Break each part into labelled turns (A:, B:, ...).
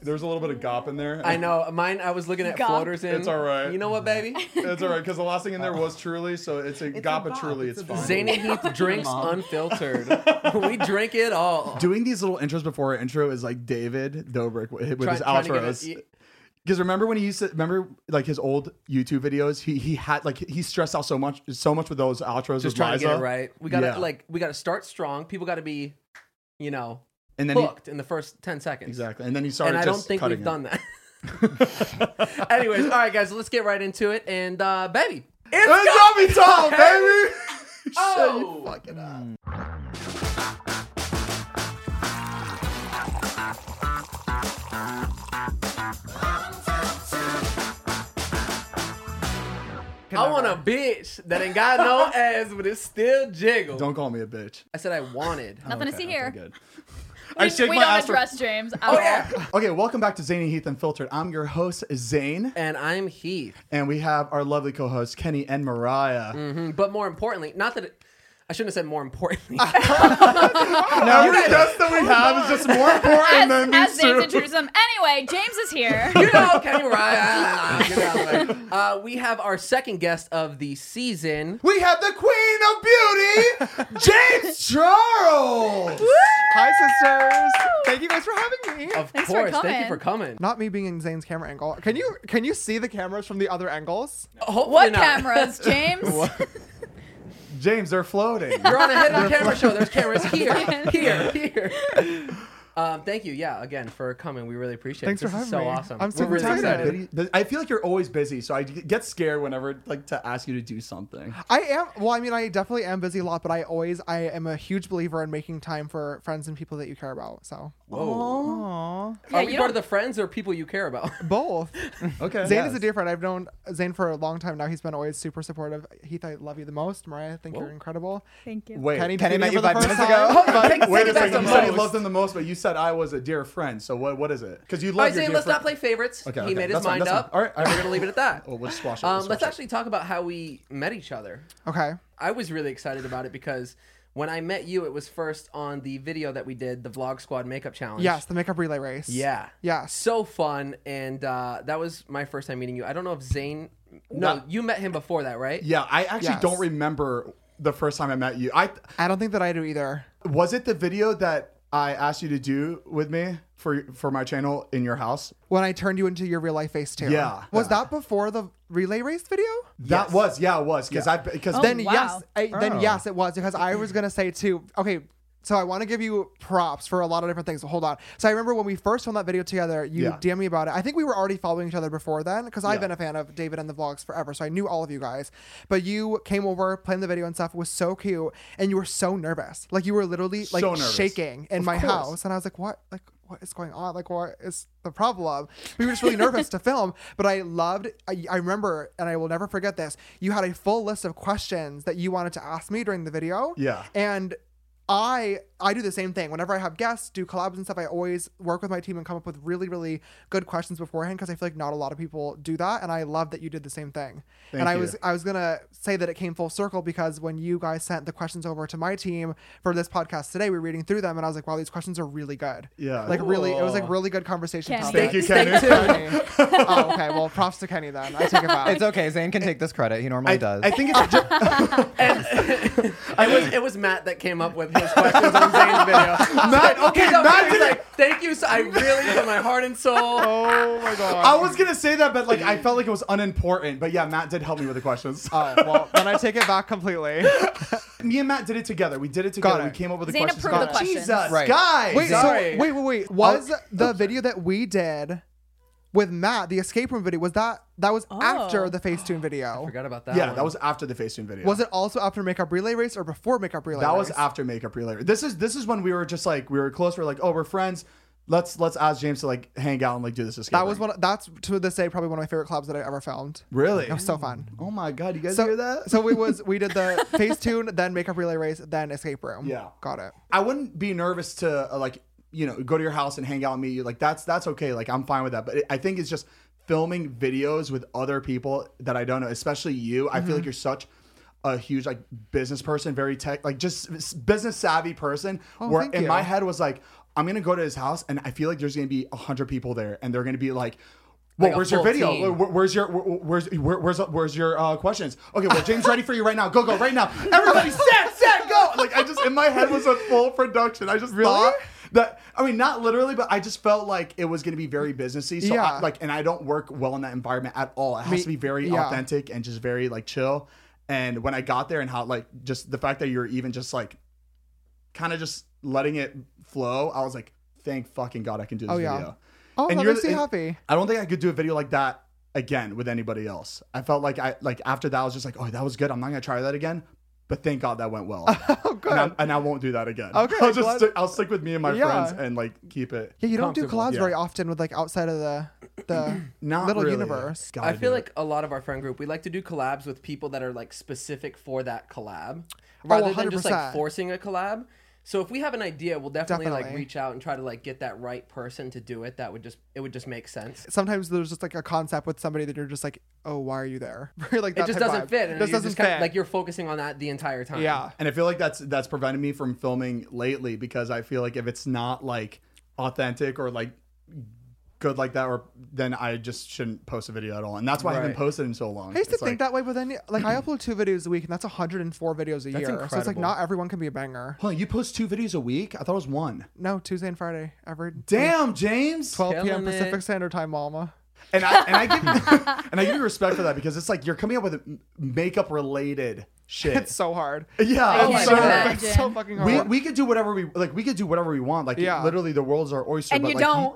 A: There's a little bit of gop in there.
B: I know. Mine, I was looking at
C: Gop.
B: floaters in.
A: It's all right.
B: You know what, baby?
A: It's all right because the last thing in there was truly, so it's a
D: It's a
A: gop of
D: gop.
A: truly. It's
D: It's a
A: fine.
B: Zany Heath drinks
D: Mom.
B: unfiltered. we drink it all.
D: Doing these little intros before our intro is like David Dobrik with with
B: Try-
D: his
B: trying to get
D: outros.
B: it-
D: Because remember when he used to remember like his old YouTube videos, he he had like he stressed out so much so much with those outros.
B: just
D: with
B: trying to get it
D: Liza,
B: right. We gotta
D: Yeah.
B: like we gotta start strong. People gotta be, you know,
D: and then he,
B: hooked in the first ten seconds.
D: exactly, and then he started.
B: And I
D: just
B: don't think
D: cutting
B: we've done that. Anyways, all right, guys, let's get right into it. And uh, baby,
D: It. It's zombie time, baby. Shut
B: Oh!
D: your fucking up.
B: I want a bitch that ain't got no ass, but it still jiggles.
D: Don't call me a bitch.
B: I said I wanted.
C: Nothing to see here.
D: Good.
C: We,
D: shake
C: we
D: my
C: don't
D: ass for-
C: address James. at
B: Oh
C: all.
B: yeah.
D: Okay, welcome back to Zany Heath Unfiltered. I'm your host Zane,
B: And I'm Heath.
D: and we have our lovely co-hosts Kenny and Mariah.
E: Mm.
B: But more importantly, not that it, I shouldn't have said more importantly.
D: Now, every guest that we have is just more important
C: As,
D: than
C: as
D: these
C: Zane
D: two.
C: introduced him. Anyway, James is here.
B: you know, Kenny Ryan. Get out of the way. Uh, we have our second guest of the season.
D: We have the queen of beauty, James Charles.
E: Hi, sisters. Thank you guys for having me.
B: Of
C: Thanks for
B: course, thank you
C: coming.
B: for coming.
E: Not me being in Zane's camera angle. Can you can you see the cameras from the other angles?
B: Uh, Hopefully
C: what
B: not.
C: cameras, James?
D: James, they're floating.
B: You're on a head on camera show. There's cameras here, here, here. Um, thank you, yeah, again for coming. We really appreciate
E: Thanks
B: it. This
E: for
B: is so
E: having me.
B: awesome. We're
E: I'm super
B: really
E: excited.
D: I feel like you're always busy, so I get scared whenever like to ask you to do something.
E: I am well, I mean I definitely am busy a lot, but I always I am a huge believer in making time for friends and people that you care about. So
B: Whoa.
E: Aww.
C: Yeah,
B: Are we
C: you
B: part of
C: don't-
B: the friends or people you care about?
E: both.
D: Okay.
E: Zane is a dear friend. I've known Zane for a long time now. He's been always super supportive. Heath, I love you the most. Mariah, I think you're incredigo.
C: Thank you.
D: Wait,
E: Kenny,
D: Kenny, met
E: meeting
D: you
E: for the
D: five
E: first
D: minutes
E: time.
D: ago. Oh Wait a
B: back
D: second.
B: the
D: You said you
B: most.
D: loved him the most, but you said I was a dear friend. So what? What is it? Because you
B: All
D: love
B: right,
D: your
B: Zane,
D: dear
B: let's not play
D: friend.
B: favorites.
D: Okay,
B: he
D: okay,
B: made his
D: that's fine,
B: mind
D: that's
B: up.
D: fine. All right, all right.
B: We're gonna leave it at that.
D: Oh, we'll squash it. we'll
B: Um, let's
D: squash it.
B: actually talk about how we met each other.
E: Okay.
B: I was really excited about it because when I met you, it was first on the video that we did, the Vlog Squad Makeup Challenge.
E: Yes, the makeup relay race.
B: Yeah.
E: Yes.
B: So fun. And uh, that was my first time meeting you. I don't know if Zane. No,
D: Not-
B: you met him before that, right?
D: Yeah, I actually
E: Yes.
D: don't remember the first time I met you. I
E: I don't think that I do either.
D: was it the video that I asked you to do with me for for my channel in your house.
E: When I turned you into your real life face too.
D: Yeah.
E: Was
D: Yeah.
E: that before the relay race video?
D: That was yeah, it was because I because
C: Oh,
D: then
E: then
C: wow.
E: yes, I,
D: Oh.
E: then yes, it was because I was gonna say too. Okay, so I want to give you props for a lot of different things. Hold on. So I remember when we first filmed that video together, you
D: Yeah.
E: DM me about it. I think we were already following each other before then because I've
D: Yeah.
E: been a fan of David and the vlogs forever, so I knew all of you guys. But you came over, playing the video and stuff. It was so cute, and you were so nervous. Like you were literally like
D: nervous.
E: shaking in
D: Of
E: my
D: course.
E: house, and I was like, what, like. What is going on? Like, what is the problem? We were just really nervous to film, but I loved. I, I remember, and I will never forget this. You had a full list of questions that you wanted to ask me during the video.
D: Yeah.
E: And I I do the same thing. Whenever I have guests, do collabs and stuff, I always work with my team and come up with really, really good questions beforehand because I feel like not a lot of people do that. And I love that you did the same thing.
D: Thank
E: and I
D: you.
E: was I was gonna say that it came full circle because when you guys sent the questions over to my team for this podcast today, we were reading through them and I was like, wow, these questions are really good.
D: Yeah.
E: Like really it was like
D: Cool.
E: really good conversation
C: Kenny.
E: topic.
D: thank you,
B: Stay
D: Kenny.
B: tuned.
E: oh, okay. Well props to Kenny then. I take it back.
F: It's okay. Zane can take this credit. He normally
D: I,
F: does.
D: I think it's
B: And it was it was Matt that came up with ridiculous questions on Zane's video.
D: Matt, okay,
B: He's up there,
D: Matt
B: he's
D: did
B: like, thank you. So I really put my heart and soul.
D: Oh my god. I was gonna say that, but like I felt like it was unimportant. But yeah, Matt did help me with the questions.
E: Oh, well, then I take it back completely.
D: me and Matt did it together. We did it together.
E: it.
D: We came up with the
C: Zayn
D: questions.
C: approved the
D: Got it.
C: questions.
D: Jesus,
E: Right.
D: guys.
E: Wait, so,
B: Sorry.
E: wait, wait, wait. Was the video that we did with Matt, the escape room video, was that that was after
C: Oh.
E: the Facetune video?
B: Forgot about that.
D: yeah,
B: one.
D: that was after the Facetune video.
E: Was it also after Makeup Relay Race or before Makeup Relay
D: That
E: Race?
D: was after makeup relay. This is this is when we were just like we were close. We are like, oh, we're friends. Let's let's ask James to like hang out and like do this escape.
E: That was
D: room.
E: one. That's to this day probably one of my favorite collabs that I ever filmed.
D: Really?
E: It was so fun.
D: Oh my god, you guys
E: So
D: hear that?
E: so it was. We did the Facetune, then Makeup Relay Race, then Escape Room.
D: Yeah.
E: got it.
D: I wouldn't be nervous to uh, like you know go to your house and hang out and meet you. Like that's that's okay. Like I'm fine with that. But it, I think it's just filming videos with other people that I don't know, especially you. I
B: Mm-hmm.
D: feel like you're such a huge like business person, very tech, like just s- business savvy person.
B: Oh,
D: where
E: thank
D: in
E: you.
D: my head was like, I'm gonna go to his house and I feel like there's gonna be a hundred people there, and they're gonna be like. Well,
B: Like a
D: where's your
B: full
D: video?
B: team.
D: Where- where's your where- where's where, where's where's your uh, questions? Okay, well, James, ready for you right now. Go go right now. Everybody, set set go. Like I just in my head was a full production. I just thought that I mean not literally, but I just felt like it was going to be very businessy. So
E: Yeah.
D: I, like, and I don't work well in that environment at all. It has
E: Me-
D: to be very
E: yeah.
D: authentic and just very like chill. And when I got there and how like just the fact that you're even just like kind of just letting it flow, I was like, thank fucking god I can do this
E: Oh, yeah.
D: video.
E: Oh,
D: And
E: that
D: you're
E: makes
D: the-
E: me
D: and-
E: happy.
D: I don't think I could do a video like that again with anybody else. I felt like I like after that I was just like, oh, that was good. I'm not gonna try that again. But thank God that went well.
E: Oh, good.
D: And, I, and I won't do that again.
E: Okay,
D: I'll just
E: glad-
D: stick, I'll stick with me and my
E: Yeah.
D: friends and like keep it.
E: yeah, you don't do
B: comfortable,
E: collabs
D: yeah.
E: very often with like outside of the the
D: Not
E: little
D: really.
E: universe.
D: Gotta
B: I feel
D: do it.
B: like a lot of our friend group, we like to do collabs with people that are like specific for that collab,
E: Oh,
B: rather than just like
E: 100%.
B: forcing a collab. So if we have an idea, we'll definitely, like
E: Definitely.
B: reach out and try to like get that right person to do it. That would just it would just make sense.
E: Sometimes there's just like a concept with somebody that you're just like, oh, why are you there? like
B: It
E: that
B: just
E: type
B: doesn't
E: vibe.
B: fit. And
E: This
B: you're
E: doesn't
B: just kinda-
E: fit.
B: like you're focusing on that the entire time.
E: yeah.
D: and I feel like that's that's prevented me from filming lately because I feel like if it's not like authentic or like good like that, or then I just shouldn't post a video at all. And that's why I haven't
B: Right.
D: posted in so long.
E: I used to
D: It's
E: think
D: like,
E: that way, but then like I upload two videos a week, and that's 104 videos a year. So it's like
B: incredible.
E: not everyone can be a banger.
D: Hold on, you post two videos a week? I thought it was one.
E: No, Tuesday and Friday every
D: Damn, James.
E: 12 p.m.
B: Killing
E: Pacific
B: it.
E: Standard Time, Mama.
D: and I and I give and I give you respect for that because it's like you're coming up with makeup related shit.
E: It's so hard.
D: yeah,
C: can't
D: it's
E: so,
D: so-
C: imagine.
E: it's so fucking hard.
D: we we could do whatever we like. We could do whatever we want. Like
E: Yeah.
D: literally, the world's our oyster.
C: and
D: but
C: you
D: like,
C: don't.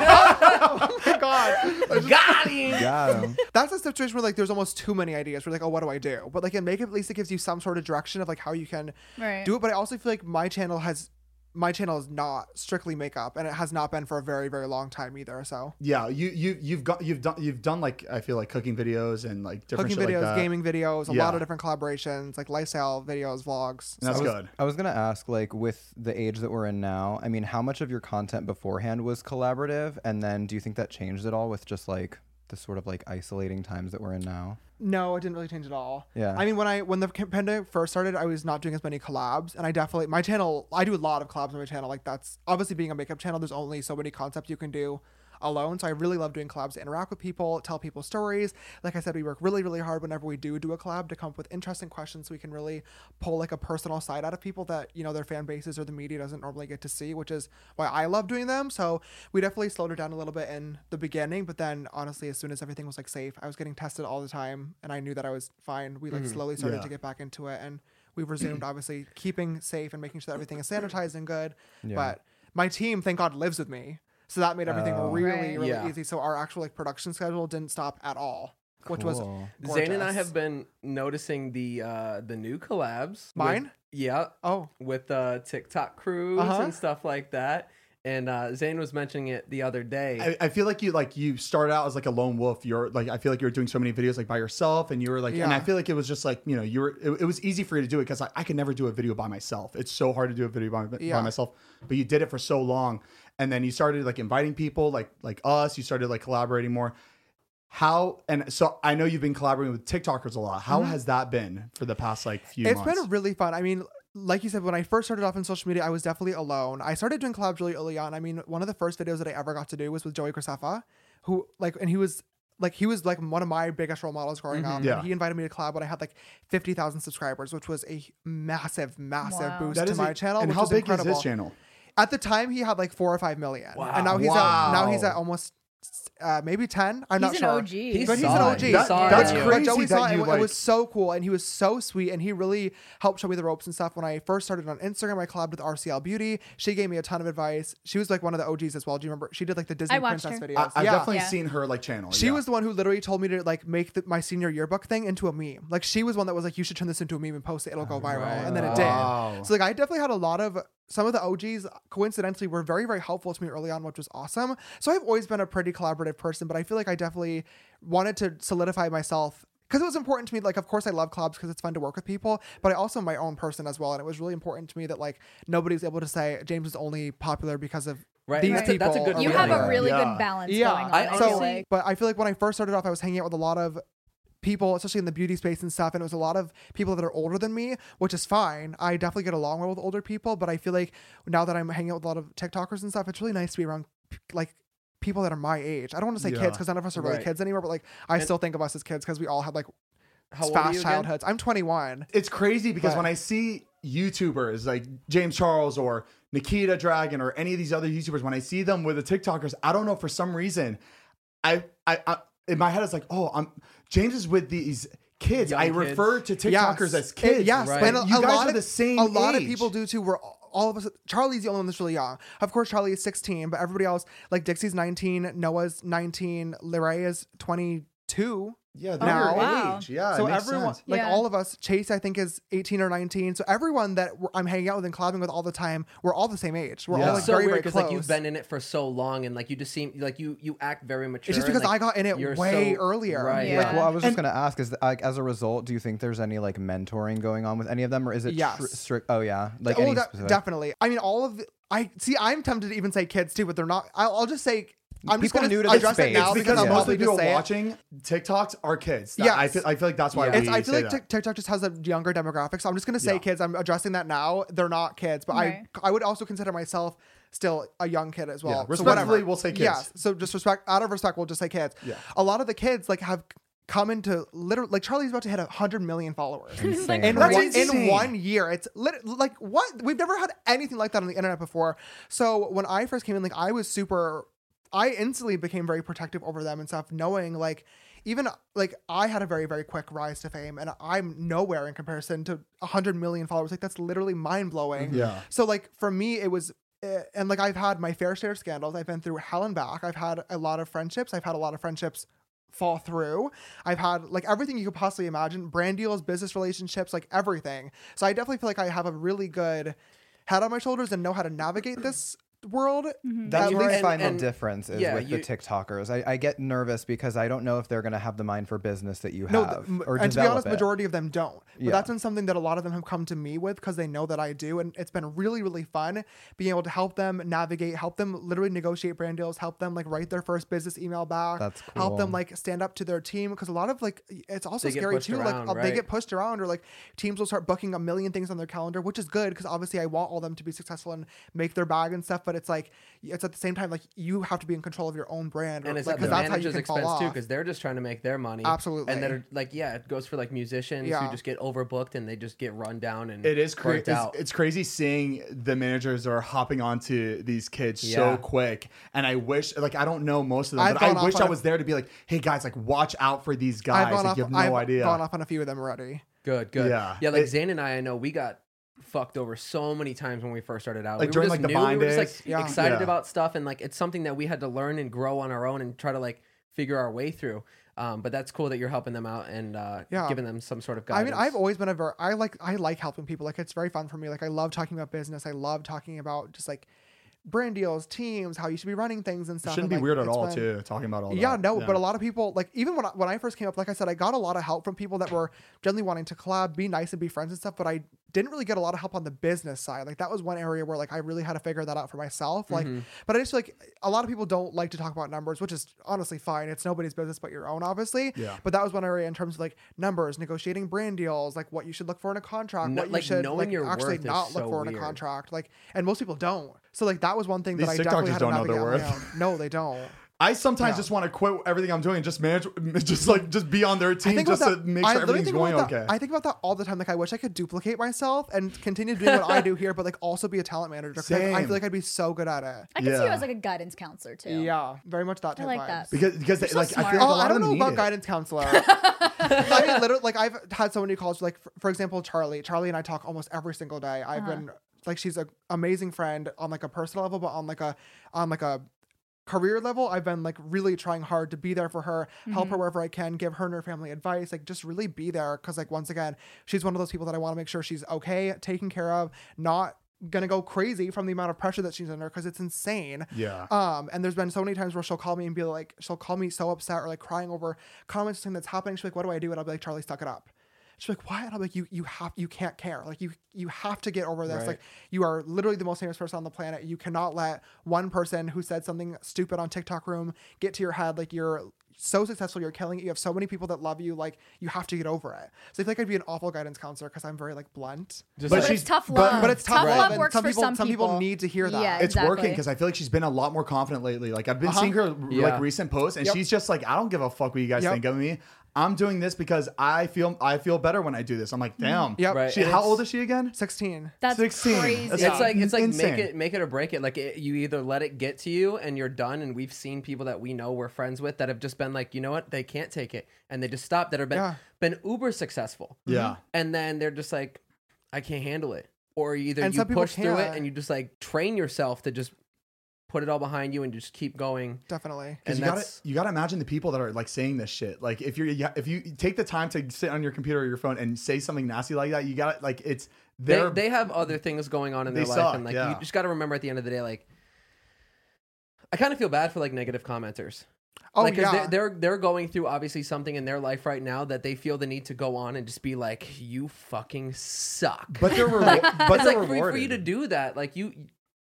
E: Oh, God,
B: Got him.
D: Got him.
E: that's a situation where like there's almost too many ideas. We're like, oh, what do I do? But like in makeup, at least it gives you some sort of direction of like how you can
C: Right.
E: do it. But I also feel like my channel has, my channel is not strictly makeup, and it has not been for a very very long time either. So
D: Yeah, you you you've got you've done you've done like I feel like cooking videos and like different
E: cooking
D: shit
E: videos,
D: like that.
E: gaming videos, a
D: Yeah.
E: lot of different collaborations, like lifestyle videos, vlogs.
D: And that's
F: I was,
D: good.
F: I was gonna ask, like, with the age that we're in now, I mean, how much of your content beforehand was collaborative, and then do you think that changed at all with just like the sort of like isolating times that we're in now?
E: No, it didn't really change at all.
F: Yeah.
E: I mean, when I when the ca- pandemic first started, I was not doing as many collabs, and I definitely my channel. I do a lot of collabs on my channel. Like that's obviously being a makeup channel. There's only so many concepts you can do alone. So I really love doing collabs to interact with people, tell people stories. Like I said, we work really really hard whenever we do do a collab to come up with interesting questions so we can really pull like a personal side out of people that you know their fan bases or the media doesn't normally get to see, which is why I love doing them. So we definitely slowed her down a little bit in the beginning, but then honestly, as soon as everything was like safe, I was getting tested all the time, and I knew that I was fine. We like slowly started
D: Yeah.
E: to get back into it, and we've resumed obviously keeping safe and making sure that everything is sanitized and good. But my team, thank God, lives with me, so that made everything really,
C: Right.
E: really
B: Yeah.
E: easy. So our actual like production schedule didn't stop at all, which was
F: Cool.
B: Zayn and I
E: gorgeous.
B: have been noticing the uh the new collabs. with-
E: Mine?
B: yeah.
E: oh
B: with uh, TikTok crews
E: Uh-huh.
B: and stuff like that. And uh, Zane was mentioning it the other day.
D: I, I feel like you like you started out as like a lone wolf. You're like I feel like you were doing so many videos like by yourself, and you were like, and I
E: Yeah.
D: feel like it was just like you know you were it, it was easy for you to do it because I, I could never do a video by myself. It's so hard to do a video by, by
E: Yeah.
D: myself, but you did it for so long, and then you started like inviting people like like us. You started like collaborating more. How and so I know you've been collaborating with TikTokers a lot. How has that been for the past like few?
E: Mm-hmm. It's
D: months?
E: been really fun. I mean, like you said, when I first started off in social media, I was definitely alone. I started doing collabs really early on. I mean, one of the first videos that I ever got to do was with Joey Graceffa, who like, and he was like he was like one of my biggest role models growing up.
D: Mm-hmm. Yeah.
E: And he invited me to collab when I had like fifty thousand subscribers, which was a massive, massive
C: Wow.
E: boost
D: That
E: to
D: is
E: my
D: a-
E: channel.
D: and
E: which
D: how
E: was
D: big is
E: incredible.
D: his channel?
E: At the time, he had like four or five million, and now he's
D: Wow.
E: at now he's at almost uh, maybe ten. I'm
C: He's
E: not
C: an
E: sure.
C: OG. He
E: but he's an
B: saw it.
E: OG.
B: He
D: That-
B: saw it.
D: that's
B: Yeah.
E: But
D: crazy
E: Joey
D: that
E: saw it.
D: you
E: It
D: like,
E: was so cool, and he was so sweet, and he really helped show me the ropes and stuff. When I first started on Instagram, I collabed with RCL Beauty. She gave me a ton of advice. She was like one of the OGs as well. Do you remember? She did like the Disney
C: I watched
E: princess
C: her.
E: videos.
D: I, I've
E: yeah.
D: definitely
C: Yeah.
D: seen her like channel.
E: She
D: yeah.
E: was the one who literally told me to like make the, my senior yearbook thing into a meme. Like she was one that was like, you should turn this into a meme and post it; it'll go viral. And then it did.
D: Wow.
E: So like I definitely had a lot of some of the OGs coincidentally were very very helpful to me early on, which was awesome. So I've always been a pretty collaborative person, but I feel like I definitely wanted to solidify myself. Because it was important to me, like, of course, I love clubs because it's fun to work with people, but I also am my own person as well. And it was really important to me that, like, nobody was able to say James was only popular because of
B: Right.
E: these
B: Right.
E: people.
B: That's a good
E: or
C: You
B: Yeah.
C: have
E: whatever.
C: a really
D: Yeah.
C: good balance going on.
B: I
C: I,
B: honestly-
C: feel like.
E: But I feel like when I first started off, I was hanging out with a lot of people, especially in the beauty space and stuff, and it was a lot of people that are older than me, which is fine. I definitely get along well with older people, but I feel like now that I'm hanging out with a lot of TikTokers and stuff, it's really nice to be around like people that are my age. I don't want to say
D: Yeah.
E: kids because none of us are really
B: Right.
E: kids anymore, but like I still think of us as kids because we all had like
B: How old are you
E: fast
B: again?
E: childhoods. I'm 21.
D: It's crazy because
E: But-
D: when I see YouTubers like James Charles or Nikita Dragon or any of these other YouTubers, when I see them with the TikTokers, I don't know for some reason, I I, I in my head it's like, oh, I'm James is with these kids.
B: Young
D: I
B: kids.
D: refer to TikTokers
E: Yes.
D: as kids.
E: It- yes,
D: but
E: and a,
D: you
E: a
D: guys
E: lot
D: are
E: of
D: the same.
E: A lot of
D: age.
E: people do too. We're all all of us. Charlie's the only one that's really young. Of course, Charlie is sixteen, but everybody else, like Dixie's nineteen, Noah's nineteen, Larry is twenty-two.
D: Yeah, they're
E: Now-
D: your
C: Wow.
D: age. Yeah,
E: so
D: it makes
E: everyone,
D: sense.
E: like
C: Yeah.
E: all of us, Chase I think is eighteen or nineteen. So everyone that we're- I'm hanging out with and collabing with all the time, we're all the same age. We're all
D: Yeah.
E: like
B: It's so
E: very
B: weird
E: very
B: because
E: close.
B: like you've been in it for so long and like you just seem like you you act very mature.
E: it's just
B: and,
E: because
B: like,
E: I got in
B: you're
E: it way
B: so-
E: earlier.
B: Right.
C: Yeah.
F: Like, well, I was just
D: And-
F: gonna ask: Is th- like as a result, do you think there's any like mentoring going on with any of them, or is it
E: Yes.
F: stri- strict? Oh yeah, like
E: Oh,
F: any
E: de-
F: specific?
E: definitely. I mean, all of the, I see. I'm tempted to even say kids too, but they're not. I'll, I'll just say I'm just
F: People
E: going
F: new to
E: to
F: the
E: address it
F: space.
E: now
D: It's because
E: because I'm
D: most of
E: probably
D: the
E: just
D: people
E: say it.
D: watching TikToks are kids. That-
E: Yes.
D: I feel, I feel like that's why
B: Yeah.
D: we
E: It's, I feel
D: say
E: like
D: that.
E: Tik TikTok just has a younger demographic, so I'm just gonna say
D: Yeah.
E: kids. I'm addressing that now. They're not kids, but
C: Right.
E: I I would also consider myself still a young kid as well.
D: Yeah.
E: So
D: Respectfully,
E: whatever.
D: we'll say kids.
E: Yes. So just respect out of respect, we'll just say kids.
D: Yeah.
E: A lot of the kids like have come into literally like Charlie's about to hit hundred million followers.
F: Insane.
E: in,
D: That's
E: one, in
D: insane.
E: one year. It's lit- like what we've never had anything like that on the internet before. So when I first came in, like I was super, I instantly became very protective over them and stuff, knowing like even like I had a very very quick rise to fame, and I'm nowhere in comparison to 100 million followers. Like that's literally mind blowing.
D: Yeah.
E: So like for me, it was. eh, And like I've had my fair share of scandals. I've been through hell and back. I've had a lot of friendships. I've had a lot of friendships fall through. I've had like everything you could possibly imagine brand deals, business relationships, like everything. So I definitely feel like I have a really good head on my shoulders and know how to navigate this world.
F: That's
E: That was-
F: where I
E: and-
F: find
B: and-
F: the difference is
B: yeah,
F: with
B: you-
F: the TikTokers. I, I get nervous because I don't know if they're gonna have the mind for business that you
E: No,
F: have,
E: the, m-
F: or
E: and to be
F: develop
E: honest,
F: it.
E: majority of them don't. But
F: Yeah.
E: that's been something that a lot of them have come to me with because they know that I do, and it's been really, really fun being able to help them navigate, help them literally negotiate brand deals, help them like write their first business email back,
F: That's
E: help them
F: cool.
E: like stand up to their team because a lot of like it's also
B: They get
E: scary
B: pushed
E: too.
B: around,
E: like uh, they
B: right.
E: get pushed around, or like teams will start booking a million things on their calendar, which is good because obviously I want all them to be successful and make their bag and stuff. But it's like it's at the same time like you have to be in control of your own brand, or-
B: and it's
E: like,
B: at the
E: 'cause that's how you
B: manager's
E: can fall
B: expense too
E: off.
B: because they're just trying to make their money.
E: Absolutely.
B: And they're like, yeah, it goes for like musicians
E: Yeah.
B: who just get overbooked and they just get run down and
D: It is crazy.
B: burnt
D: It's,
B: out.
D: it's crazy seeing the managers are hopping onto these kids
B: Yeah.
D: so quick, and I wish, like, I don't know most of them,
E: I've
D: but
E: gone
D: I wish
E: off on
D: I
E: a-
D: was there to be like, hey guys, like, watch out for these guys.
E: I've gone
D: like,
E: off.
D: you have no
E: I've
D: idea.
E: gone off on a few of them already.
B: Good, good.
D: Yeah.
B: yeah. Like
D: It-
B: Zane and I, I know we got fucked over so many times when we first started out.
D: Like,
B: we
D: during,
B: were just
D: like, the
B: new,
D: Vine
B: we were
D: days?
B: just like
E: Yeah.
B: excited
D: Yeah.
B: about stuff, and like it's something that we had to learn and grow on our own and try to like figure our way through. Um, but that's cool that you're helping them out and uh,
E: Yeah.
B: giving them some sort of
E: I
B: guidance.
E: mean, I've always been a very I like I like helping people. Like it's very fun for me. Like I love talking about business. I love talking about just like brand deals, teams, how you should be running things and stuff.
D: Shouldn't
E: and,
D: be
E: like,
D: weird at
E: it's
D: all,
E: been-
D: too. Talking about all
E: Yeah,
D: that.
E: no, but a lot of people like even when I, when I first came up, like I said, I got a lot of help from people that were generally wanting to collab, be nice, and be friends and stuff. But I didn't really get a lot of help on the business side. Like that was one area where like I really had to figure that out for myself. Like,
B: Mm-hmm.
E: but I just like a lot of people don't like to talk about numbers, which is honestly fine. It's nobody's business but your own, obviously.
D: Yeah.
E: But that was one area in terms of like numbers, negotiating brand deals, like what you should look for in a contract,
B: No-
E: what you
B: like,
E: should
B: knowing
E: like
B: your
E: actually
B: worth is
E: not look
B: so
E: for in a
B: weird.
E: contract. Like, and most people don't. So like that was one thing
D: These
E: that I definitely
D: TikTokers
E: had to
D: don't know
E: navigate
D: their
E: on my
D: worth.
E: own. No, they don't.
D: I sometimes just want to quit everything I'm doing and just manage, just like just be on their team just to
E: about that-
D: make sure
E: I literally
D: everything's
E: think
D: going
E: about
D: okay.
E: That, I think about that all the time. Like I wish I could duplicate myself and continue doing what I do here, but like also be a talent manager. 'cause I- I
D: Same.
E: feel like I'd be so good at it.
C: I can see you
D: Yeah.
C: as like a guidance counselor too.
E: Yeah, very much that.
C: I
E: Type
C: like
E: vibes.
C: that.
D: because because they,
C: so
D: like I
C: smart.
D: feel like a
E: Oh,
D: lot
E: I
D: of
E: don't
D: them
E: know
D: need
E: about
D: it.
E: guidance counselor. I mean, literally, like I've had so many calls. Like for, for example, Charlie. Charlie and I talk almost every single day. I've
D: Uh-huh.
E: been like she's an amazing friend on like a personal level, but on like a on like a career level, I've been like really trying hard to be there for her, help her
D: Mm-hmm.
E: wherever I can, give her and her family advice, like just really be there. Cause like once again, she's one of those people that I want to make sure she's okay, taken care of, not gonna go crazy from the amount of pressure that she's under because it's insane.
D: Yeah.
E: Um, and there's been so many times where she'll call me and be like, she'll call me so upset or like crying over comments something that's happening. She's like, what do I do? And I'll be like, Charlie, suck it up. She's like, what? And I'm like, you you have you can't care. Like you you have to get over this. Like you are literally the most famous person on the planet. You cannot let one person who said something stupid on TikTok room get to your head. Like you're so successful, you're killing it. You have so many people that love you. Like you have to get over it. So I feel like I'd be an awful guidance counselor because I'm very like blunt.
C: But,
D: But
C: it's
D: she's-
C: tough
D: but-
C: love.
D: but
E: it's
C: tough
E: tough love,
C: love
E: and
C: works
E: some
C: for
E: people-
C: some
E: some people
C: people.
E: need to hear that.
C: Yeah,
D: it's
C: exactly.
D: working because I feel like she's been a lot more confident lately. Like I've been
B: Uh-huh.
D: seeing her
B: Yeah.
D: like recent posts, and
E: Yep.
D: she's just like, I don't give a fuck what you guys
E: Yep.
D: think of me. I'm doing this because I feel I feel better when I do this. I'm like,
B: Mm-hmm.
D: damn.
E: Yep. Right.
D: She, how old is she again?
E: Sixteen.
C: That's
D: 16.
C: crazy.
D: That's
B: It's like it's like
D: Insane.
B: make it make it or break it. Like it, you either let it get to you and you're done. And we've seen people that we know we're friends with that have just been like, you know what, they can't take it, and they just stop. That have been
E: Yeah.
B: been uber successful.
D: Mm-hmm. Yeah.
B: and then they're just like, I can't handle it. Or either
E: And
B: you
E: some people
B: push through it
E: can't.
B: and you just like train yourself to just put it all behind you and just keep going.
E: Definitely.
D: Because
B: And
D: you gotta
B: that's
D: you gotta imagine the people that are like saying this shit. Like if you're yeah, if you take the time to sit on your computer or your phone and say something nasty like that, you got to like it's
B: they,
D: they're
B: they have other things going on in
D: They
B: their life
D: suck,
B: and like
D: yeah.
B: you just got to remember at the end of the day like I kind of feel bad for like negative commenters.
E: Oh
B: like, 'cause they're,
E: yeah.
B: they're they're going through obviously something in their life right now that they feel the need to go on and just be like, you fucking suck.
D: but they're rewar- but
B: it's
D: they're
B: like for,
D: rewarded.
B: for you to do that, like you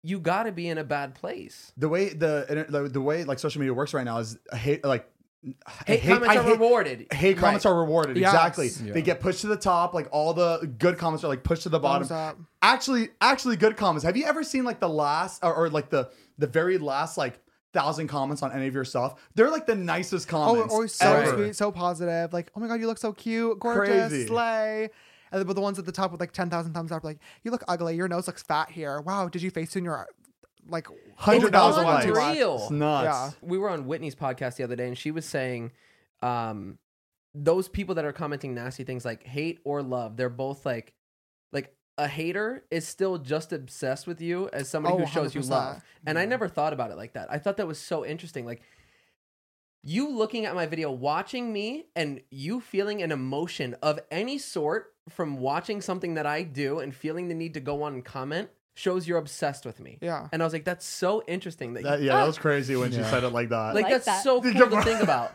B: you got to be in a bad place.
D: the way the inter- the- the way like social media works right now is I hate like I
B: Hate, comments
D: I
B: are rewarded.
D: Hate comments are rewarded.
E: Yes.
D: Exactly.
F: Yeah.
D: They get pushed to the top. Like all the good comments are like pushed to the bottom.
E: Thumbs up.
D: Actually, actually, good comments. Have you ever seen like the last or, or like the the very last like thousand comments on any of your stuff? They're like the nicest
E: Oh,
D: comments.
E: always so
D: ever.
E: sweet, so positive. Like, oh my god, you look so cute, gorgeous,
D: Crazy.
E: slay. And then, but the ones at the top with like ten thousand thumbs up, like you look ugly, your nose looks fat here. Wow, did you facetune your like
D: Hundred thousand
B: It's
D: likes.
B: unreal.
D: It's nuts.
E: Yeah.
B: we were on Whitney's podcast the other day, and she was saying, um, those people that are commenting nasty things like hate or love, they're both like, like a hater is still just obsessed with you as somebody
E: Oh,
B: who shows you
E: 100%.
B: love. And I never thought about it like that. I thought that was so interesting. Like you looking at my video, watching me, and you feeling an emotion of any sort from watching something that I do and feeling the need to go on and comment shows you're obsessed with me.
E: Yeah.
B: And I was like, that's so interesting. That you
D: That, yeah, that was crazy when she said it like that.
B: like,
C: like
B: that's
C: that.
B: so cool to think about.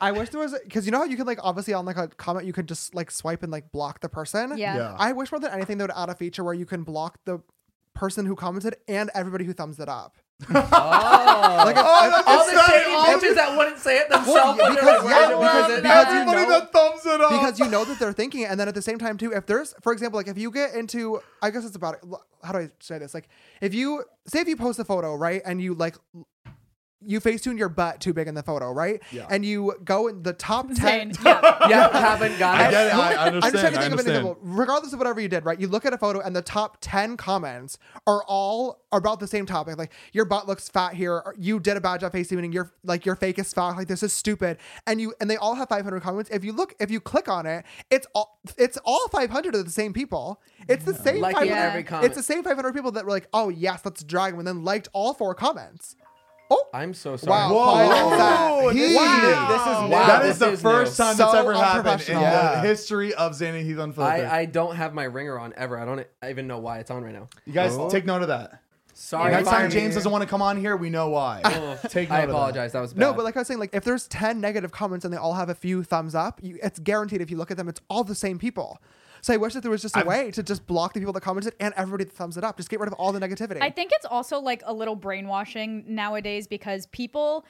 E: I wish there was because you know how you could like obviously on like a comment you could just like swipe and like block the person.
C: Yeah.
D: Yeah.
E: I wish more than anything they would add a feature where you can block the person who commented and everybody who thumbs it up.
B: Oh,
E: Like, if- if-
B: all
E: if-
B: the shady
E: all
B: bitches that wouldn't say it
E: Well,
B: themselves.
E: yeah,
B: but they're like,
E: because- yeah,
B: "Why do I
E: because-
B: have it
E: because
B: out?"
E: you
D: Everybody
E: know-
D: that thumbs it up.
E: because you know that they're thinking it. And then at the same time, too, if there's, for example, like if you get into, I guess it's about, how do I say this? Like if you, say if you post a photo, right? And you like, you facetune your butt too big in the photo, right?
D: Yeah.
E: And you go in the top 10.
C: Insane. Yeah.
B: yeah, I haven't got
D: I
B: it.
D: get it. I
E: I'm
D: understand.
E: just trying to
D: I
E: think of an
D: understand.
E: example. Regardless of whatever you did, right? You look at a photo and the top 10 comments are all about the same topic. Like, your butt looks fat here. Or, you did a bad job facetuning. You're like, your fake is fat. Like, this is stupid. And you, and they all have 500 comments. If you look, if you click on it, it's all, it's all 500 of the same people. It's the same
B: Liking
E: 500.
B: every comment.
E: It's the same 500 people that were like, oh, yes, let's drag him. And then liked all four comments. Oh,
B: I'm so sorry.
E: wow.
D: Whoa.
E: Paul, that's that.
D: Whoa, this is
E: Wow.
D: new.
B: This is new.
D: that
B: This
D: is the
B: is
D: first
B: new.
D: time that's
E: So
D: ever happened in
E: unprofessional.
D: the
E: Yeah.
D: history of Zany Heath Unfiltered.
B: I, I don't have my ringer on ever. I don't I even know why it's on right now.
D: you guys take note of that.
B: Sorry.
D: Next time
B: Byron.
D: James doesn't want to come on here, we know why. Take note
B: I
D: of that.
B: apologize. That was bad.
E: No, but like I was saying, like if there's ten negative comments and they all have a few thumbs up, you, it's guaranteed if you look at them, it's all the same people. So I wish that there was just a way to just block the people that commented and everybody that thumbs it up. Just get rid of all the negativity.
C: I think it's also like a little brainwashing nowadays because people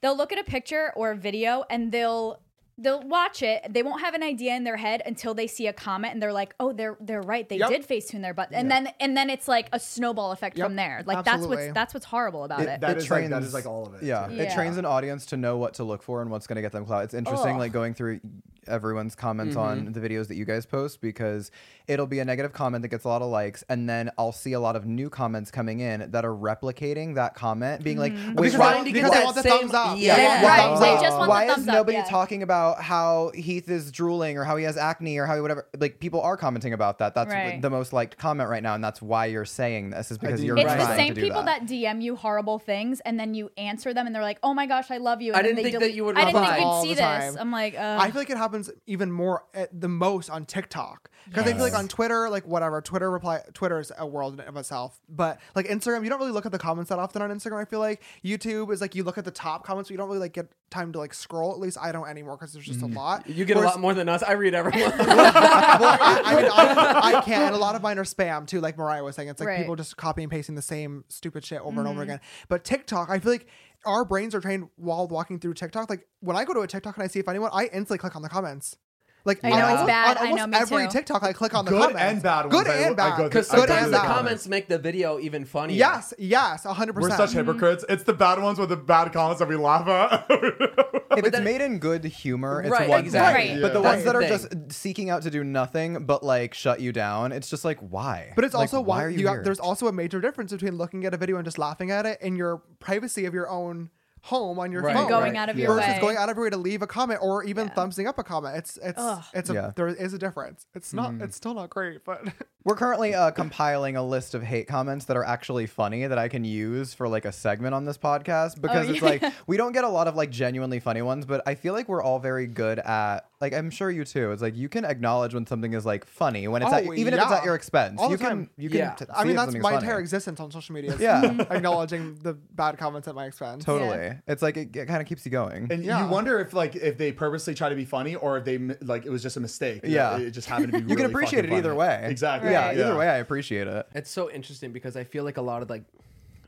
C: they'll look at a picture or a video and they'll they'll watch it. They won't have an idea in their head until they see a comment, and they're like, "Oh, they're they're right. They
E: Yep.
C: did facetune their butt." And then and then it's like a snowball effect
E: Yep.
C: from there. Like that's
E: Absolutely.
C: what's that's what's horrible about it.
D: That is like that is like all of it.
F: Yeah.
D: too.
F: it
C: Yeah.
F: trains an audience to know what to look for and what's going to get them clout. It's interesting,
C: Ugh.
F: like going through everyone's comments on the videos that you guys post because it'll be a negative comment that gets a lot of likes, and then I'll see a lot of new comments coming in that are replicating that comment, being
C: Mm-hmm.
F: like, "Wait,
E: Because
F: why?"
E: they- because they
B: that
E: want the
B: same-
E: thumbs up.
B: Yeah.
C: They
F: Yeah.
C: want the Right, thumbs they up. just want the
F: Why is
C: thumbs up,
F: nobody
C: yeah.
F: talking about how Heath is drooling or how he has acne or how he whatever? Like people are commenting about that. That's
C: Right.
F: the most liked comment right now, and that's why you're saying this is because
D: think
F: you're
D: you're
C: It's
F: trying
C: the same
F: to do
C: people that. DM you horrible things and then you answer them and they're like, "Oh my gosh, I love you." And
B: I
C: then
B: didn't
C: they
B: think
C: delete-
B: that you would
C: I didn't
B: reply.
C: think
E: All
C: you'd
E: the
C: see this.
E: time.
C: I'm like, uh,
E: I feel like it happens even more at the most on TikTok because I feel like on Twitter, like whatever Twitter reply, Twitter is a world of itself. But like Instagram, you don't really look at the comments that often on Instagram. I feel like YouTube is like you look at the top comments, but you don't really like get time to like scroll. At least I don't anymore because there's just a lot.
B: Mm. You get a lot more than us. I read everyone.
E: well, I, I mean, I, I can't. And a lot of mine are spam too, like Mariah was saying. It's like
C: Right. Mm-hmm.
E: people just copy and pasting the same stupid shit over and over again. But TikTok, I feel like our brains are trained while walking through TikTok. Like when I go to a TikTok and I see if anyone, I instantly click on the comments. Like
C: I know,
E: on
C: it's
E: almost,
C: bad.
E: on
C: I know,
E: almost
C: me
E: every
C: too.
E: TikTok, I click on the
D: Good
E: comments.
D: and bad ones.
E: Good
D: I-
E: and
D: I
E: bad.
D: go through-
B: Because
D: I go
B: sometimes
D: through
B: the
D: the
B: comments make the video even funnier.
E: Yes, yes, hundred
A: We're
E: percent.
A: such hypocrites. It's the bad ones with the bad comments that we laugh at.
F: if it's made in good humor, it's
B: Right,
F: one
B: exactly.
F: thing.
C: Right.
F: But the
B: Yeah.
F: ones that
B: That's
F: are
B: the
F: just seeking out to do nothing but like shut you down, it's just like why?
E: But it's
F: Like,
E: also why,
F: are
E: you
F: here?
E: got, there's also a major difference between looking at a video and just laughing at it and your privacy of your own home on your
B: Right.
E: phone
B: And
C: going out of your
E: versus
C: way.
E: going out of your way to leave a comment or even thumbsing up a comment. It's it's
C: Ugh.
E: it's a,
F: Yeah. Mm-hmm.
E: there is a difference. It's not it's still not great, but
F: We're currently uh, compiling a list of hate comments that are actually funny that I can use for like a segment on this
E: Oh,
F: podcast because
C: yeah.
F: it's like we don't get a lot of like genuinely funny ones, but I feel like we're all very good at like I'm sure you too. It's like you can acknowledge when something is like funny when it's
E: Oh,
F: at, even if it's
E: yeah.
F: at your expense.
E: All
F: you
E: the
F: can
E: time.
F: you can
B: Yeah.
F: t-
E: I
F: see
E: mean
F: if
E: that's
F: something's
E: my
F: funny.
E: entire existence on social media. is
F: Yeah.
E: acknowledging the bad comments at my expense.
F: Totally. It's like it, it kind of keeps you going.
A: and
E: Yeah.
A: you wonder if like if they purposely try to be funny or if they m- like it was just a mistake. You
F: Yeah.
A: know, it just happened to be.
F: you can
A: really
F: appreciate it
A: fucking
F: either
A: funny.
F: way.
A: Exactly.
F: Yeah,
C: Right.
F: either way, I appreciate it.
B: It's so interesting because I feel like a lot of like,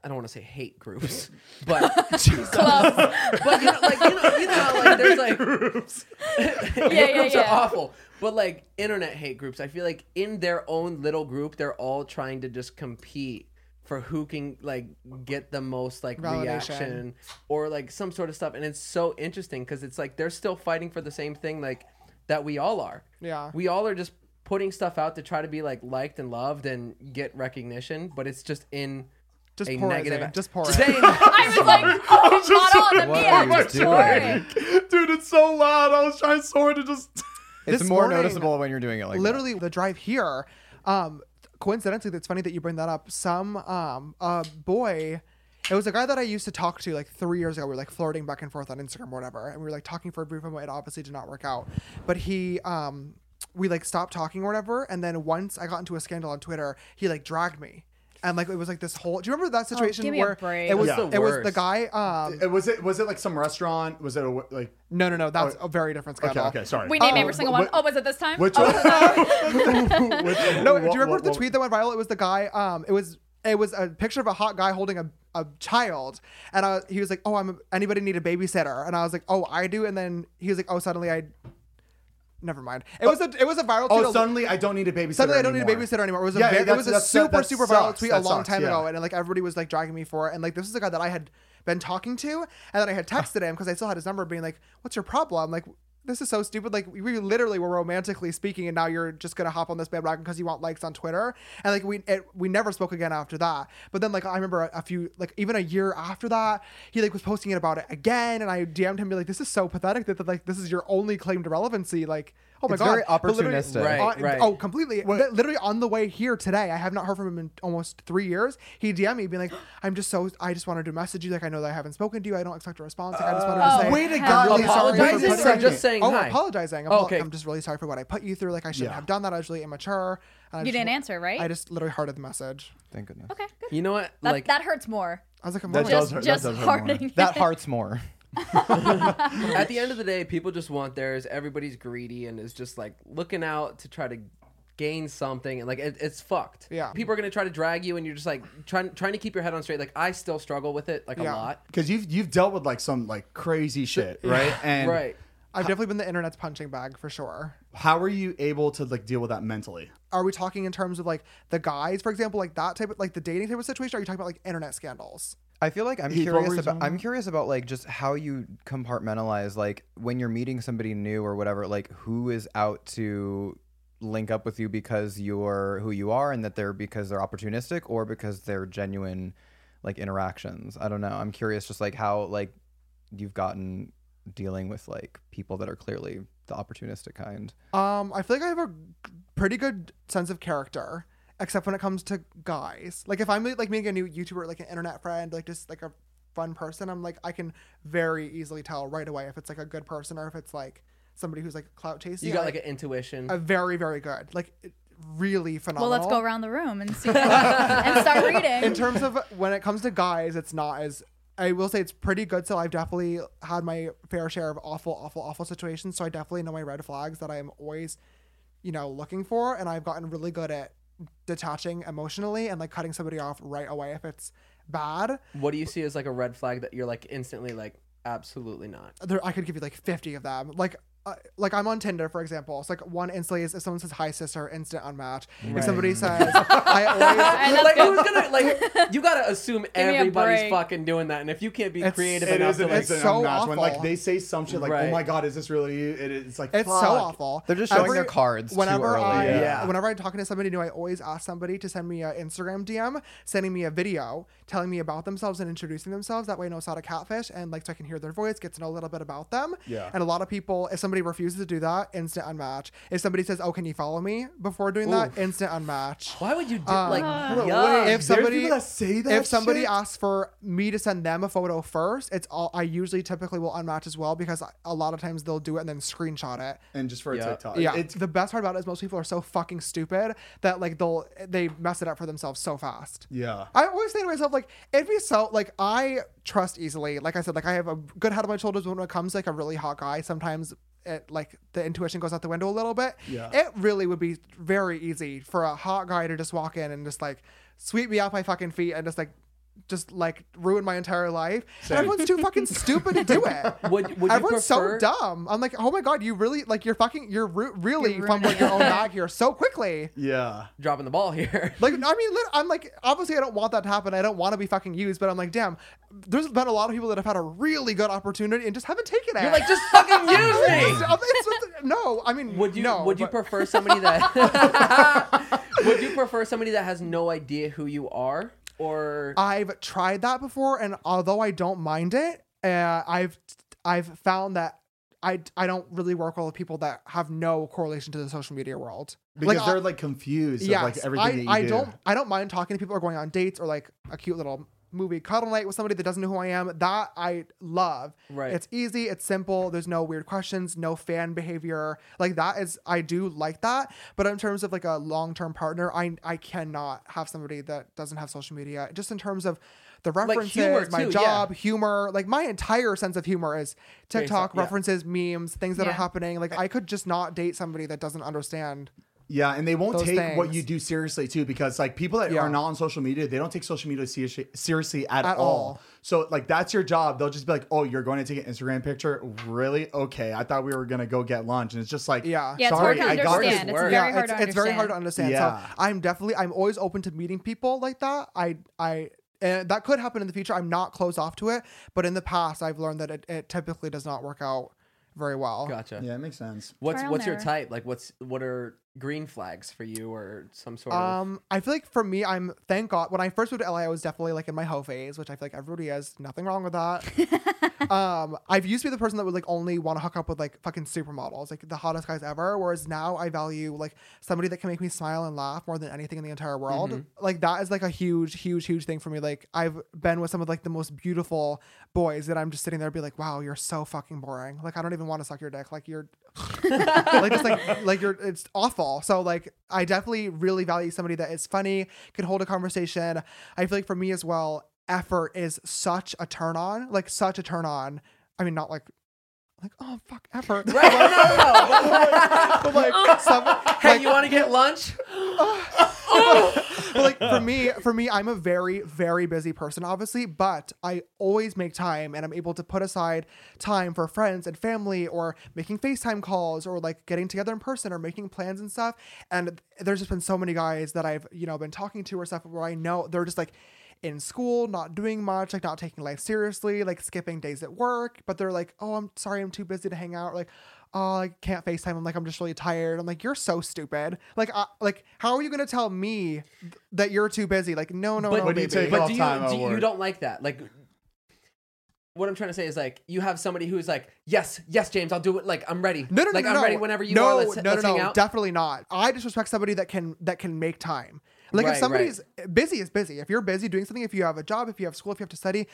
B: I don't want to say hate groups, but
C: Clubs.
B: but you know, like you know, you know, how, like there's like
C: yeah,
B: hate groups
C: yeah.
B: are awful, but like internet hate groups, I feel like in their own little group, they're all trying to just compete for who can like get the most like
E: Validation.
B: reaction or like some sort of stuff, and it's so interesting because it's like they're still fighting for the same thing like that we all are.
E: Yeah.
B: we all are just putting stuff out to try to be like liked and loved and get recognition, but it's just in.
E: Just
B: a
E: pouring
B: negative.
C: e-
E: it. Just pouring
B: Same.
C: I was like, oh, it's not all the
F: What
C: me.
F: are you
C: I'm
F: doing?
C: touring.
A: Dude, it's so loud. I was trying so hard to just.
F: It's
E: This
F: more
E: morning-
F: noticeable when you're doing it like that.
E: literally the drive here um coincidentally that's funny that you bring that up some um uh boy it was a guy that I used to talk to like three years ago. We were like flirting back and forth on Instagram or whatever. And we were like talking for a brief moment. It obviously did not work out. But he, um, we like stopped talking or whatever. And then once I got into a scandal on Twitter, he like dragged me. And like it was like this whole. Do you remember that situation
C: Oh, give me a
E: where
C: break.
E: it was
A: That's
B: the
E: it was the
B: worst.
E: guy? Um,
D: It- Was it was it like some restaurant? Was it a, w- like?
E: no, no, no. That's a very different
D: Oh. Okay,
E: scandal.
D: okay, sorry.
C: We name
E: Oh,
C: every single
D: wh-
C: one.
D: wh-
C: Oh, was it this time?
D: Which
C: oh,
D: one?
C: was it that-
E: No, do you remember the tweet that went viral? It was the guy. Um, it was it was a picture of a hot guy holding a, a child, and I, he was like, "Oh, I'm a, anybody need a babysitter?" And I was like, "Oh, I do." And then he was like, "Oh, suddenly I." Never mind. It was a it was a viral tweet.
D: Oh, suddenly I don't need a babysitter.
E: Suddenly, I don't
D: anymore.
E: need a babysitter anymore. It was a
D: Yeah,
E: very, it
D: that's-
E: was a
D: that's-
E: super
D: that
E: super viral
D: sucks.
E: tweet a
D: That
E: long
D: sucks,
E: time
D: yeah.
E: ago, and like everybody was like dragging me for it. And like this is a guy that I had been talking to, and then I had texted him because I still had his number, being like, "What's your problem?" Like. This is so stupid. Like we we literally were romantically speaking, and now you're just gonna hop on this bandwagon because you want likes on Twitter. And like we it, we never spoke again after that. But then like I remember a, a few like even a year after that, he like was posting it about it again, and I DM'd him be like, "This is so pathetic that, that like this is your only claim to relevancy." Like oh my
F: It's
E: god,
F: very
E: But literally-
F: opportunistic.
B: Right,
E: on-
B: right.
E: Oh, completely. Li- Literally on the way here today, I have not heard from him in almost three years. He DM'd me being like, "I'm just so I just wanted to message you. Like I know that I haven't spoken to you. I don't expect a response. Like, I just wanted
C: Oh,
E: to say
C: Way to
E: I'm
C: God.
E: really sorry for
B: Apologizing
E: putting-
B: or just saying
E: oh,
B: hi?
E: apologizing. I'm,
B: Oh,
E: apol-
B: okay.
E: I'm just really sorry for what I put you through. Like I shouldn't
D: Yeah.
E: have done that. I was really immature. And I
C: You
E: just-
C: didn't answer, right?
E: I just literally hearted the message.
F: Thank goodness.
C: okay, good.
B: You know what?
C: That,
B: like
C: that hurts more.
E: I was like, I'm
D: That
E: really-
D: does
C: Just,
D: hurt- that
C: just
D: does hurt more.
C: hardening.
F: That hearts more.
B: at the end of the day, people just want theirs. Everybody's greedy and is just like looking out to try to gain something, and like it, it's fucked.
E: Yeah.
B: people are gonna try to drag you, and you're just like trying trying to keep your head on straight. Like I still struggle with it like
E: Yeah.
B: a lot.
D: because you've you've dealt with like some like crazy shit, right? And
B: Right.
E: I've definitely been the internet's punching bag for sure.
D: How are you able to like deal with that mentally?
E: Are we talking in terms of like the guys, for example, like that type of like the dating type of situation? Or are you talking about like internet scandals?
F: I feel like I'm
D: Heath, what were
F: curious
D: you
F: about
D: talking
F: I'm curious about like just how you compartmentalize like when you're meeting somebody new or whatever like who is out to link up with you because you're who you are and that they're because they're opportunistic or because they're genuine like interactions. I don't know. I'm curious just like how like you've gotten dealing with like people that are clearly the opportunistic kind.
E: Um, I feel like I have a g- pretty good sense of character, except when it comes to guys. Like if I'm like meeting a new YouTuber, like an internet friend, like just like a fun person, I'm like I can very easily tell right away if it's like a good person or if it's like somebody who's like clout chasing.
B: You got
E: I-
B: like an intuition.
E: a very very good, like it- really
C: Well,
E: phenomenal.
C: let's go around the room and see and start reading.
E: in terms of when it comes to guys, it's not as I will say it's pretty good. So I've definitely had my fair share of awful, awful, awful situations. So I definitely know my red flags that I am always, you know, looking for, and I've gotten really good at detaching emotionally and like cutting somebody off right away if it's bad.
B: what do you see as like a red flag that you're like instantly like absolutely not?
E: there I could give you like 50 of them. Like uh, like I'm on Tinder, for example. It's like one instantly is if someone says hi sister, instant unmatch. If somebody says I always
C: And that's
B: like
C: good.
B: who's gonna like? You gotta assume
C: me a
B: everybody's
C: break.
B: fucking doing that, and if you can't be
E: It's-
B: creative
E: it
D: It
B: enough
D: is
B: to
D: an
B: like,
E: instant
D: instant
E: so
D: match when like
E: awful.
D: they say some shit like,
B: Right.
D: "Oh my god, is this really you?" It is like
E: It's
D: fuck.
E: so awful.
F: They're just showing their cards too
E: Whenever
F: early.
E: I,
D: Yeah.
E: whenever I'm talking to somebody new, I always ask somebody to send me an Instagram DM, sending me a video, telling me about themselves and introducing themselves. That way, I know it's not a catfish, and like so I can hear their voice, get to know a little bit about them.
D: Yeah.
E: And a lot of people, if somebody refuses to do that, instant unmatch. If somebody says, "Oh, can you follow me?" before doing that, instant unmatch.
B: why would you do
C: Ah.
B: like?
D: Bro,
B: yuck.
D: wait,
E: If
D: there's
E: somebody-
D: people that say that,
E: if somebody
D: shit?
E: asks for me to send them a photo first, it's all I usually typically will unmatch as well because a lot of times they'll do it and then screenshot it.
D: and just for a
B: Yeah.
D: TikTok,
E: Yeah,
D: it's
E: Uh, the best part about it is most people are so fucking stupid that like they'll they mess it up for themselves so fast.
D: yeah.
E: I always say to myself, like, it'd be so like I trust easily. Like I said, like I have a good head on my shoulders when it comes to, like a really hot guy. Sometimes it like the intuition goes out the window a little bit.
D: Yeah.
E: It really would be very easy for a hot guy to just walk in and just like sweep me off my fucking feet and just like just like ruin my entire life. And everyone's too fucking stupid to do it.
B: Would, would you
E: Everyone's
B: prefer-
E: so dumb. I'm like, oh my god, you really like you're fucking you're ru- really
C: You're
E: fumbling
C: ruining
E: your
C: it.
E: own bag here so quickly.
D: Yeah.
B: dropping the ball here.
E: Like, I mean, lit- I'm like, obviously, I don't want that to happen. I don't want to be fucking used, but I'm like, damn, there's been a lot of people that have had a really good opportunity and just haven't taken it.
B: You're like, just fucking use me.
E: It's- it's- no, I mean,
B: Would you
E: No,
B: would you
E: but
B: prefer somebody that would you prefer somebody that has no idea who you are or
E: I've tried that before, and although I don't mind it, uh, I've I've found that. I, I don't really work well with people that have no correlation to the social media world. uh,
D: Because
E: I-
D: they're like confused
E: Yeah,
D: of like everything
E: I,
D: that you
E: I
D: do.
E: not I don't mind talking to people or going on dates or like a cute little movie cuddle night with somebody that doesn't know who I am. That I love.
B: Right.
E: It's easy. It's simple. There's no weird questions. No fan behavior. Like that is I do like that. But in terms of like a long term partner, I I cannot have somebody that doesn't have social media. Just in terms of the references,
B: humor
E: my
B: too,
E: job, humor. Like my entire sense of humor is TikTok
B: yeah.
E: references, memes, things that are
C: Yeah.
E: happening. Like I could just not date somebody that doesn't understand.
D: Yeah, and they won't
E: Those
D: take what
E: things.
D: you do seriously too, because like people that
E: Yeah.
D: are not on social media, they don't take social media seriously, seriously at,
E: At
D: all.
E: all.
D: So like that's your job. They'll just be like, "Oh, you're going to take an Instagram picture? Really? Okay, I thought we were gonna go get lunch." And it's just like,
E: Yeah.
C: yeah, it's
D: sorry,
C: hard
D: I
C: to
D: got this
C: understand. It's
B: word.
C: very
E: yeah,
C: hard
E: it's,
C: to understand.
E: it's very hard to understand.
D: Yeah.
E: So I'm definitely I'm always open to meeting people like that. I I and that could happen in the future. I'm not closed off to it, but in the past I've learned that it, it typically does not work out very well.
B: gotcha.
D: Yeah, it makes sense.
B: What's
C: Trial and
B: what's your
C: error.
B: type? Like what's what are green flags for you or some sort of
E: Um, I feel like for me, I'm thank God when I first moved to LA, I was definitely like in my hoe phase, which I feel like everybody has nothing wrong with that. um, I've used to be the person that would like only want to hook up with like fucking supermodels, like the hottest guys ever. Whereas now I value like somebody that can make me smile and laugh more than anything in the entire world. Like that is like a huge, huge, huge thing for me. Like I've been with some of like the most beautiful boys that I'm just sitting there be like, wow, you're so fucking boring. Like I don't even want to suck your dick. Like you're like just like like you're it's awful. So like I definitely really value somebody that is funny, can hold a conversation. I feel like for me as well, effort is such a turn on, like such a turn on. I mean, not like like, oh fuck, effort.
B: Right? No, no, no, no.
E: But like, some,
B: Hey,
E: like,
B: you want to get lunch?
E: but like for me, for me, I'm a very, very busy person, obviously, but I always make time and I'm able to put aside time for friends and family or making FaceTime calls or like getting together in person or making plans and stuff. And there's just been so many guys that I've, you know, been talking to or stuff where I know they're just like in school, not doing much, like not taking life seriously, like skipping days at work, but they're like, oh, I'm sorry, I'm too busy to hang out. Like, oh, I can't FaceTime. I'm like, I'm just really tired. I'm like, you're so stupid. Like, uh, like, how are you gonna tell me th- that you're too busy? Like, no, no, no.
D: What do you
E: baby.
D: take
B: but
D: off
B: do you,
D: time
B: do you,
D: award?
B: you don't like that? Like, what I'm trying to say is like, you have somebody who's like, yes, yes, James, I'll do it. Like, I'm ready.
E: No, no, no,
B: like,
E: no,
B: I'm
E: no.
B: ready whenever you
E: no,
B: are. Let's,
E: no,
B: let's
E: no,
B: hang
E: no,
B: out.
E: definitely not. I disrespect somebody that can that can make time. Like
B: Right,
E: if
B: right.
E: somebody's busy is busy. If you're busy doing something, if you have a job, if you have school, if you have to study,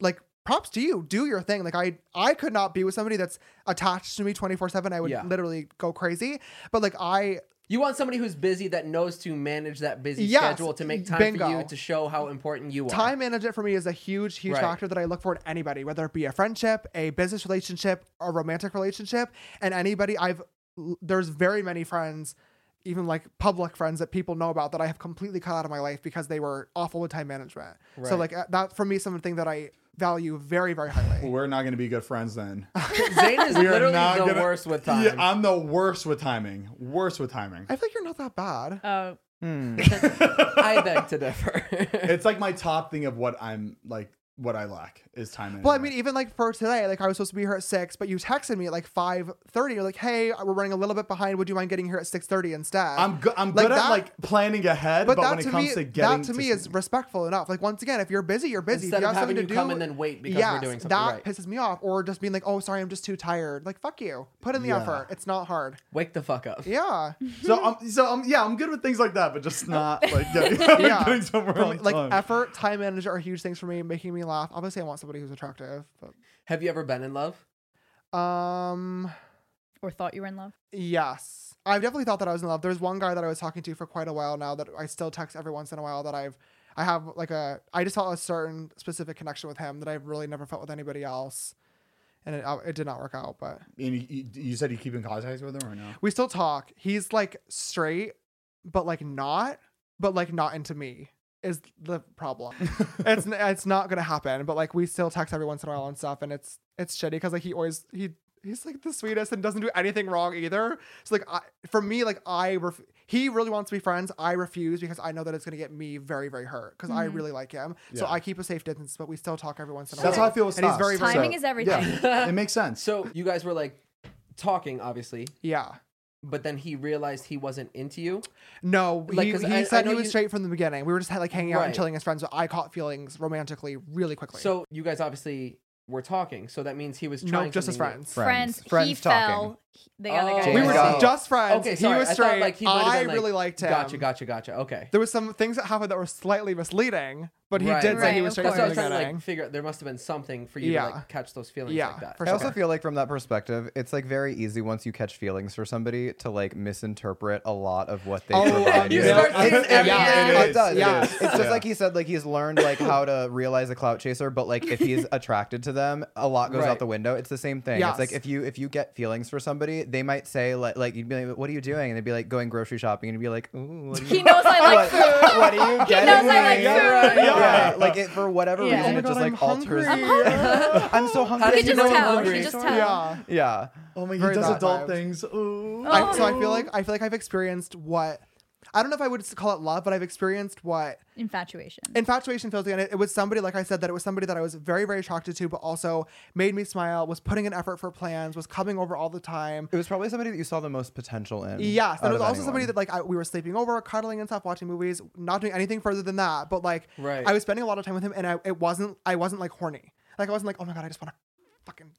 E: like props to you. Do your thing. Like I I could not be with somebody that's attached to me 24/7. I would
B: Yeah.
E: literally go crazy. But like I
B: you want somebody who's busy that knows to manage that busy
E: Yes,
B: schedule to make time for you
E: bingo.
B: to show how important you are.
E: Time management for me is a huge, huge
B: Right.
E: factor that I look for in anybody, whether it be a friendship, a business relationship, a romantic relationship, and anybody I've there's very many friends, even like public friends that people know about that I have completely cut out of my life because they were awful with time management. So
B: Right.
E: like uh, that for me, is something that I value very, very highly.
D: We're not going to be good friends then.
B: Zayn is
D: We are
B: literally
D: not
B: the
D: gonna-
B: worst with time.
D: Yeah, I'm the worst with timing. Worst with timing.
E: I feel like you're not that bad.
C: Oh,
B: I beg to differ.
D: It's like my top thing of what I'm like, what I lack is time.
E: Well, I mean,
D: management.
E: even like for today, like I was supposed to be here at six, but you texted me at like five thirty. You're like, "Hey, we're running a little bit behind. Would you mind getting here at six thirty instead?"
D: I'm good. I'm
E: Like
D: good
E: that-
D: at like planning ahead, but,
E: but, that
D: when it
E: to
D: comes
E: me,
D: to getting
E: that to me is respectful enough. Like once again, if you're busy, you're busy.
B: Instead
E: if you
B: of
E: have something
B: having
E: to
B: you
E: do,
B: come and then wait because
E: yes,
B: we're doing something
E: that
B: right.
E: pisses me off. Or just being like, oh, sorry, I'm just too tired. Like fuck you. Put in the
D: Yeah.
E: effort. It's not hard.
B: Wake the fuck up.
E: Yeah,
D: so. I'm so I'm yeah. I'm good with things like that, but just not like getting,
E: Yeah.
D: getting somewhere
E: For me-
D: on
E: like
D: time.
E: effort, time manager are huge things for me, making me laugh. Obviously, I want somebody who's attractive. But,
B: Have you ever been in love?
E: um,
C: or thought you were in love.
E: yes, I've definitely thought that I was in love. There's one guy that I was talking to for quite a while now that I still text every once in a while that I've. I have like a, I just felt a certain specific connection with him that I've really never felt with anybody else, and it, uh, it did not work out. But
D: And you, you, you said you keep in contact with them or no?
E: We still talk. He's like straight, but like not, but like not into me is the problem. it's it's not gonna happen. But like we still text every once in a while and stuff, and it's it's shitty because like he always he he's like the sweetest and doesn't do anything wrong either. So like I, for me like I ref- he really wants to be friends. I refuse because I know that it's gonna get me very very hurt because
C: Mm-hmm.
E: I really like him. So
D: Yeah.
E: I keep a safe distance, but we still talk every once in a
D: That's how
E: while.
D: I feel with
E: And he's
D: Stas.
E: very, very-
C: Timing
D: So,
C: is everything.
D: Yeah, it makes sense.
B: So you guys were like talking, obviously,
E: yeah.
B: but then he realized he wasn't into you.
E: No,
B: Like,
E: he,
B: 'cause
E: he
B: I- I
E: said
B: know
E: he was
B: you-
E: straight from the beginning. We were just like hanging out and
B: Right.
E: chilling as friends, but I caught feelings romantically really quickly.
B: So you guys obviously were talking. So that means he was
E: no,
B: trying.
E: just as
B: something new.
C: Friends,
E: friends.
C: he
F: Friends talking.
C: fell. He- The other guy.
B: Oh.
E: We
F: Yeah.
E: were
F: Oh.
E: just friends.
B: Okay,
E: he
B: sorry.
E: was
B: I
E: straight. I,
B: Thought, like, he might've been, like,
E: really liked him.
B: Gotcha, gotcha, gotcha. Okay.
E: There was some things that happened that were slightly misleading, but he
B: Right.
E: did say he
C: Right,
E: was
C: of
E: straight
B: That's
E: from
B: what I
E: the
B: was trying to like
E: beginning.
B: figure. out. There must have been something for you
E: Yeah.
B: to like catch those feelings
E: Yeah,
B: like that.
E: for
F: I also
E: sure.
F: feel like from that perspective, it's like very easy once you catch feelings for somebody to like misinterpret a lot of what they.
E: Oh,
F: provide
E: you
F: you.
E: start
F: Yeah.
E: seeing
F: It-
E: everything.
F: yeah,
E: Yeah.
F: It does.
E: Yeah.
F: It's just like he said, like he's learned like how to realize a clout chaser, but like if he's attracted to them, a lot goes
B: Right.
F: out the window. It's the same thing.
E: Yes.
F: It's like if you if you get feelings for somebody, they might say like like you'd be like, what are you doing? And they'd be like going grocery shopping, and you'd be like, ooh, what are you
C: He knows I like
F: what,
C: food.
F: what are you getting?
C: knows I like
F: Yeah,
C: food.
F: right,
D: Yeah.
F: yeah. Like it, for whatever
C: Yeah.
F: reason,
C: Oh my
F: it just
E: God,
F: like
E: I'm
F: alters.
E: hungry.
F: I'm so hungry.
B: did
C: You
B: Did
C: could
B: you
C: just
B: know I'm
C: tell. You
B: hungry?
C: could just tell.
E: Yeah.
F: Yeah.
D: oh my, he
E: Very
D: does
E: that
D: adult
E: vibes.
D: things. Ooh.
E: I, so
C: Oh.
E: I feel like I feel like I've experienced what I don't know if I would call it love, but I've experienced what
C: Infatuation.
E: infatuation feels and it, it was somebody like i said that it was somebody that i was very very attracted to but also made me smile was putting in effort for plans was coming over all the time
F: It was probably somebody that you saw the most potential in.
E: yes
F: out
E: and it was
F: of
E: also somebody
F: anyone.
E: that like I, we were sleeping over cuddling and stuff watching movies not doing anything further than that but like
B: Right.
E: i was spending a lot of time with him and I, it wasn't i wasn't like horny like i wasn't like oh my god i just want to fucking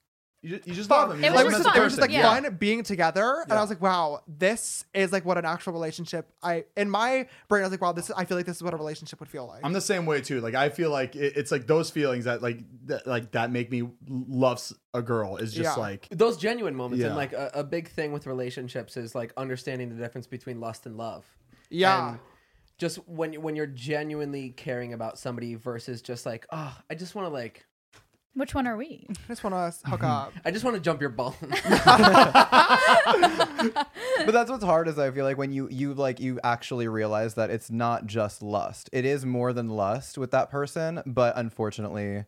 D: You ju- you just love him. You
C: It
D: love
E: like,
D: him
E: we
C: was
D: as
E: just,
D: a
C: fun.
E: it was just
D: person.
E: like
C: Yeah.
E: fun being together, and I was like, "Wow, this is like what an actual relationship." I in my brain, I was like, "Wow, this is, I feel like this is what a relationship would feel like."
D: I'm the same way too. Like I feel like it, it's like those feelings that like that, like that make me love s- a girl is just
E: Yeah.
D: like
B: those genuine moments
D: Yeah.
B: and like a, a big thing with relationships is like understanding the difference between lust and love
E: Yeah.
B: And just "Ah, when when you're genuinely caring about somebody versus just like oh i just want to like
C: Which one are we?
E: I just want to hook up.
B: I just want to jump your bone.
F: but that's what's hard is I feel like when you you like you actually realize that it's not just lust. It is more than lust with that person, but unfortunately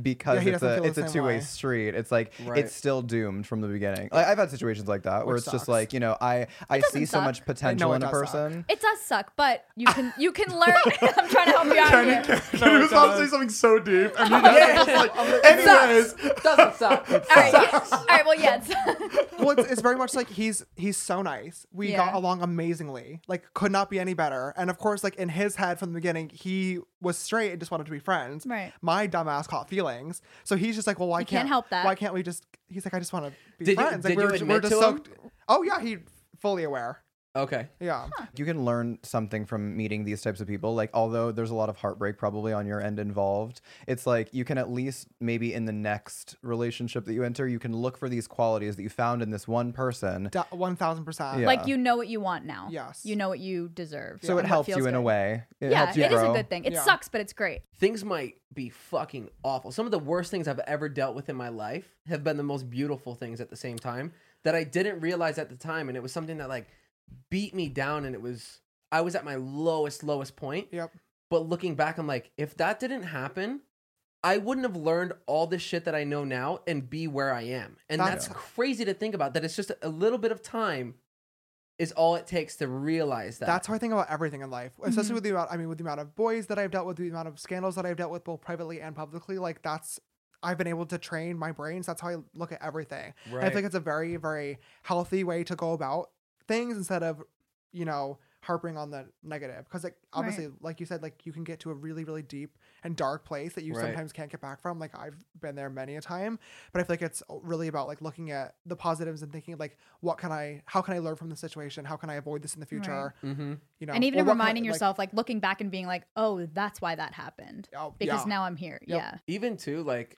F: because
E: Yeah, he
F: it's
E: doesn't
F: a
E: feel the
F: it's a
E: same
F: two way
E: way.
F: street. It's like
B: Right.
F: it's still doomed from the beginning. Like, I've had situations like that where
E: Which
F: it's just
E: sucks.
F: like you know I I see so
C: suck.
F: much potential
E: it
F: in a
E: does suck.
F: person.
C: It does suck, but you can you can learn. I'm trying to help you out here.
D: it was about to say something so deep. And you guys were just like, anyways,
B: Doesn't suck.
C: All right, all right. Well, yeah. it's-
E: well, it's, it's very much like he's he's so nice. We
C: Yeah.
E: got along amazingly. Like, could not be any better. And of course, like in his head from the beginning, he was straight and just wanted to be friends.
C: Right.
E: My dumbass caught feelings, so he's just like, well, why
C: You can't help that.
E: Why can't we just? He's like, I just want to be
B: Did you-
E: friends.
B: did
E: like,
B: you admit to him?
E: Oh yeah, he fully aware.
B: Okay.
E: Yeah.
F: You can learn something from meeting these types of people. Like, although there's a lot of heartbreak probably on your end involved, it's like you can at least maybe in the next relationship that you enter, you can look for these qualities that you found in this one person.
E: One thousand percent.
F: Yeah.
C: Like you know what you want now.
E: Yes.
C: You know what you deserve. and
F: So it
C: what
F: helps you
C: feels
F: in a
C: good.
F: way. It
C: yeah,
F: helps you
C: it is
F: grow.
C: a good thing. It
E: Yeah.
C: sucks, but it's great.
B: Things might be fucking awful. Some of the worst things I've ever dealt with in my life have been the most beautiful things at the same time that I didn't realize at the time. And it was something that like beat me down. And it was, I was at my lowest, lowest point.
E: Yep.
B: But looking back, I'm like, if that didn't happen, I wouldn't have learned all this shit that I know now and be where I am. And that's,
E: That's-
B: crazy to think about. That it's just a little bit of time is all it takes to realize that. Mm-hmm.
E: That's how I think about everything in life, especially with the amount. I mean, with the amount of boys that I've dealt with, the amount of scandals that I've dealt with, both privately and publicly. Like that's, I've been able to train my brains. That's how I look at everything. And I
B: Right.
E: think it's a very, very healthy way to go about things instead of, you know, harping on the negative. Because like, obviously, like you said, like you can get to a really, really deep and dark place that you
B: Right.
E: sometimes can't get back from. Like I've been there many a time, but I feel like it's really about like looking at the positives and thinking like, what can I, how can I learn from the situation? How can I avoid this in the future?
B: mm-hmm.
E: you know,
C: and even
E: or
C: in
E: what kind of-
C: reminding
E: like-
C: yourself, like, looking back and being like, oh, that's why that happened.
E: Oh,
C: Because
E: yeah.
C: now I'm here. Yeah.
B: even too like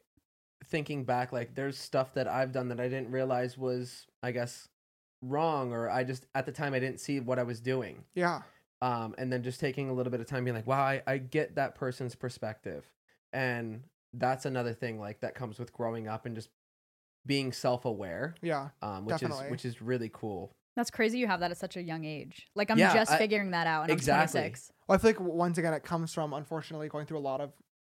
B: thinking back like there's stuff that i've done that i didn't realize was i guess wrong or i just at the time i didn't see what i was doing
E: yeah,
B: um and then just taking a little bit of time being like wow i, I get that person's perspective and that's another thing like that comes with growing up and just being self-aware
E: yeah,
B: um which
E: Definitely.
B: is which is really cool
C: That's crazy you have that at such a young age. Like, I'm
B: Yeah,
C: just
B: I-
C: figuring that out. And
B: Exactly.
C: I'm 26.
E: Well, I feel like w- once again it comes from unfortunately going through a lot of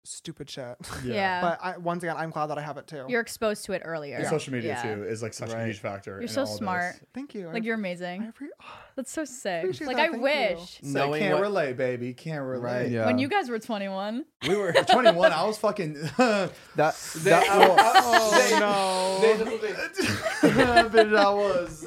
E: stupid shit.
C: Yeah.
E: but I, once again, I'm glad that I have it too.
C: you're exposed to it earlier.
A: And social media
C: Yeah.
A: too is like such a
B: Right.
A: huge factor.
C: You're
A: in
C: so
A: all this.
C: smart.
E: Thank you. I-
C: Like, you're
E: I
C: amazing.
E: appre-
C: That's so sick.
E: appreciate
C: Like,
E: that.
C: I
E: Thank
C: wish.
A: Say, can't
B: what-
A: relate, baby. Can't relate.
F: Yeah.
C: When you guys were 21,
A: We were 21. I was fucking. that,
F: That, that
A: oh no! Bitch, I was.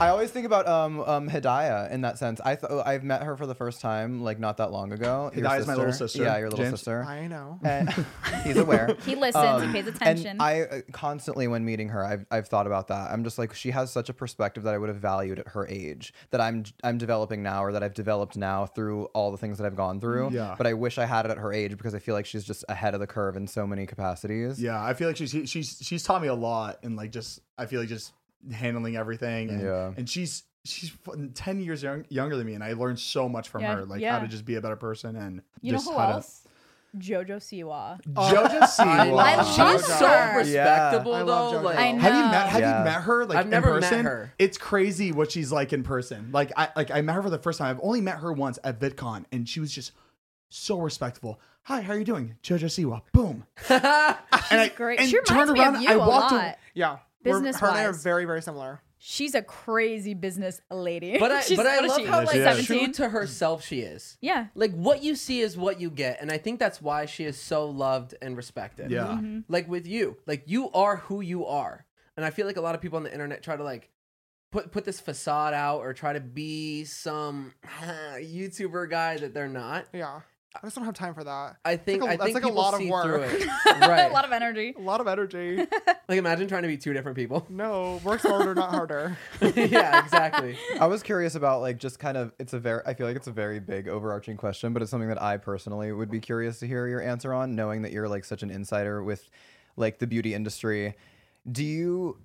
F: I always think about um, um, Hidayah in that sense. I th- oh, I've met her for the first time like not that long ago. Your
D: Hidayah's my little sister,
F: Yeah, your little
D: James.
F: sister.
E: I know.
F: And- he's aware.
C: He listens. he pays attention.
F: Um, And I uh, constantly, when meeting her, I've, I've thought about that. I'm just like, she has such a perspective that I would have valued at her age that I'm I'm developing now, or that I've developed now through all the things that I've gone through.
D: Yeah.
F: But I wish I had it at her age because I feel like she's just ahead of the curve in so many capacities.
D: Yeah, I feel like she's she's she's taught me a lot, and like just I feel like just handling everything. And,
F: Yeah.
D: and she's she's fucking ten years young, younger than me, and I learned so much from
C: Yeah,
D: her, like
C: yeah.
D: how to just be a better person and
C: you know
D: just
C: who
D: how
C: else? JoJo Siwa.
D: to. JoJo Siwa.
C: I
B: She's
C: love
B: so
C: her.
B: respectable
E: Yeah. I love
B: though.
E: JoJo.
B: Like,
C: I know.
D: Have you met? Have
F: Yeah.
D: you met her? Like
B: I've never
D: in
B: met
D: person?
B: her.
D: It's crazy what she's like in person. Like I like I met her for the first time. I've only met her once at VidCon, and she was just so respectful. Hi, how are you doing? JoJo Siwa. Boom. and I,
C: Great.
D: and
C: she reminds
D: turned
C: me
D: around,
C: of
D: I
C: you a
D: walked
C: lot.
D: a-
E: Yeah. We're- Her and I are
C: Business-wise.
E: very, very similar.
C: She's a crazy business lady.
B: but I,
C: She's-
B: but I
C: what is
B: love
C: she,
B: how like
D: Yes, she is.
B: true to herself she is.
C: Yeah.
B: Like what you see is what you get, and I think that's why she is so loved and respected.
D: Yeah.
E: Mm-hmm.
C: Mm-hmm.
B: Like with you, like you are who you are, and I feel like a lot of people on the internet try to like put put this facade out or try to be some YouTuber guy that they're not.
E: Yeah. I just don't have time for that.
B: I think
E: a-
B: I
E: that's
B: think
E: like a
B: people
E: lot of
B: see
E: work.
B: through it.
C: A lot of energy.
E: A lot of energy.
B: Like imagine trying to be two different people.
E: no, work smarter, not harder.
B: yeah, exactly.
F: I was curious about like just kind of it's a very I feel like it's a very big overarching question, but it's something that I personally would be curious to hear your answer on, knowing that you're like such an insider with like the beauty industry. Do you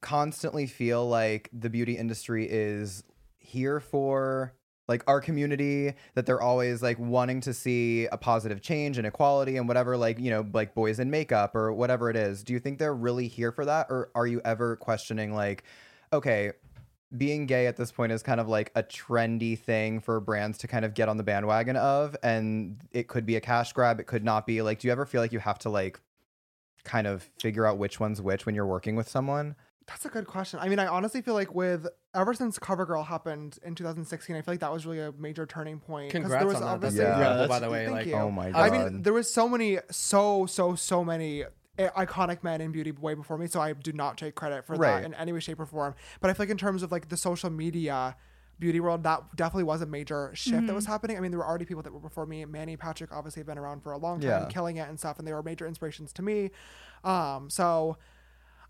F: constantly feel like the beauty industry is here for like our community that they're always like wanting to see a positive change and equality and whatever like you know like boys in makeup or whatever it is do you think they're really here for that or are you ever questioning like okay being gay at this point is kind of like a trendy thing for brands to kind of get on the bandwagon of and it could be a cash grab it could not be like do you ever feel like you have to like kind of figure out which one's which when you're working with someone
E: That's a good question. I mean, I honestly feel like with ever since CoverGirl happened in 2016, I feel like that was really a major turning point. 'Cause
B: Congrats
E: there
B: on
E: was
B: that. That's
E: obviously-
F: Yeah.
B: incredible, by
D: that's-
B: the way.
E: thank
B: Like,
E: you.
F: oh my god
E: I mean, there was so many, so so so many i- iconic men in beauty way before me. So I do not take credit for
F: Right.
E: that in any way, shape, or form. But I feel like in terms of like the social media beauty world, that definitely was a major shift that was happening. I mean, there were already people that were before me. Manny Patrick obviously had been around for a long time,
F: Yeah.
E: killing it and stuff, and they were major inspirations to me. Um, so.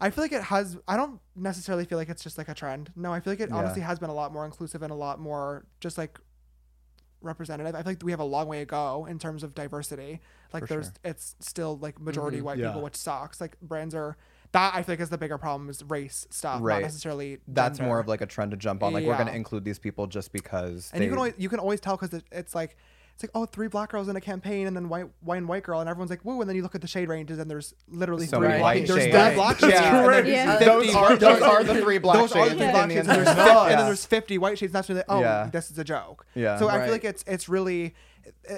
E: I feel like it has. I don't necessarily feel like it's just like a trend. No, I feel like it
F: Yeah.
E: honestly has been a lot more inclusive and a lot more just like representative. I feel like we have a long way to go in terms of diversity. Like there's it's still like majority
F: Mm-hmm.
E: white people, which sucks. Like brands are that I feel like is the bigger problem is race stuff,
F: Right.
E: not necessarily
F: that's
E: gender.
F: more of like a trend to jump on like we're
E: Yeah.
F: going to include these people just because
E: and
F: they,
E: you can always you can always tell because it, it's like it's like oh three black girls in a campaign and then white one white girl and everyone's like woo and then you look at the shade ranges and there's literally
F: So
E: three
F: many
E: black
F: white
E: there's
F: shades.
E: three black shades
F: Yeah.
E: and then
C: Yeah.
E: there's
F: those
E: 50
F: are
E: white
F: those
E: shades.
F: are the three black
E: those
F: shades
E: are the three
F: within
E: black
F: the
E: shades. And, there's
F: entire-
E: 50,
F: Yeah.
E: and then there's 50 white shades. That's when they, oh,
F: Yeah.
E: this is a joke.
F: Yeah.
E: So I
B: Right.
E: feel like it's it's really,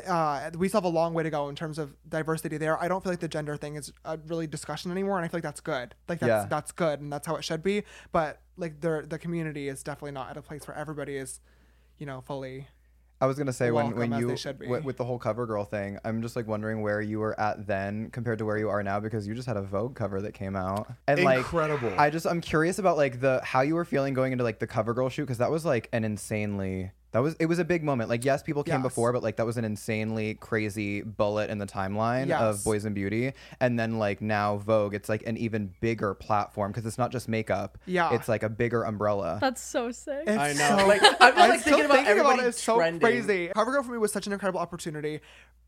E: uh, we still have a long way to go in terms of diversity there. I don't feel like the gender thing is a really discussion anymore, and I feel like that's good. Like that's
F: Yeah.
E: that's good, and that's how it should be. But like the the community is definitely not at a place where everybody is, you know, fully.
F: I was gonna say when, when
E: welcome as
F: you
E: they should be.
F: wi- with the whole cover girl thing, I'm just like wondering where you were at then compared to where you are now because you just had a Vogue cover that came out and
D: Incredible.
F: like I just I'm curious about like the how you were feeling going into like the cover girl shoot because that was like an insanely that was it was a big moment like yes people came
E: Yes.
F: before but like that was an insanely crazy bullet in the timeline of
E: Yes.
F: boys and beauty and then like now Vogue it's like an even bigger platform because it's not just makeup
E: Yeah.
F: it's like a bigger umbrella
C: That's so sick.
E: It's
B: I know. Like, I'm just, like,
E: still
B: thinking about everybody
E: It's so
B: trending.
E: crazy. CoverGirl for me was such an incredible opportunity.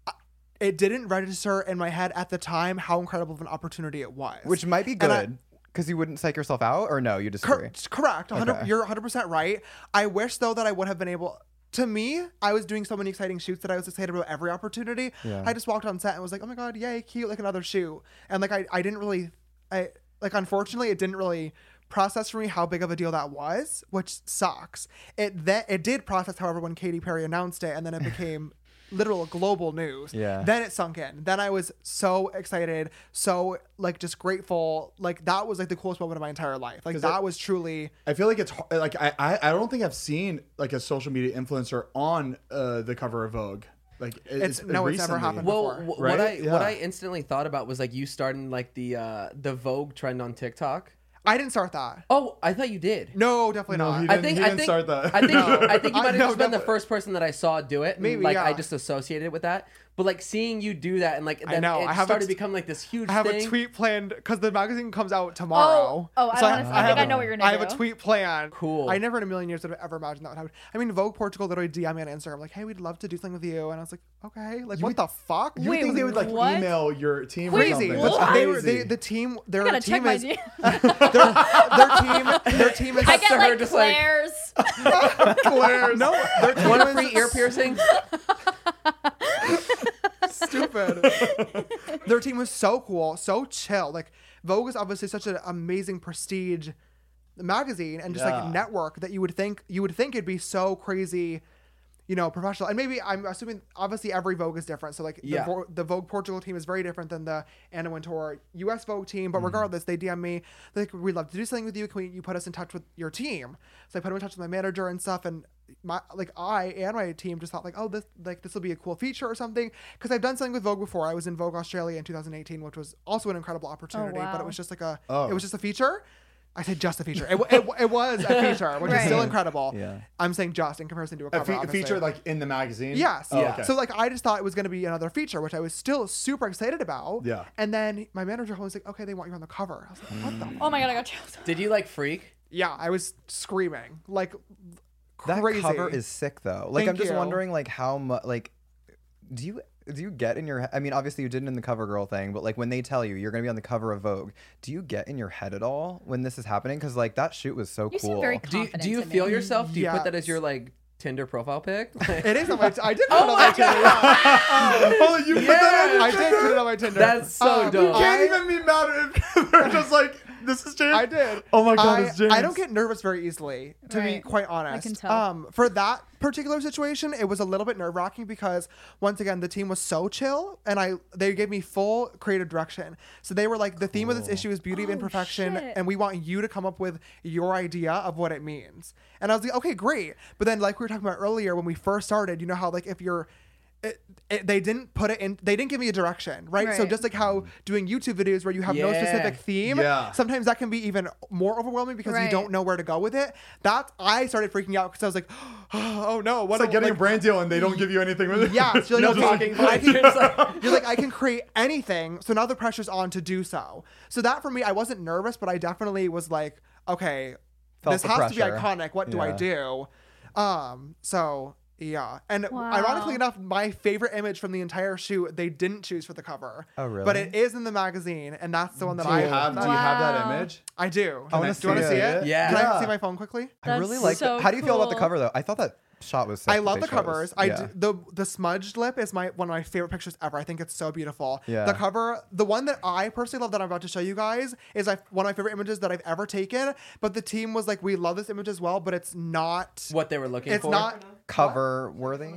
E: I- It didn't register in my head at the time how incredible of an opportunity it was.
F: which might be
E: And I-
F: good because you wouldn't psych yourself out or no you
E: Cor-
F: disagree.
E: correct. 100,
F: Okay.
E: You're 100% right. I wish, though, that I would have been able. To me, I was doing so many exciting shoots that I was excited about every opportunity. I just walked on set and was like, oh my God, yay, cute, like another shoot. And like, I, I didn't really, I like, unfortunately, it didn't really process for me how big of a deal that was, which sucks. It that it did process, however, when Katy Perry announced it, and then it became literal global news.
F: Yeah.
E: Then it sunk in. Then I was so excited, so like just grateful. Like that was like the coolest moment of my entire life. Like that was truly
D: I feel like it's har- like I, I I don't think I've seen like a social media influencer on uh, the cover of Vogue. Like it-
E: It's- no, it's never
D: recently.
E: happened.
B: Well,
E: before,
B: wh-
D: right?
B: what I what
D: Yeah.
B: I instantly thought about was like you starting like the uh the Vogue trend on TikTok.
E: I didn't start that.
B: Oh, I thought you did.
E: No, definitely
D: No,
E: not.
D: he
B: I
D: didn't-
B: think
D: he
B: I
D: didn't
B: think
D: start that.
B: I think
D: No.
B: I think you
E: I
B: might have
E: know,
B: just been the
E: definitely.
B: first person that I saw do it. and,
E: Maybe,
B: like
E: yeah.
B: I just associated with that. But like seeing you do that and like then
E: know,
B: it
E: I have a
B: started to
E: t-
B: become like this huge
E: I have
B: thing.
E: a tweet planned because the magazine comes out tomorrow.
C: oh, I don't wanna- I think I know what you're gonna
E: I have
C: do.
E: a tweet planned.
B: Cool.
E: I never in a million years would have ever imagined that would happen. I mean, Vogue Portugal literally DM me on Instagram like, "Hey, we'd love to do something with you,and I was like, "Okay, like what the fuck?"
D: You would
C: Wait,
D: think they would like
C: what?
D: email your team
C: Crazy.
D: or
E: crazy.
D: something.
E: But
C: What?
E: they were they, the team. Their
C: I gotta
E: team
C: check my
E: is
C: D-
E: their, their team. Their team is.
C: I get
B: to her
C: like
B: just like-
C: Claire's.
E: Claire's. No, their team
B: One
E: is
B: free ear piercing.
E: stupid. Their team was so cool, so chill. Like Vogue is obviously such an amazing prestige magazine and just
D: Yeah.
E: like network that you would think you would think it'd be so crazy, you know, professional. And maybe I'm assuming obviously every Vogue is different. So like
B: Yeah.
E: the, Vo- the Vogue Portugal team is very different than the Anna Wintour U.S. Vogue team. But regardless, they DM me like we'd love to do something with you. Can we, you put us in touch with your team? So I put them in touch with my manager and stuff and. My like I and my team just thought like oh this like this will be a cool feature or something because I've done something with Vogue before I was in Vogue Australia in 2018 which was also an incredible opportunity but it
C: Oh, wow.
E: was just like a it was just a feature I said just a feature it, wa- it, wa- it was a feature which is still
C: Right.
E: incredible
F: Yeah.
E: I'm saying just in comparison to a
D: A
E: cover
D: fe-
E: obviously.
D: feature like in the magazine.
E: Yes.
D: Oh, okay.
E: So like I just thought it was going to be another feature, which I was still super excited about.
D: Yeah. Mm-hmm.
E: And then my manager was like, "Okay, they want you on the cover." I was like, "What the?"
C: Oh my god, I got chills.
B: Did you like freak?
E: Yeah, I was screaming like
F: That
E: crazy.
F: cover is sick though. Like I'm
E: Thank
F: just
E: you.
F: wondering like how much like do you do you get in your he- I mean obviously you didn't in the cover girl thing, but like when they tell you you're going to be on the cover of Vogue, do you get in your head at all when this is happening cuz like that shoot was so
C: You
F: cool.
C: seem very
B: Do you,
C: confident.
B: do you
C: to me.
B: feel yourself? Do you
E: Yes.
B: put that as your like Tinder profile pic? Like,
E: It is on my. T- I did put it on my Tinder.
D: oh, you put that on your
E: I did put it on my Tinder. Um,
B: That's so dope.
D: You can't
E: I-
D: even be mad if they're just like, this is James.
E: I did.
D: Oh my God,
E: I,
D: it's James.
E: I don't get nervous very easily, to be
C: Right.
E: quite
C: I
E: honest.
C: can tell.
E: Um, for that particular situation, it was a little bit nerve wracking because once again, the team was so chill, and I they gave me full creative direction. So they were like, the theme of this issue is beauty of imperfection,
C: Oh, shit.
E: and we want you to come up with your idea of what it means. And I was like, okay, great. But then, like we were talking about earlier when we first started, you know how like if you're it, it, they didn't put it in. They didn't give me a direction, right? So
C: Right.
E: just like how doing YouTube videos where you have no
B: Yeah.
E: specific theme,
D: Yeah.
E: sometimes that can be even more overwhelming because you
C: Right.
E: don't know where to go with it. That I started freaking out because I was like, oh no, what
D: It's like
E: do-
D: getting a brand deal and they don't give you anything with it.
E: Yeah, so you're like,
D: Just
E: okay,
D: like-
E: I can, you're like, I can create anything. So now the pressure's on to do so. So that for me, I wasn't nervous, but I definitely was like, okay,
F: Felt
E: this
F: the
E: has to be
F: pressure.
E: iconic. What do I
F: Yeah.
E: do? Um, so yeah, and
C: Wow.
E: ironically enough, my favorite image from the entire shoot they didn't choose for the cover.
F: Oh, really?
E: But it is in the magazine, and that's the one that
D: Do
E: I
D: you have, do you have that
C: Wow.
D: image?
E: I do.
F: I wanna
E: do you want to
F: see
E: see
F: it.
E: it?
B: Yeah.
E: Can I
D: Yeah.
E: see my phone quickly?
F: I really
C: That's
F: like
C: so
F: that. How do you feel about the
C: cool.
F: cover though? I thought that shot was sick
E: I
F: that
E: love
F: they
E: the
F: chose.
E: covers. I
F: Yeah.
E: d- the the smudged lip is my one of my favorite pictures ever. I think it's so beautiful.
F: Yeah.
E: The cover, the one that I personally love that I'm about to show you guys is I, one of my favorite images that I've ever taken. But the team was like, we love this image as well, but it's not.
B: What they were looking
E: It's
B: for?
E: not.
F: cover worthy.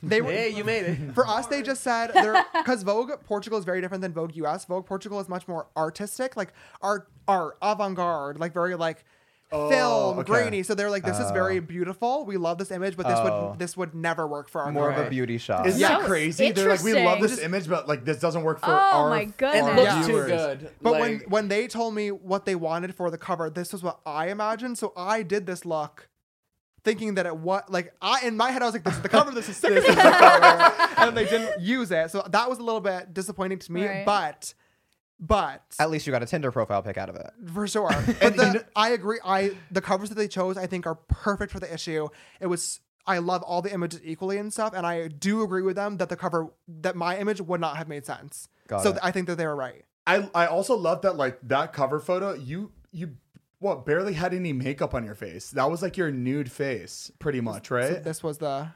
E: They were.
B: Hey, you made it.
E: For us, they just said because Vogue Portugal is very different than Vogue US. Vogue Portugal is much more artistic, like art, art, avant-garde, like very like
F: Oh,
E: film,
D: okay.
E: grainy. So they're like, this is very beautiful. We love this image, but this would this would never work for our
F: Oh. More of a
E: brand."
F: beauty shot.
D: Isn't
C: Yeah.
D: that
C: So
D: crazy? They're like, we love this
C: interesting.
D: image, but like this doesn't work for
C: Oh
D: our our
C: my goodness.
B: It looks too
D: viewers.
B: good.
E: But when
B: Like,
E: when they told me what they wanted for the cover, this was what I imagined. So I did this look, thinking that it what like I in my head I was like, this is the cover. This is sick. this is the cover. And they didn't use it, so that was a little bit disappointing to me.
C: Right.
E: But but
F: At least you got a Tinder profile pic out of it.
E: for sure. But the, I agree. I the covers that they chose, I think, are perfect for the issue. It was. I love all the images equally and stuff, and I do agree with them that the cover that my image would not have made sense.
F: Got
E: so
F: it.
E: th- I think that they were right.
D: I I also love that like that cover photo. You you what barely had any makeup on your face. That was like your nude face, pretty much,
F: Eh.
D: right?
E: This was the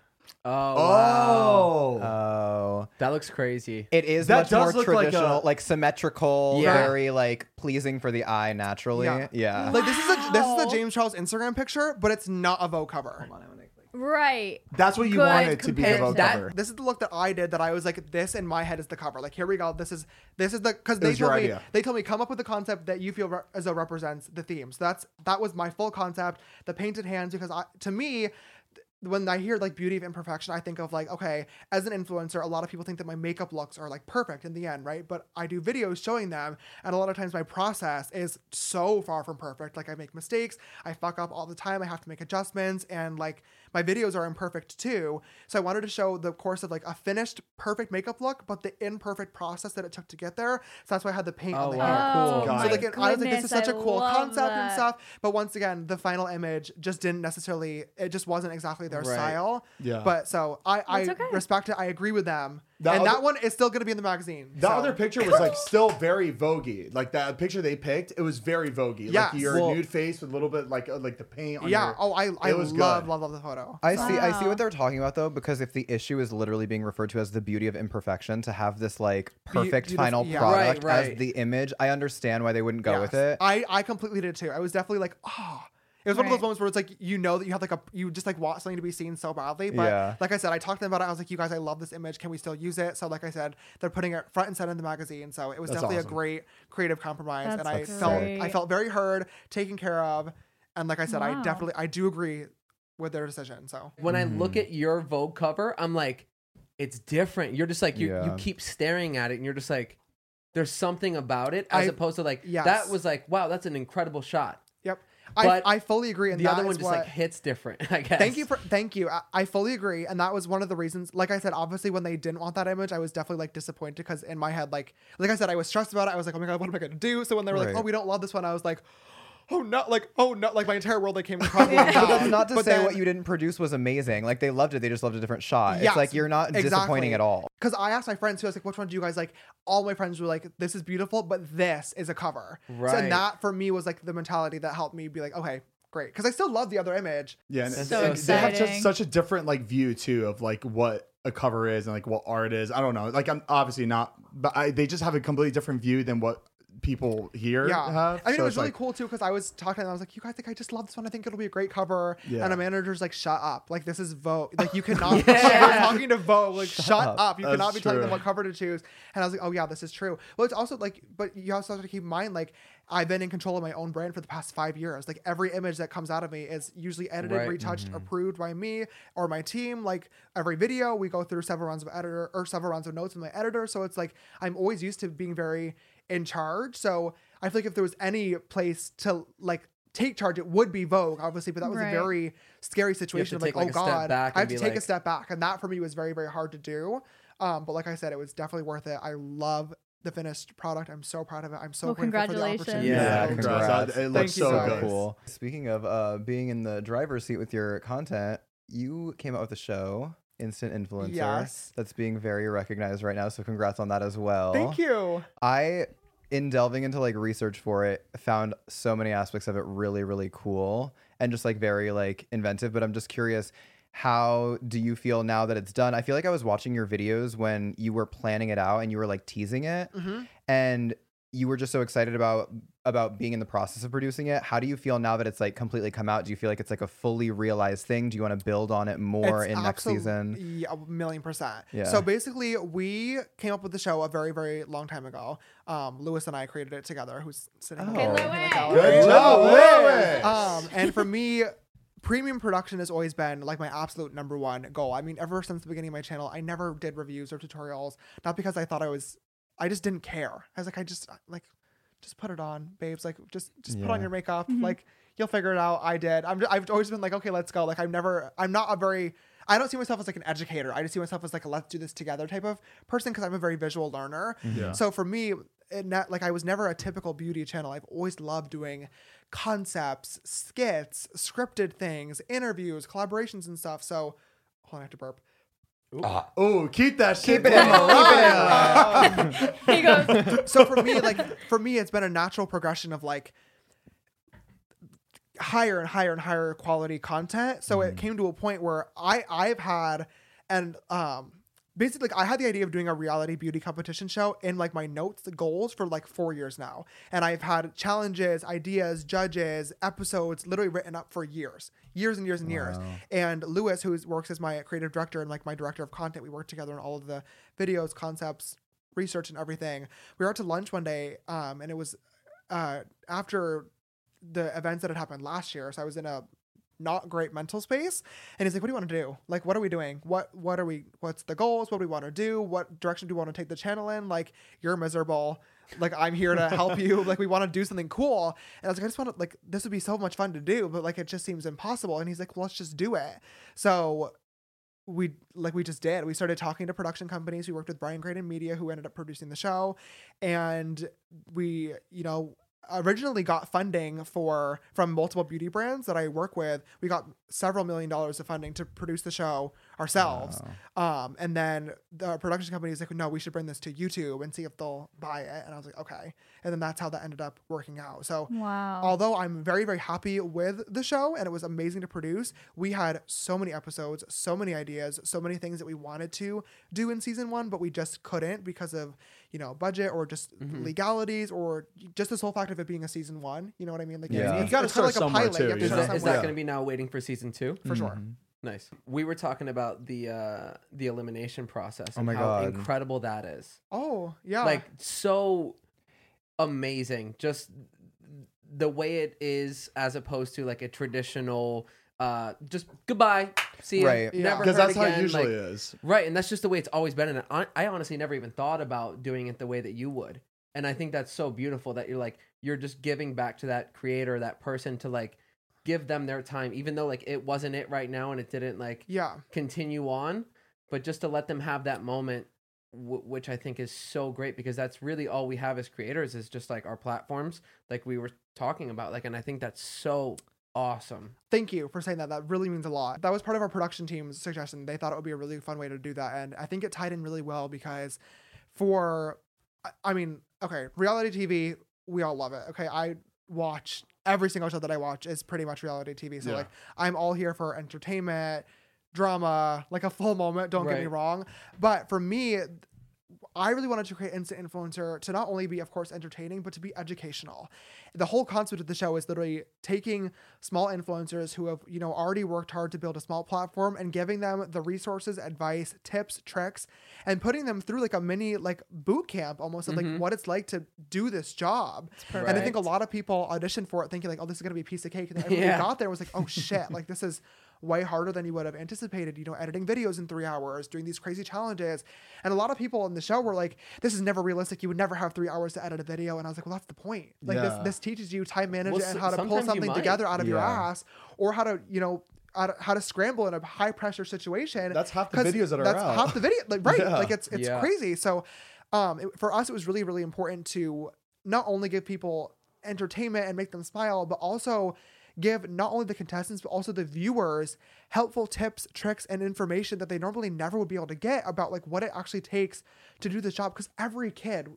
B: oh, wow.
D: oh,
F: Oh.
B: that looks crazy.
F: It is
D: That
F: much
D: does
F: more
D: look like a-
F: traditional, like, symmetrical,
B: Yeah.
F: very like pleasing for the eye naturally.
E: Yeah.
F: Yeah.
E: Like this is a this is
C: Wow.
E: a James Charles Instagram picture, but it's not a Vogue cover.
C: Right.
D: That's what you
C: Good
D: wanted to be the
C: comparison.
D: Vogue
B: That-
D: cover.
E: This is the look that I did that I was like, this in my head is the cover. Like, here we go. This is this is the because they
D: was your
E: told me
D: idea.
E: they told me come up with a concept that you feel re- as though represents the theme. So that's that was my full concept, the painted hands. Because I, to me, th- when I hear like beauty of imperfection, I think of like okay, as an influencer, a lot of people think that my makeup looks are like perfect in the end, right? But I do videos showing them, and a lot of times my process is so far from perfect. Like I make mistakes, I fuck up all the time. I have to make adjustments, and like my videos are imperfect too. So I wanted to show the course of like a finished perfect makeup look, but the imperfect process that it took to get there. So that's why I had the paint
B: Oh,
E: on the
B: wow.
E: hair.
B: Cool.
C: Oh,
D: Got
C: my
E: So like, it- I was like, this
C: goodness,
E: is such a
C: I
E: cool
C: love
E: concept and
C: that.
E: stuff. But once again, the final image just didn't necessarily. It just wasn't exactly their
B: Right.
E: style.
D: Yeah.
E: But so I, I
C: That's okay.
E: respect it. I agree with them.
D: The
E: and
D: other-
E: that one is still going to be in the magazine.
D: The
E: so.
D: other picture was like still very voguey. Like that picture they picked, it was very voguey.
E: Yes.
D: Like your
F: Well-
D: nude face with a little bit like uh, like the paint on
E: Yeah.
D: your-
E: Oh, I, I
D: it was
E: love, love,
D: good.
E: love, the photo.
F: I see. I see what they're talking about though, because if the issue is literally being referred to as the beauty of imperfection, to have this like perfect
E: beautif-
F: final
E: yeah. Right,
F: product
B: right.
F: as the image, I understand why they wouldn't go with
E: Yes.
F: it.
E: I, I completely did too. I was definitely like, oh. It was one of those
C: Right.
E: moments where it's like you know that you have like a you just like want something to be seen so badly. But
F: Yeah.
E: like I said, I talked to them about it. I was like, you guys, I love this image. Can we still use it? So like I said, they're putting it front and center in the magazine. So it was definitely a
D: awesome.
E: great creative compromise. and I
C: That's
E: felt
C: great.
E: I felt very heard, taken care of. And like I said, I
C: Wow.
E: definitely I do agree with their decision. So
B: when I look
E: Mm-hmm.
B: at your Vogue cover, I'm like, it's different. You're just like you you
F: Yeah.
B: keep staring at it, and you're just like, there's something about it, as
E: I-
B: opposed to like
E: yes.
B: that was like, wow, that's an incredible shot.
E: yep.
B: But
E: I, I fully agree and
B: the
E: that
B: other
E: is
B: one just
E: what,
B: like hits different. I guess.
E: Thank you for thank you. I, I fully agree, and that was one of the reasons. Like I said, obviously when they didn't want that image, I was definitely like disappointed because in my head, like like I said, I was stressed about it. I was like, oh my god, what am I gonna do? So when they were like,
F: Right.
E: oh, we don't love this one, I was like, oh no, like oh no, like my entire world like came crumble
F: But
E: down.
F: that's not to
E: But
F: say
E: then-
F: what you didn't produce was amazing. Like they loved it. They just loved a different shot.
E: Yes,
F: it's like you're not disappointing
E: exactly.
F: at all.
E: Because I asked my friends who I was like, which one do you guys like? All my friends were like, this is beautiful, but this is a cover. So
B: Right.
E: and that for me was like the mentality that helped me be like, okay, great. Because I still love the other image.
D: Yeah, and
B: So
D: and they have just
C: exciting.
D: such a different like view too of like what a cover is and like what art is. I don't know. Like I'm obviously not, but I, they just have a completely different view than what people here
E: yeah.
D: have.
E: I mean,
D: So
E: it
D: it's
E: was really
D: like-
E: cool too because I was talking and I was like, "You guys, like, I just love this one. I think it'll be a great cover."
D: Yeah.
E: And a manager's like, "Shut up! Like, this is Vogue. Like, you cannot.
B: Yeah.
E: You're talking to Vogue. Like, shut, up. You
D: That's
E: cannot be telling them
D: true.
E: what cover to choose." And I was like, "Oh yeah, this is true." Well, it's also like, but you also have to keep in mind, like, I've been in control of my own brand for the past five years. Like, every image that comes out of me is usually edited,
B: Right.
E: retouched,
D: Mm-hmm.
E: approved by me or my team. Like, every video, we go through several rounds of editor or several rounds of notes with my editor. So it's like I'm always used to being very in charge. So I feel like if there was any place to like take charge, it would be Vogue, obviously. But that was
C: Right.
E: a very scary situation. Of like,
B: take, like,
E: oh
B: a step
E: god,
B: back
E: I
B: and
E: have to
B: be
E: take a
B: like-
E: step back, and that for me was very very hard to do. Um, but like I said, it was definitely worth it. I love the finished product. I'm so proud of it. I'm so
C: Well,
E: grateful for the
C: congratulations.
E: opportunity.
B: Yeah,
D: Yeah,
E: So-
D: congrats.
F: congrats.
D: It
E: Thank
D: looks
E: you
D: so
E: guys.
D: good.
F: Cool. Speaking of uh, being in the driver's seat with your content, you came out with a show, Instant Influencer,
E: Yes.
F: that's being very recognized right now. So congrats on that as well.
E: Thank you.
F: I, in delving into like research for it, found so many aspects of it really, really cool and just like very like inventive. But I'm just curious, how do you feel now that it's done? I feel like I was watching your videos when you were planning it out and you were like teasing it,
E: Mm-hmm.
F: and you were just so excited about about being in the process of producing it. How do you feel now that it's like completely come out? Do you feel like it's like a fully realized thing? Do you want to build on it more
E: It's
F: in next
E: absol-
F: season?
E: Yeah, a million percent.
F: Yeah.
E: So basically, we came up with the show a very, very long time ago. Um, Lewis and I created it together, who's sitting
B: Oh.
E: in the back
F: Okay,
E: in the
C: Louis.
E: gallery.
D: Good job, Lewis.
E: Um, and for me, premium production has always been like my absolute number one goal. I mean, ever since the beginning of my channel, I never did reviews or tutorials, not because I thought I was, I just didn't care. I was like, I just like, just put it on, babes. Like, just just put on your makeup. Like, you'll figure it out. I did. I'm. I've always been like, okay, let's go. Like, I'm never. I'm not a very. I don't see myself as like an educator. I just see myself as like a let's do this together type of person because I'm a very visual learner. So for me, it not, like I was never a typical beauty channel. I've always loved doing concepts, skits, scripted things, interviews, collaborations, and stuff. So hold on, I have to burp.
D: Oh, keep that shit. Keep
C: He goes,
E: so for me, like for me, it's been a natural progression of like higher and higher and higher quality content. So it came to a point where I I've had and um basically like I had the idea of doing a reality beauty competition show in like my notes, the goals for like four years now. And I've had challenges, ideas, judges, episodes literally written up for years. Years and years and years. And Lewis, who is- works as my creative director and like my director of content, we work together on all of the videos, concepts, research and everything. We were out to lunch one day, um, and it was uh, after the events that had happened last year. So I was in a not great mental space, and he's like, "What do you want to do? Like, what are we doing? What what are we? What's the goals? What do we want to do? What direction do we want to take the channel in? Like, you're miserable." Like I'm here to help you. Like we want to do something cool, and I was like, I just want to like this would be so much fun to do, but like it just seems impossible. And he's like, well, let's just do it. So we like we just did. We started talking to production companies. We worked with Brian Graydon Media, who ended up producing the show, and we, you know, originally got funding for from multiple beauty brands that I work with. We got several million dollars of funding to produce the show ourselves. Um, and then the production company is like, no, we should bring this to YouTube and see if they'll buy it. And I was like, okay. And then that's how that ended up working out. So
B: Um,
C: Wow.
E: although I'm very, very happy with the show and it was amazing to produce, we had so many episodes, so many ideas, so many things that we wanted to do in season one, but we just couldn't because of, you know, budget or just
B: Mm-hmm.
E: legalities or just the sole fact of it being a season one. You know what I mean? Like,
F: Yeah.
E: it's-
F: You
E: it's
A: gotta
E: kinda
A: start somewhere too,
E: You have to
A: you
B: Is
A: know?
E: start
B: that, is
E: somewhere.
B: that going to be Mm-hmm. now waiting for season two?
E: For sure.
B: Nice. We were talking about the uh, the elimination process and
F: my
B: how
F: God.
B: incredible that is.
E: Oh, yeah.
B: like so amazing just the way it is as opposed to like a traditional uh just goodbye see you
F: Right.
E: Yeah.
B: never
A: because
B: heard
A: that's how it
B: again,
A: usually
B: like-
A: is.
B: right and that's just the way it's always been and I, I honestly never even thought about doing it the way that you would and i think that's so beautiful that you're like you're just giving back to that creator that person to like give them their time even though like it wasn't it right now and it didn't like
E: yeah.
B: continue on, but just to let them have that moment, w- which I think is so great because that's really all we have as creators is just like our platforms, like we were talking about, like, and I think that's so awesome.
E: Thank you for saying that. That really means a lot. That was part of our production team's suggestion. They thought it would be a really fun way to do that. And I think it tied in really well because for, I- I mean, okay, reality TV, we all love it. Okay. I watch every single show that I watch is pretty much reality TV. So,
A: Yeah.
E: like, I'm all here for entertainment, drama, like a full moment. Don't get me
B: Right.
E: wrong. But for me, I really wanted to create Instant Influencer to not only be, of course, entertaining, but to be educational. The whole concept of the show is literally taking small influencers who have, you know, already worked hard to build a small platform and giving them the resources, advice, tips, tricks, and putting them through like a mini like boot camp almost of like what it's like to do this job. And I think a lot of people auditioned for it thinking like, oh, this is gonna be a piece of cake. And then everybody
B: Yeah.
E: got out there was like, oh shit, like this is way harder than you would have anticipated. You know, editing videos in three hours, doing these crazy challenges. And a lot of people in the show were like, this is never realistic. You would never have three hours to edit a video. And I was like, well, that's the point. Like
A: Yeah.
E: this, this teaches you time management
B: Well,
E: and
B: so-
E: how to pull
B: sometimes you
E: something
B: might.
E: together out of your
F: Yeah.
E: ass or how to, you know, how to- how to scramble in a high pressure situation.
A: That's half the
E: 'Cause
A: videos that are
E: that's
A: out.
E: half the video. Like, right.
A: Yeah.
E: Like it's, it's
B: Yeah.
E: crazy. So, um, it- for us, it was really, really important to not only give people entertainment and make them smile, but also give not only the contestants but also the viewers helpful tips, tricks, and information that they normally never would be able to get about like what it actually takes to do this job. Because every kid,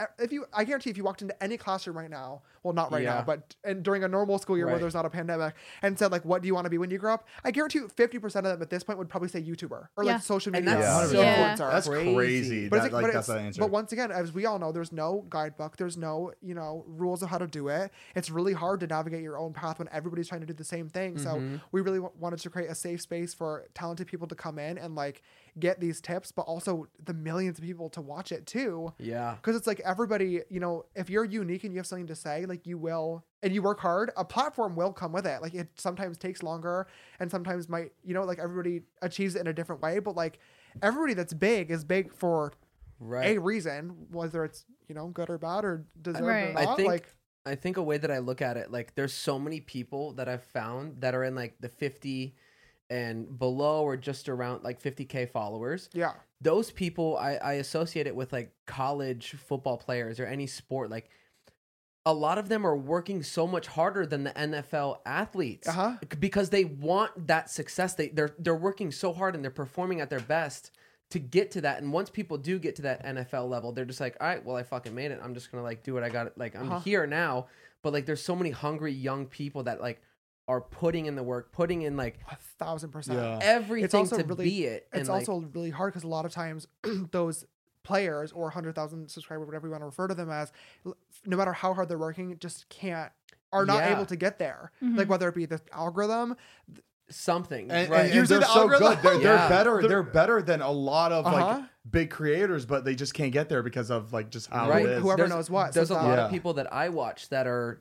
E: e- if you, I guarantee, if you walked into any classroom right now, well, not right now,
B: Yeah.
E: but and during a normal school year where
B: Right.
E: there's not a pandemic, and said like, "What do you want to be when you grow up?" I guarantee you, fifty percent of them at this point would probably say YouTuber or
C: Yeah.
E: like social
B: And
E: media
B: that's
F: Yeah.
E: influencer.
C: so Yeah.
A: That's crazy.
B: Crazy.
E: But,
A: That- like,
E: it's, like, but,
A: that's
E: it's-
A: the answer.
E: but once again, as we all know, there's no guidebook. There's no, you know, rules of how to do it. It's really hard to navigate your own path when everybody's trying to do the same thing. So we really w- wanted to create a safe space for talented people to come in and like get these tips, but also the millions of people to watch it too.
B: Yeah.
E: Because it's like everybody, you know, if you're unique and you have something to say, like you will, and you work hard, a platform will come with it. Like it sometimes takes longer and sometimes might, you know, like everybody achieves it in a different way, but like everybody that's big is big for
B: Right.
E: a reason, whether it's, you know, good or bad or deserved
C: Right.
E: or
C: I
E: not.
B: I think
E: like,
B: I think a way that I look at it, like there's so many people that I've found that are in like the 50 and below or just around like 50k followers
E: yeah.
B: those people I, I associate it with like college football players or any sport like a lot of them are working so much harder than the NFL athletes
E: Uh-huh.
B: because they want that success they they're they're working so hard and they're performing at their best to get to that and once people do get to that NFL level they're just like all right well I fucking made it I'm
E: Uh-huh.
B: just going to like do what I got like I'm here now but like there's so many hungry young people that like are putting in the work, putting in like
E: a thousand percent.
B: everything to
E: Uh, really,
B: be it.
E: It's
B: and, like,
E: also really hard because a lot of times those players or hundred thousand subscriber, whatever you want to refer to them as, l- no matter how hard they're working, just can't are not
B: Yeah.
E: able to get there. Like whether it be the algorithm,
B: something.
D: and,
B: right.
D: and, and they're
E: the
D: so
E: algorithm-
D: good. They're, they're
B: Yeah.
D: better. They're better than a lot of
E: Uh-huh.
D: like big creators, but they just can't get there because of like just how
B: Right.
D: it is.
E: whoever
B: There's-
E: knows what. so
B: There's
E: it's
B: a
E: not-
B: lot
D: Yeah.
B: of people that I watch that are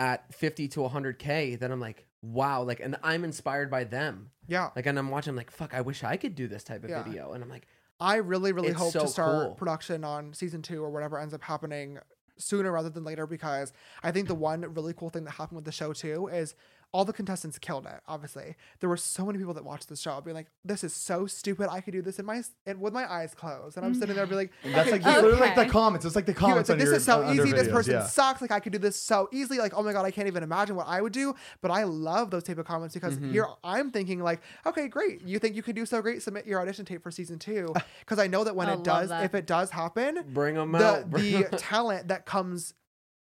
B: at 50 to 100k that I'm like, wow, like, and I'm inspired by them.
E: yeah.
B: Like, and I'm watching, I'm like, fuck, I wish I could do this type of
E: Yeah.
B: video. And I'm like,
E: I really, really
B: It's
E: hope
B: so
E: to start
B: cool.
E: production on season two or whatever ends up happening sooner rather than later because I think the one really cool thing that happened with the show too is all the contestants killed it. Obviously, there were so many people that watched the show being like, "This is so stupid. I could do this in my and with my eyes closed." And I'm sitting there being like,
D: That's like the,
E: "Okay, cute."
D: literally like the
C: Okay.
D: comments. It's like the
E: Cute.
D: comments.
E: It's like,
D: on
E: this
D: your-
E: is so
D: on
E: easy.
D: their
E: This
D: videos,
E: person
D: yeah.
E: sucks. Like I could do this so easily. Like oh my god, I can't even imagine what I would do. But I love those type of comments because here I'm thinking like, okay, great. You think you can do so great? Submit your audition tape for season two because I know that when
C: I
E: it
C: love
E: does,
C: that.
E: if it does happen,
B: bring them
E: the
B: out.
E: the
B: bro.
E: talent that comes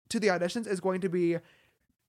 E: to the auditions is going to be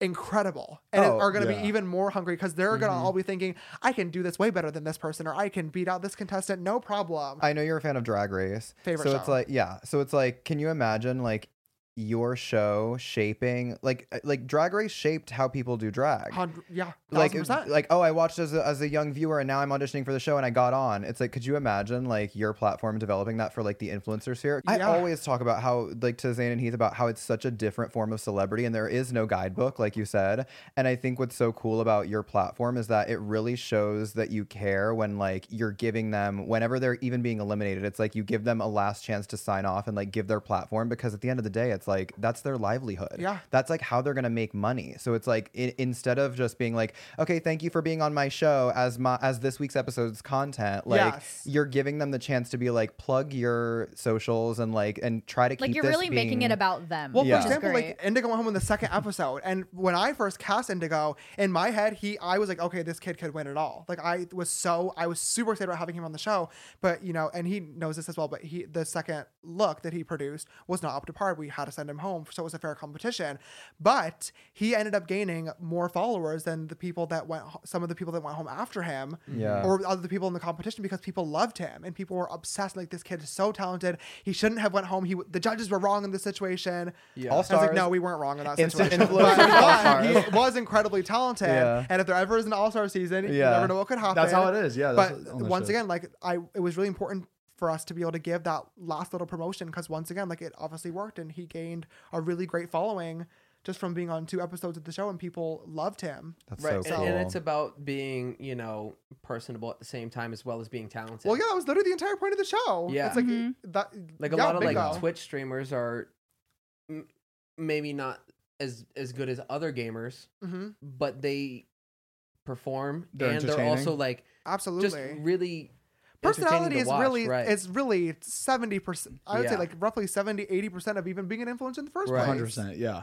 E: incredible and
F: Oh,
E: are going to
D: yeah.
E: be even more hungry because they're going to all be thinking i can do this way better than this person or i can beat out this contestant no problem
F: I know you're a fan of Drag Race.
E: Favorite
F: so it's
E: show.
F: like yeah. So it's like can you imagine like your show shaping like uh, like Drag Race shaped how people do drag.
E: Hundred- yeah
F: like
E: 1000%.
F: like oh I watched as a, as a young viewer and now I'm auditioning for the show and I got on. It's like could you imagine like your platform developing that for like the influencers here? I
E: Yeah.
F: always talk about how like to Zayn and Heath about how it's such a different form of celebrity and there is no guidebook like you said. And I think what's so cool about your platform is that it really shows that you care when like you're giving them whenever they're even being eliminated. It's like you give them a last chance to sign off and like give their platform because at the end of the day it's like that's their livelihood
E: Yeah.
F: that's like how they're gonna make money. So it's like i instead of just being like, okay, thank you for being on my show as my as this week's episode's content, like
E: Yes.
F: you're giving them the chance to be like plug your socials and like and try to
C: Like
F: keep
C: you're
F: this
C: really making
F: being-
C: it about them.
E: Well,
F: Yeah.
E: for
C: which is
E: example,
C: great.
E: like Indigo went home in the second episode, and when I first cast Indigo, in my head, he I was like, okay, this kid could win it all. Like I was so I was super excited about having him on the show, but you know, and he knows this as well. But he the second look that he produced was not up to par. We had to send him home, so it was a fair competition. But he ended up gaining more followers than the people that went ho- some of the people that went home after him,
F: Yeah.
E: or other people in the competition because people loved him and people were obsessed. Like this kid is so talented. He shouldn't have went home. He w- the judges were wrong in this situation. Yeah.
F: All
E: I was like,
F: stars.
E: no, we weren't wrong in that
F: Instant
E: situation.
F: influencers,
E: But
F: all stars.
E: he was incredibly talented.
F: Yeah.
E: And if there ever is an all star season, you
F: Yeah.
E: never know what could happen.
D: That's how it is. Yeah, that's
E: But
D: what- oh,
E: once
D: shit.
E: again, like I, it was really important for us to be able to give that last little promotion because once again, like it obviously worked and he gained a really great following just from being on two episodes of the show and people loved him.
F: That's
B: right.
F: so
B: and,
F: cool.
B: and it's about being, you know, personable at the same time as well as being talented.
E: Well, yeah, that was literally the entire point of the show.
B: Yeah.
E: It's like
F: Mm-hmm.
E: that.
B: like a
E: yeah,
B: lot of like
E: bingo.
B: Twitch streamers are m- maybe not as as good as other gamers,
E: Mhm.
B: but they perform
D: They're
B: and they're
D: entertaining.
B: also like
E: Absolutely.
B: just really
E: personality
B: entertaining to
E: is
B: watch,
E: really
B: right.
E: it's really 70% i would say
B: Yeah.
E: like roughly 70 80% of even being an influencer in the first
B: Right.
E: place
D: 100%. Yeah.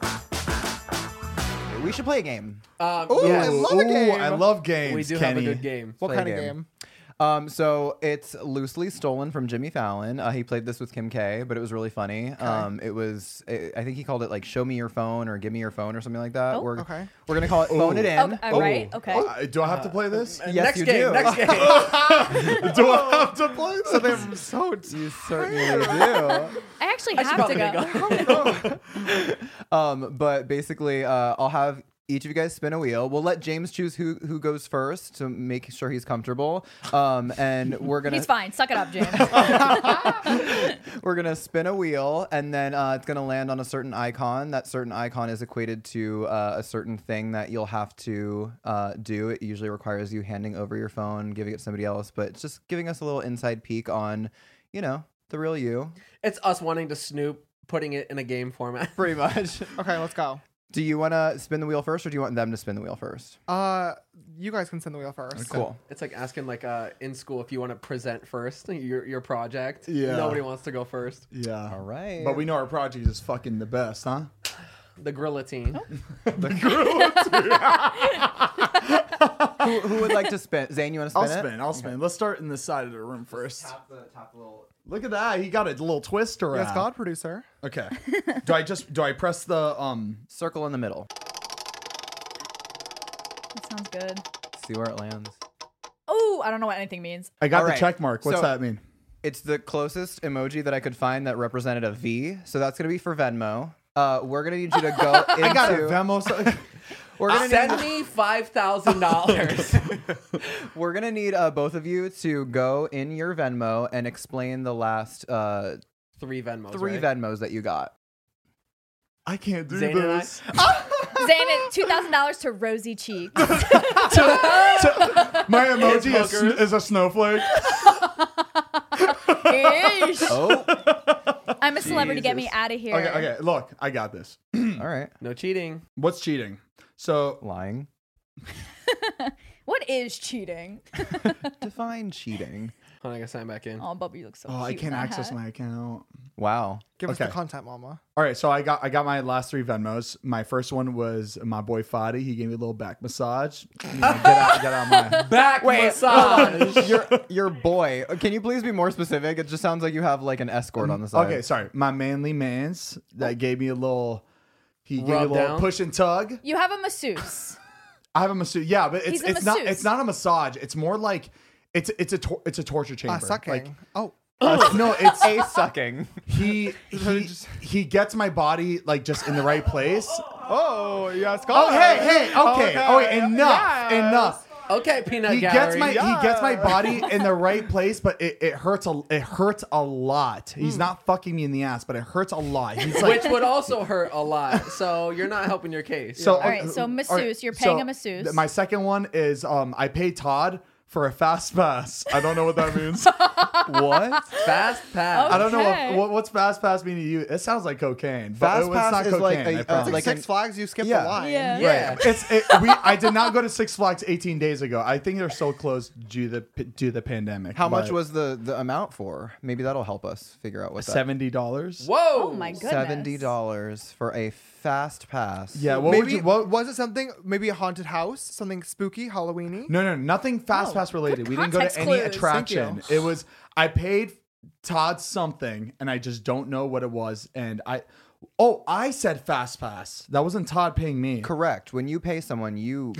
F: we should play a game.
B: um,
E: Ooh, I
B: yes,
E: love a
D: Ooh,
E: game.
D: I love games.
B: we do
D: Kenny.
B: have a good game.
E: what
F: Play
E: kind
F: game.
E: of game
F: Um, so it's loosely stolen from Jimmy Fallon. Uh, he played this with Kim K, but it was really funny. Um, it was, I I think he called it like "Show me your phone" or "Give me your phone" or something like that. we're,
E: Okay.
F: we're gonna call it "Phone It In."
C: Oh, uh, right? Okay.
D: Uh, do I have to play this?
F: Yes,
B: next
F: you
B: game,
F: do.
B: next game.
D: Do I have to play this?
E: I'm so
F: you certainly do.
C: I actually have to go.
F: Um, but basically, uh, I'll have each of you guys spin a wheel. We'll let James choose who who goes first to make sure he's comfortable. Um, and we're gonna
C: He's fine. Suck it up, James.
F: we're gonna spin a wheel, and then uh, it's gonna land on a certain icon. That certain icon is equated to uh, a certain thing that you'll have to uh, do. It usually requires you handing over your phone, giving it to somebody else, but it's just giving us a little inside peek on, you know, the real you,
B: it's us wanting to snoop, putting it in a game format.
F: pretty much.
E: Okay, let's go.
F: do you want to spin the wheel first, or do you want them to spin the wheel first?
E: Uh, you guys can send the wheel first.
F: Cool.
B: It's like asking like uh, in school if you want to present first your your project.
D: Yeah.
B: Nobody wants to go first.
D: Yeah.
F: All right.
D: But we know our project is fucking the best, huh?
B: The Gorilla team.
F: who, who would like to spin? Zane, you want to spin
D: I'll
F: it?
D: spin. I'll spin. Let's start in this side of the room first. Look at that. He got a little twist around.
E: Yes, God, producer.
D: Okay. do I just do I press the um?
F: Circle in the middle.
C: that sounds good.
F: See where it lands.
C: Oh, I don't know what anything means.
D: I got
F: All
D: the
F: right.
D: check mark. What's
F: So-
D: that mean?
F: It's the closest emoji that I could find that represented a V. So that's gonna be for Venmo. Uh, we're gonna need you to go into.
D: I got a Venmo. so-
F: We're gonna
B: Send
F: need,
B: me five thousand dollars.
F: we're gonna need uh, both of you to go in your Venmo and explain the last uh,
B: Three Venmos.
F: three
B: right?
F: Venmos that you got.
D: I can't do
B: Zane and I.
D: this.
C: Zayn, two thousand dollars to Rosy Cheeks.
D: My emoji is,
B: Smokers.
D: is a snowflake.
C: Ish.
F: Oh,
C: I'm a celebrity. Get me out of here.
D: Okay. Okay. Look, I got this.
F: all right.
B: No cheating.
D: What's cheating? So
F: Lying.
C: What is cheating?
F: Define cheating.
B: Hold on, I gotta sign back in.
C: Oh, Bubba, you look so.
D: oh, I
C: cute in
D: can't
C: that
D: access
C: hat.
D: my account.
F: Wow.
E: Give us the
D: Okay.
E: content, Mama.
D: All right, so I got I got my last three Venmos. My first one was my boy Fadi. He gave me a little back massage. You know, get out, get out my.
B: Back massage.
F: your your boy. Can you please be more specific? It just sounds like you have like an escort on the side.
D: Mm, Okay, sorry. My manly man's that gave me a little. He gave me a
B: Rub
D: little
B: down?
D: push and tug.
C: You have a masseuse.
D: I have a masseuse. Yeah, but it's
C: He's a
D: it's not
C: masseuse.
D: it's not a massage. It's more like it's it's a tor- it's a torture chamber.
E: Uh, sucking.
D: Like
E: oh,
D: uh, no, it's
F: Ah, A sucking.
D: he he, he gets my body like just in the right place.
E: oh, yes,
D: Oh
E: God.
D: hey hey okay
E: Okay.
D: oh wait, enough
E: Yes.
D: enough.
B: okay, peanut
D: he gets
B: gallery.
D: my he gets my body in the right place, but it, it hurts a it hurts a lot.
C: Hmm.
D: He's not fucking me in the ass, but it hurts a lot. He's like
B: Which would also hurt a lot. So you're not helping your case.
D: so. uh,
C: All right, so masseuse, you're paying a masseuse.
D: th- My second one is um I pay Todd for a fast pass. I don't know what that means.
F: What?
B: Fast pass.
D: I don't know
C: Okay.
D: what, what what's fast pass mean to you. It sounds like cocaine. But
F: Fast
D: it,
F: pass
D: it's not
F: is like
D: cocaine,
F: a-
D: I
F: uh,
D: promise.
F: like
E: Six
F: an-
E: Flags, you skipped
F: Yeah.
E: the line.
C: Yeah.
B: yeah.
D: it's it, we I did not go to Six Flags 18 days ago. I think they're still closed due the due the pandemic.
F: How much
D: but
F: was the the amount for? Maybe that'll help us figure out what that.
D: seventy dollars?
B: Whoa.
C: Oh my goodness.
F: Seventy dollars for a fast pass.
D: Yeah, what would
E: Maybe,
D: you, what
E: was it something, maybe a haunted house? Something spooky, Halloweeny?
D: No, no, nothing fast
F: Oh,
C: No,
D: pass related.
C: good
D: We didn't go to
C: context
D: any
C: clues. Thank
D: attraction. It was I paid Todd something, and I just don't know what it was. And I, oh, I said fast pass. That wasn't Todd paying me.
F: Correct. When you pay someone, you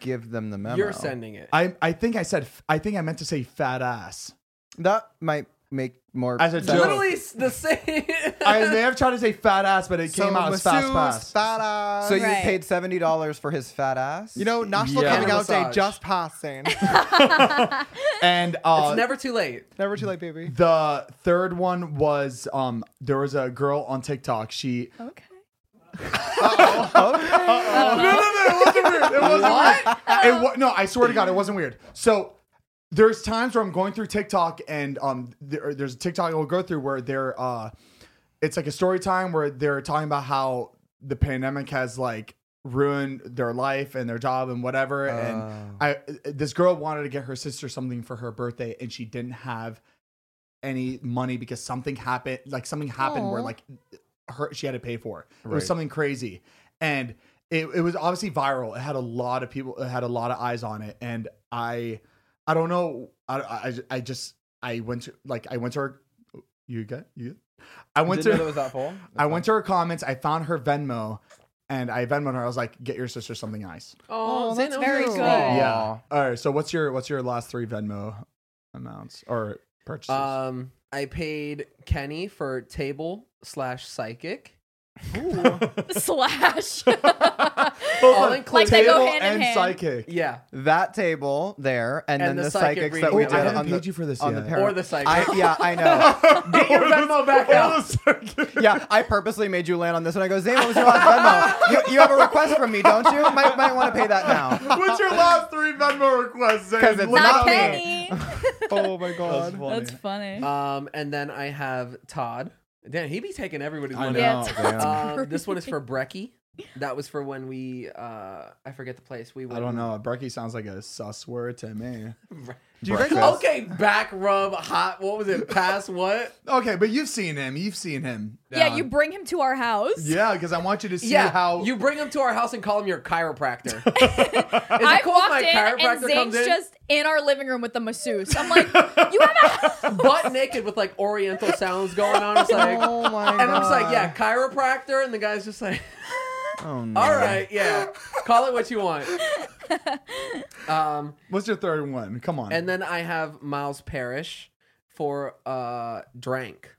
F: give them the memo.
B: You're sending it.
D: I, I think I said I think I meant to say fat ass.
F: That might make more
D: As a
F: sense.
D: joke.
B: Literally s- the same.
D: I may have tried to say fat ass, but it
E: So
D: came out as fast
E: masseuse,
D: pass.
E: fat ass.
F: So you
C: Right.
F: paid seventy dollars for his fat ass.
E: you know, National
D: Yeah.
E: Coming Out Day
B: Massage.
E: just passing.
D: and uh,
B: it's never too late.
E: Never too late, baby.
D: the third one was um there was a girl on TikTok. She
C: Okay.
D: it wasn't weird. It wa- no, I swear to God, it wasn't weird. So there's times where I'm going through TikTok and um, there, there's a TikTok I'll go through where they're, uh, it's like a story time where they're talking about how the pandemic has like ruined their life and their job and whatever. And I, this girl wanted to get her sister something for her birthday and she didn't have any money because something happened, like something happened where
C: Aw.
D: like her she had to pay for. It was something crazy, and it, it was obviously viral. It had a lot of people. It had a lot of eyes on it, and I I don't know. I, I, I just I went to like I went to her. You got you. good? I went
F: Didn't
D: to
F: know that was that poll.
D: I went to her comments. I found her Venmo, and I Venmo her. I was like, "Get your sister something nice."
B: Oh,
E: that's
B: Zeno,
E: very
B: you're
E: good.
B: welcome.
D: Yeah. All right. So what's your what's your last three Venmo amounts or purchases?
B: Um, I paid Kenny for table slash psychic.
C: slash.
D: Both
B: all
D: on
B: inclusive.
C: Like they go
D: table
C: hand in
D: and
C: hand.
D: psychic.
B: Yeah,
F: that table there, and,
B: And
F: then
B: the
F: the,
B: psychic
F: psychics
B: reading.
F: that we
B: Oh,
F: did
B: I
D: haven't
F: on the
D: paid you for this
F: on
D: yet.
F: the parent.
B: Or the psychic.
F: I, yeah, I know.
B: get your Venmo back out.
F: yeah, I purposely made you land on this, and I go, Zane, what was your last Venmo? You, you have a request from me, don't you? Might might want to pay that now.
D: What's your last three Venmo requests? Zane?
F: 'Cause it's
D: Look
C: Not
F: not
D: at me. Oh,
C: Kenny.
F: Oh my god.
C: That's funny.
B: Um, and then I have Todd. Damn, he be taking everybody's money.
C: yeah,
D: No,
C: it's
F: damn.
B: Um, this one is for Brecky. That was for when we, uh, I forget the place we went.
D: I don't know. Brecky sounds like a sus word to me.
F: Do you guys
B: Okay, back rub, hot. What was it? Pass what?
D: Okay, but you've seen him. You've seen him.
C: yeah,
D: down.
C: you bring him to our house.
D: Yeah, because I want you to see
B: yeah,
D: how
B: you bring him to our house and call him your chiropractor. Is
C: I
B: it cool if
C: walked
B: my
C: in and
B: chiropractor comes
C: Zane's
B: in
C: just in our living room with the masseuse. I'm like, you have a
B: butt naked with like Oriental sounds going on? It's like,
F: Oh my god.
B: and I'm just like, yeah, chiropractor, and the guy's just like,
F: Oh no.
B: all right, yeah, call it what you want. Um,
D: What's your third one? Come on.
B: and then I have Miles Parrish for uh drank.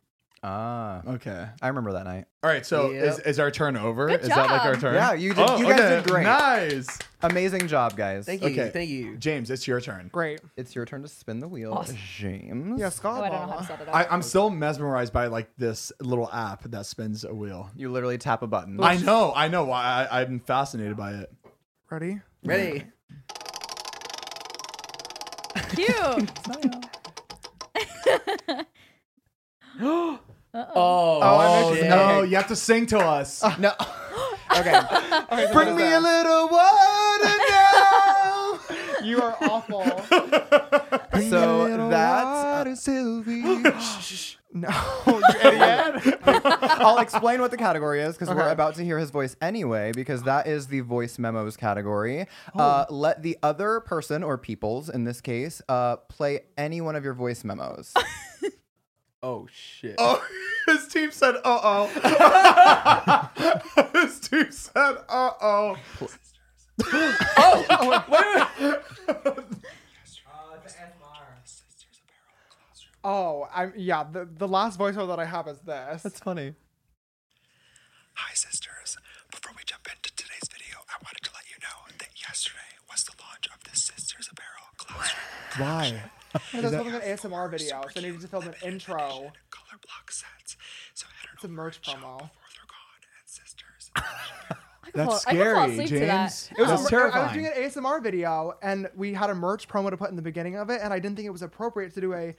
F: Ah,
D: okay.
F: I remember that night.
D: All right. So
B: Yep.
D: is, is our turn over?
C: Good
D: is that like our
C: job.
D: turn?
F: Yeah, you did-
E: Oh,
F: you guys did great.
D: Nice.
F: Amazing job, guys.
B: Thank you,
D: Okay.
B: thank you.
D: James, it's your turn.
E: Great.
F: It's your turn to spin the wheel,
C: Awesome.
F: James.
E: Yeah, Scott.
C: Oh, I don't know
E: Ball.
C: how to set it up.
D: I, I'm still mesmerized by like this little app that spins a wheel.
F: You literally tap a button.
D: I know, I know. I, I, I'm fascinated by it.
E: Ready?
B: Ready?
C: Cute.
B: Oh,
F: I
B: shit.
D: no, you have to sing to us.
F: No. okay.
D: Bring me a little water now.
E: You are awful.
F: So
E: uh,
F: that's.
E: no.
F: I'll explain what the category is because we're
E: Okay.
F: about to hear his voice anyway, because that is the voice memos category.
E: Oh.
F: Uh, let the other person or peoples, in this case, uh, play any one of your voice memos.
B: Oh shit.
D: His team said, "Uh oh." His team said, "Uh oh."
E: Oh, I'm yeah. The, the last voiceover that I have is this.
F: That's funny.
G: Hi, sisters. Before we jump into today's video, I wanted to let you know that yesterday was the launch of the Sisters Apparel Classroom
D: Why?
E: I was filming an ASMR video, so I needed to film an intro.
G: color block sets. So head
E: It's a merch promo.
G: over, they're gone at Sisters.
D: That's
C: I could fall
D: scary,
C: asleep
D: James.
C: to that.
D: It was
E: I was- I was
D: terrifying.
E: doing an ASMR video, and we had a merch promo to put in the beginning of it, and I didn't think it was appropriate to do a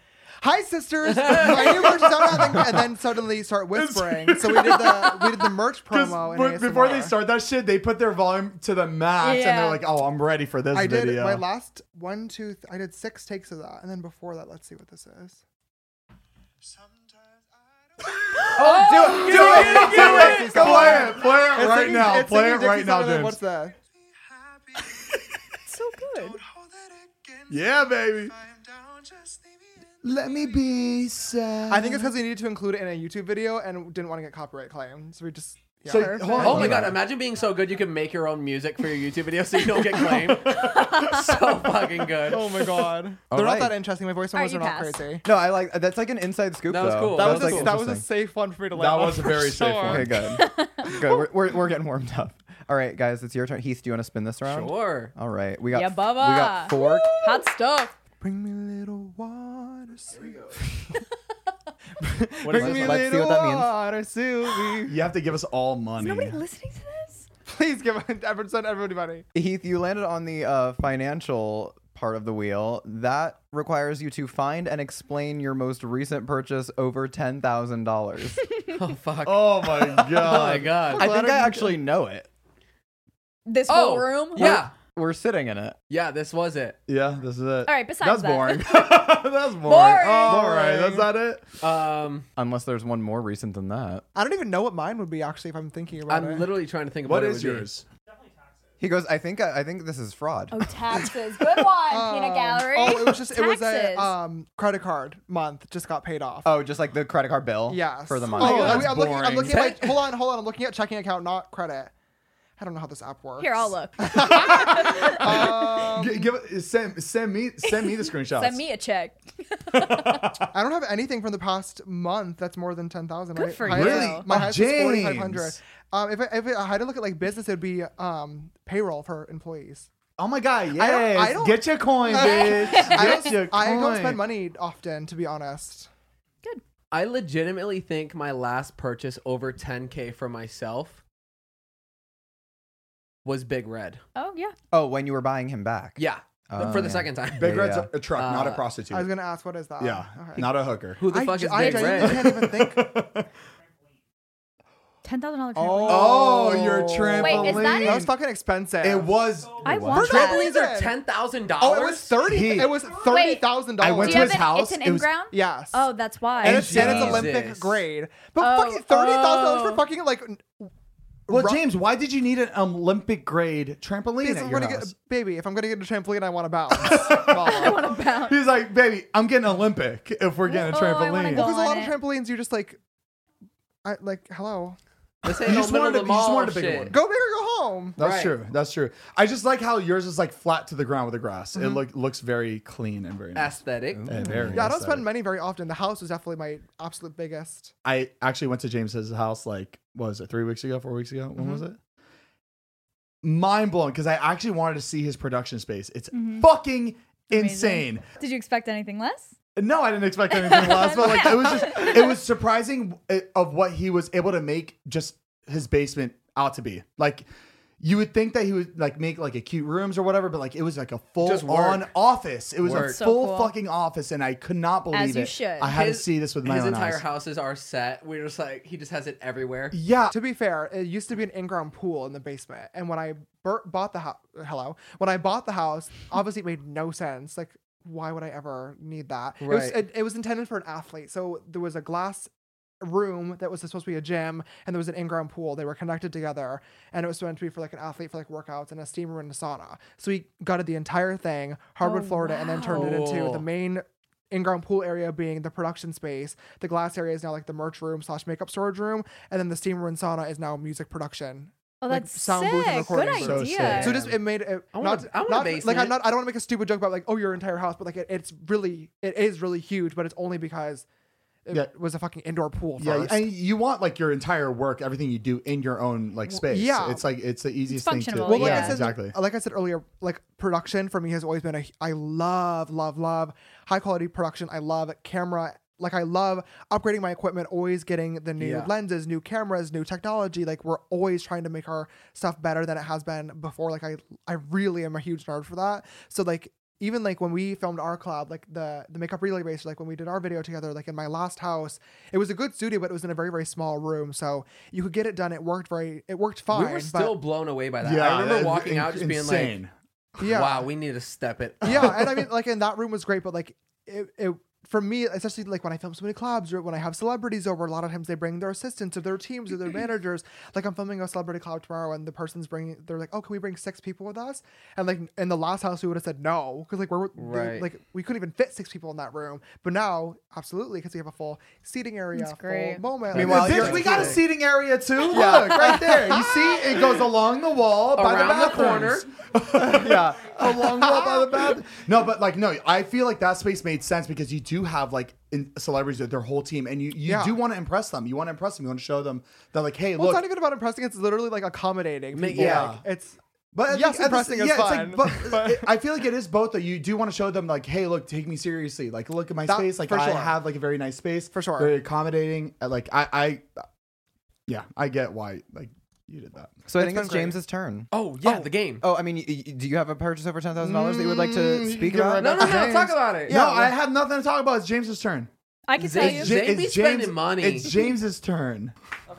E: "Hi, sisters." My new merch is out now," and then suddenly start whispering. so we did the we did the merch promo. And
D: But before they
E: ASMR.
D: start that shit, they put their volume to the max, and
C: Yeah.
D: they're like, "Oh, I'm ready for this
E: I did
D: video."
E: my last one, two. Th- I did six takes of that, and then before that, let's see what this is.
F: Do it! Do
D: Go
F: it! Go
D: play
F: on!
D: it, play it
E: It's
D: right
E: singing-
D: now.
E: it's
D: Play it
E: singing
D: right
E: Dixie
D: now,
E: Song, and then What's
D: James.
E: that?
C: It's so good.
D: Yeah, baby.
F: Let me be sad.
E: I think it's because we needed to include it in a YouTube video and didn't want to get copyright claims. So we just. Yeah.
D: So hold on.
B: Oh my god, imagine being so good you can make your own music for your YouTube video so you don't get claimed. so fucking good.
E: Oh my god. They're
F: Alright.
E: not that interesting. My voice
C: Alright,
E: numbers
C: you
E: are not
C: pass.
E: crazy.
F: No, I like that's like an inside scoop.
B: That was
F: though.
B: cool.
E: That was,
B: That's,
E: a,
F: like,
E: that was a
F: interesting.
E: safe one for me to land
D: That
E: on
D: was a
E: for
D: very safe
E: sure.
D: one.
F: Okay, good. good. We're, we're, we're getting warmed up. All right, guys, it's your turn. Heath, do you want to spin this round?
B: Sure.
F: All right, we got
C: Yeah,
F: f-
C: Bubba.
F: we got four.
C: Hot stuff.
E: Bring me a little water. Sylvie.
F: What is this? Let's see what that means.
E: Water, Sylvie.
D: You have to give us all money.
C: Nobody listening to this?
E: Please give everyone send everybody money.
F: Heath, you landed on the uh, financial part of the wheel. That requires you to find and explain your most recent purchase over ten thousand dollars.
B: Oh fuck. Oh
D: Oh my
B: my
D: god.
B: god.
F: I think I actually know it.
C: This
B: Oh,
C: whole room?
B: Yeah.
F: We're sitting in it.
B: Yeah, this was it.
D: yeah, this is it.
C: All right,
D: That's
C: besides that.
D: boring. that's boring. Oh, All right, that's not it.
B: Um
F: Unless there's one more recent than that.
E: I don't even know what mine would be actually if I'm thinking about
B: I'm
E: it.
B: literally trying to think about
D: What
B: it
D: is
B: would be.
D: yours?
F: He goes, I think I, I think this is fraud.
C: Oh, taxes. Good one, peanut gallery.
E: Oh, it was just it was a
C: Taxes.
E: um, credit card month just got paid off.
F: Oh, just like the credit card bill.
E: Yes.
F: For the month.
E: Oh,
D: that's
E: I'm, looking, I'm
D: boring.
E: looking at my, hold on, hold on. I'm looking at checking account, not credit. I don't know how this app works.
C: Here, I'll look.
D: G- give it- send send me send me the screenshots.
C: Send me a check.
E: I don't have anything from the past month that's more than ten thousand.
C: Good
E: right?
C: for
E: Highest-
C: Really?
E: My
D: Oh,
E: highest is forty five hundred.
D: James.
E: Um, if I, if I had to look at like business, it'd be um payroll for employees.
D: Oh my god, yes.
E: I don't- I don't-
D: Get your coin, bitch.
E: I
D: Get your
E: don't, I don't
D: coin.
E: spend money often, to be honest.
B: I legitimately think my last purchase over 10k for myself was Big Red.
C: Oh yeah.
F: Oh, when you were buying him back.
B: Yeah,
F: Oh,
B: for the
F: yeah.
B: second time.
D: Big
F: Yeah,
D: Red's
F: yeah.
D: a, a truck, not a
B: Uh,
D: prostitute.
E: I was gonna ask, what is that?
D: yeah,
E: Okay.
D: not a hooker.
B: Who the fuck is
E: I, I
B: Big
E: genuinely
B: Red?
E: can't even think.
C: Ten thousand dollars.
D: Oh, your
C: Wait, is that
E: That was fucking expensive.
D: It was.
C: I
D: it was.
C: want that.
B: Trampolines are ten thousand
E: Oh,
B: dollars.
E: it was thirty.
D: He-
E: it was thirty thousand
D: I
E: dollars.
D: went
C: Do
D: to
C: you
D: his
C: have an-
D: house,
C: It's an
D: it was-
C: in-ground.
E: Yes.
C: Oh, that's why.
E: and it's, and it's
D: Jesus.
E: Olympic grade. But
C: Oh,
E: fucking thirty thousand dollars
C: oh.
E: for fucking like. n-
D: Well,
E: ru-
D: James, why did you need an um, Olympic grade trampoline
E: because
D: at
E: I'm
D: your
E: gonna get,
D: house?
E: baby, if I'm gonna get a trampoline, I want to bounce. Oh. I want to bounce.
D: He's like, baby, I'm getting Olympic if we're getting
C: Oh,
D: a
C: I wanna
D: trampoline.
C: go.
E: Because a
C: on
E: lot
C: it.
E: of trampolines, you just like, I like hello,
B: This ain't
D: You
B: no
D: just
B: middle
D: wanted a-
B: of the
D: you just
B: mall
D: wanted a bigger
B: shit.
D: one.
E: go big or go home.
D: That's
B: Right.
D: true. That's true. I just like how yours is like flat to the ground with the grass. It look, looks very clean and very nice.
B: Aesthetic.
E: Mm.
D: Yeah, very
E: Mm-hmm. Yeah, I don't
D: aesthetic.
E: spend money very often. The house was definitely my absolute biggest.
D: I actually went to James's house like what was it three weeks ago, four weeks ago? When was
E: Mm-hmm.
D: it? Mind blown because I actually wanted to see his production space. It's
C: Mm-hmm.
D: fucking insane.
C: Did you expect anything less?
D: No, I didn't expect anything less, but like it was just it was surprising uh, of what he was able to make just his basement out to be. Like you would think that he would like make like a cute rooms or whatever, but like it was like a full
B: Just work.
D: on office. It was
B: Work.
D: a
C: So
D: full
C: cool.
D: fucking office, and I could not believe
C: As you
D: it.
C: should.
D: I had
B: His-
D: to see this with my
B: His
D: own
B: entire
D: eyes.
B: houses are set. We're just like he just has it everywhere.
D: Yeah,
E: To be fair, it used to be an in-ground pool in the basement, and when I bur- bought the house, hello, when I bought the house, obviously it made no sense. Like, why would I ever need that? It was,
B: Right.
E: it, it was intended for an athlete, so there was a glass room that was supposed to be a gym, and there was an in-ground pool. They were connected together, and it was meant to be for like an athlete for like workouts and a steam room and a sauna. So we gutted the entire thing, Harvard, Florida, and then turned it into
B: Oh, wow.
E: the main in-ground pool area being the production space. The glass area is now like the merch room slash makeup storage room, and then the steam room and sauna is now music production.
C: Oh,
E: Like,
C: that's
E: sound booth and
C: sick. Good
E: recording room.
D: So
C: idea.
E: So just it made it
B: I want
E: not,
B: a- I want a
E: not like
B: basement.
E: I'm not I don't want to make a stupid joke about like oh your entire house, but like it, it's really it is really huge, but it's only because it
D: Yeah.
E: was a fucking indoor pool.
D: yeah,
E: First.
D: and you want like your entire work, everything you do in your own like space.
E: yeah.
D: it's like it's the easiest thing to.
C: functional,
E: Well, like
C: yeah.
E: I said,
D: exactly.
E: Like I said earlier, like production for me has always been a I love, love, love high quality production. I love camera. Like I love upgrading my equipment, always getting the new
B: Yeah.
E: lenses, new cameras, new technology. Like we're always trying to make our stuff better than it has been before. Like I, I really am a huge nerd for that. So like even like when we filmed our collab, like the the makeup relay race, like when we did our video together, like in my last house, it was a good studio, but it was in a very very small room, so you could get it done. It worked very, it worked fine.
B: we were still
E: but,
B: blown away by that.
D: yeah,
B: I remember
D: that's
B: walking
D: in-
B: out just being
D: insane.
B: like,
E: yeah.
B: "Wow, we need to step it." up."
E: yeah, and I mean, like, and that room was great, but like, it, it for me, especially like when I film so many collabs or when I have celebrities over, a lot of times they bring their assistants or their teams or their managers. Like, I'm filming a celebrity collab tomorrow, and the person's bringing, they're like, "Oh, can we bring six people with us?" And like in the last house, we would have said no because like we're they,
B: Right.
E: like we couldn't even fit six people in that room, but now absolutely because we have a full seating area,
C: That's great.
E: full moment.
F: Meanwhile,
E: Like,
F: you're-
D: Bitch, we got a
E: kidding.
D: seating area too. Look right there. You see, it goes along the wall Oh, by the
B: Around the
D: bathrooms. yeah, along the wall by the bathroom. No, but like, no, I feel like that space made sense because you do have like in celebrities with their whole team, and you you
E: Yeah.
D: do want to impress them. You want to impress them. You want to show them that like, hey,
E: Well, it's
D: look.
E: not even about impressing. It's literally like accommodating.
B: Ma-
E: People.
D: yeah.
E: Like, it's
D: but I
E: yes,
D: think at the s-
E: impressing is
D: it's
E: fine,
D: but, it- I feel like it is both. That you do want to show them like, hey, look, take me seriously. Like, look at my
E: That-
D: space. Like,
E: for
D: I
E: sure.
D: have like a very nice space
E: For sure.
D: Very accommodating. Uh, Like, I, I, yeah, I get why like you did that.
F: So I
E: It's
F: think
E: been
F: it's
E: great.
F: James's turn.
B: Oh yeah, the game.
F: Oh, I mean, y- y- do you have a purchase over ten thousand dollars that you would like
D: Mm,
F: to
D: you
F: speak
D: can go
F: about?
D: right
B: no, no,
D: back to
B: no!
D: James.
B: Talk about it.
D: no, I have nothing to talk about. It's James's turn.
C: I can tell
B: Zane-
C: you.
B: Zane- They be spending money.
D: It's James's turn.
E: I'm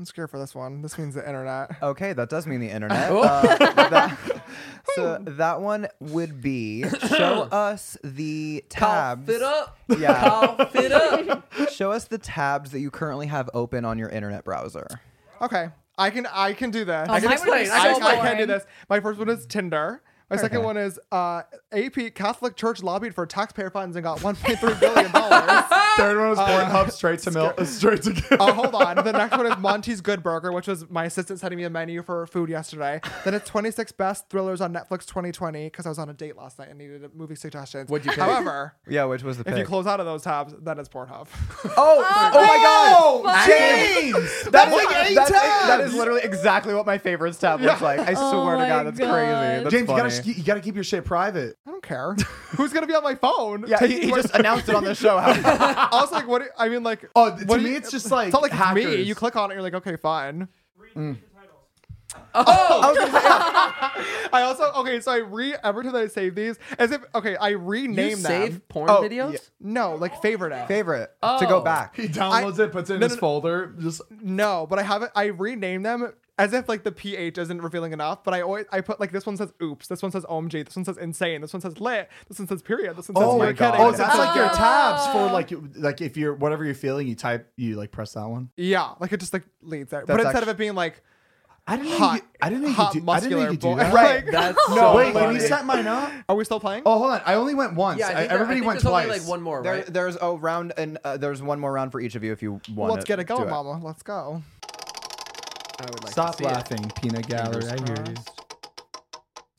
E: I'm scared for this one. This means the internet.
F: Okay, that does mean the internet.
B: Oh.
F: Uh, that- so that one would be show us the tabs.
B: Cough it up.
F: Yeah.
B: Cough it up.
F: Show us the tabs that you currently have open on your internet browser.
E: Okay, I can I can do this.
C: Oh,
E: I, can,
C: mine would've
B: explain.
C: been
B: I
E: I,
C: so
E: I can
C: boring.
E: do this. My first one is Tinder. My second one is uh, AP Catholic Church lobbied for taxpayer funds and got 1.3 billion dollars.
D: Third one was Pornhub straight to milk, straight to
E: Oh, hold on. The next one is Monty's Good Burger, which was my assistant sending me a menu for food yesterday. Then it's 26 Best Thrillers on Netflix 2020 because I was on a date last night and needed a movie suggestions.
B: What'd you pick?
E: However,
F: Yeah, which was the
E: if you
F: pick?
E: close out of those tabs, then it's Pornhub.
F: oh, oh my God!
B: oh,
D: James!
F: That is,
D: like eight
F: that's- that
D: tabs!
F: is literally exactly what my favorites tab looks like. I
B: Oh
F: swear to
C: my
F: God, that's
C: God.
F: crazy. That's
D: James, you
F: funny.
D: gotta, sh- you gotta keep your shit private.
E: I don't care. Who's gonna be on my phone?
F: yeah, he, he just announced it on the show. How-
E: also like what? do- I mean, like
D: Oh, to
E: what do
D: me,
E: you-
D: it's just like
E: it's not like it's me.
D: hackers. Mm.
E: You click on it, you're like, okay, fine. Oh, I also okay. So I re every time that I save these, as if okay, I rename
B: you
E: them.
B: save porn
F: Oh,
B: videos?
F: yeah.
E: No, like favorite it.
F: Favorite to go
B: Oh.
F: back.
D: He downloads it, puts it in his folder. Just
E: No, but I haven't. I renamed them as if like the ph isn't revealing enough. But I always I put like this one says oops, this one says omg, this one says insane, this one says lit, this one says period, this one says
D: oh
E: you're
D: my god!
E: kidding.
D: Oh, that's like your tabs for like you- like if you're whatever you're feeling, you type you like press that one.
E: yeah, like it just like leads there. But
F: That's
E: instead of
F: actu-
E: it being like
D: I didn't
E: hot,
D: know. You, I didn't know you
E: hot
D: could do. I didn't
E: muscular
D: know you could do
E: boy.
D: that.
E: Right.
B: That's
E: no.
B: so
D: Wait, can
B: funny.
D: you set mine up?
E: Are we still playing?
D: Oh, hold on. I only went once.
B: Yeah, I
D: I-
B: think there-
D: everybody
B: I think
D: went
B: there's
D: twice.
B: Only like one more,
F: There,
B: right?
F: There's a round and uh, there's one more round for each of you if you want.
E: Let's get it going,
F: do
E: Mama. Let's go.
B: I would like
D: Stop
B: to see it.
D: laughing, peanut gallery. I hear you.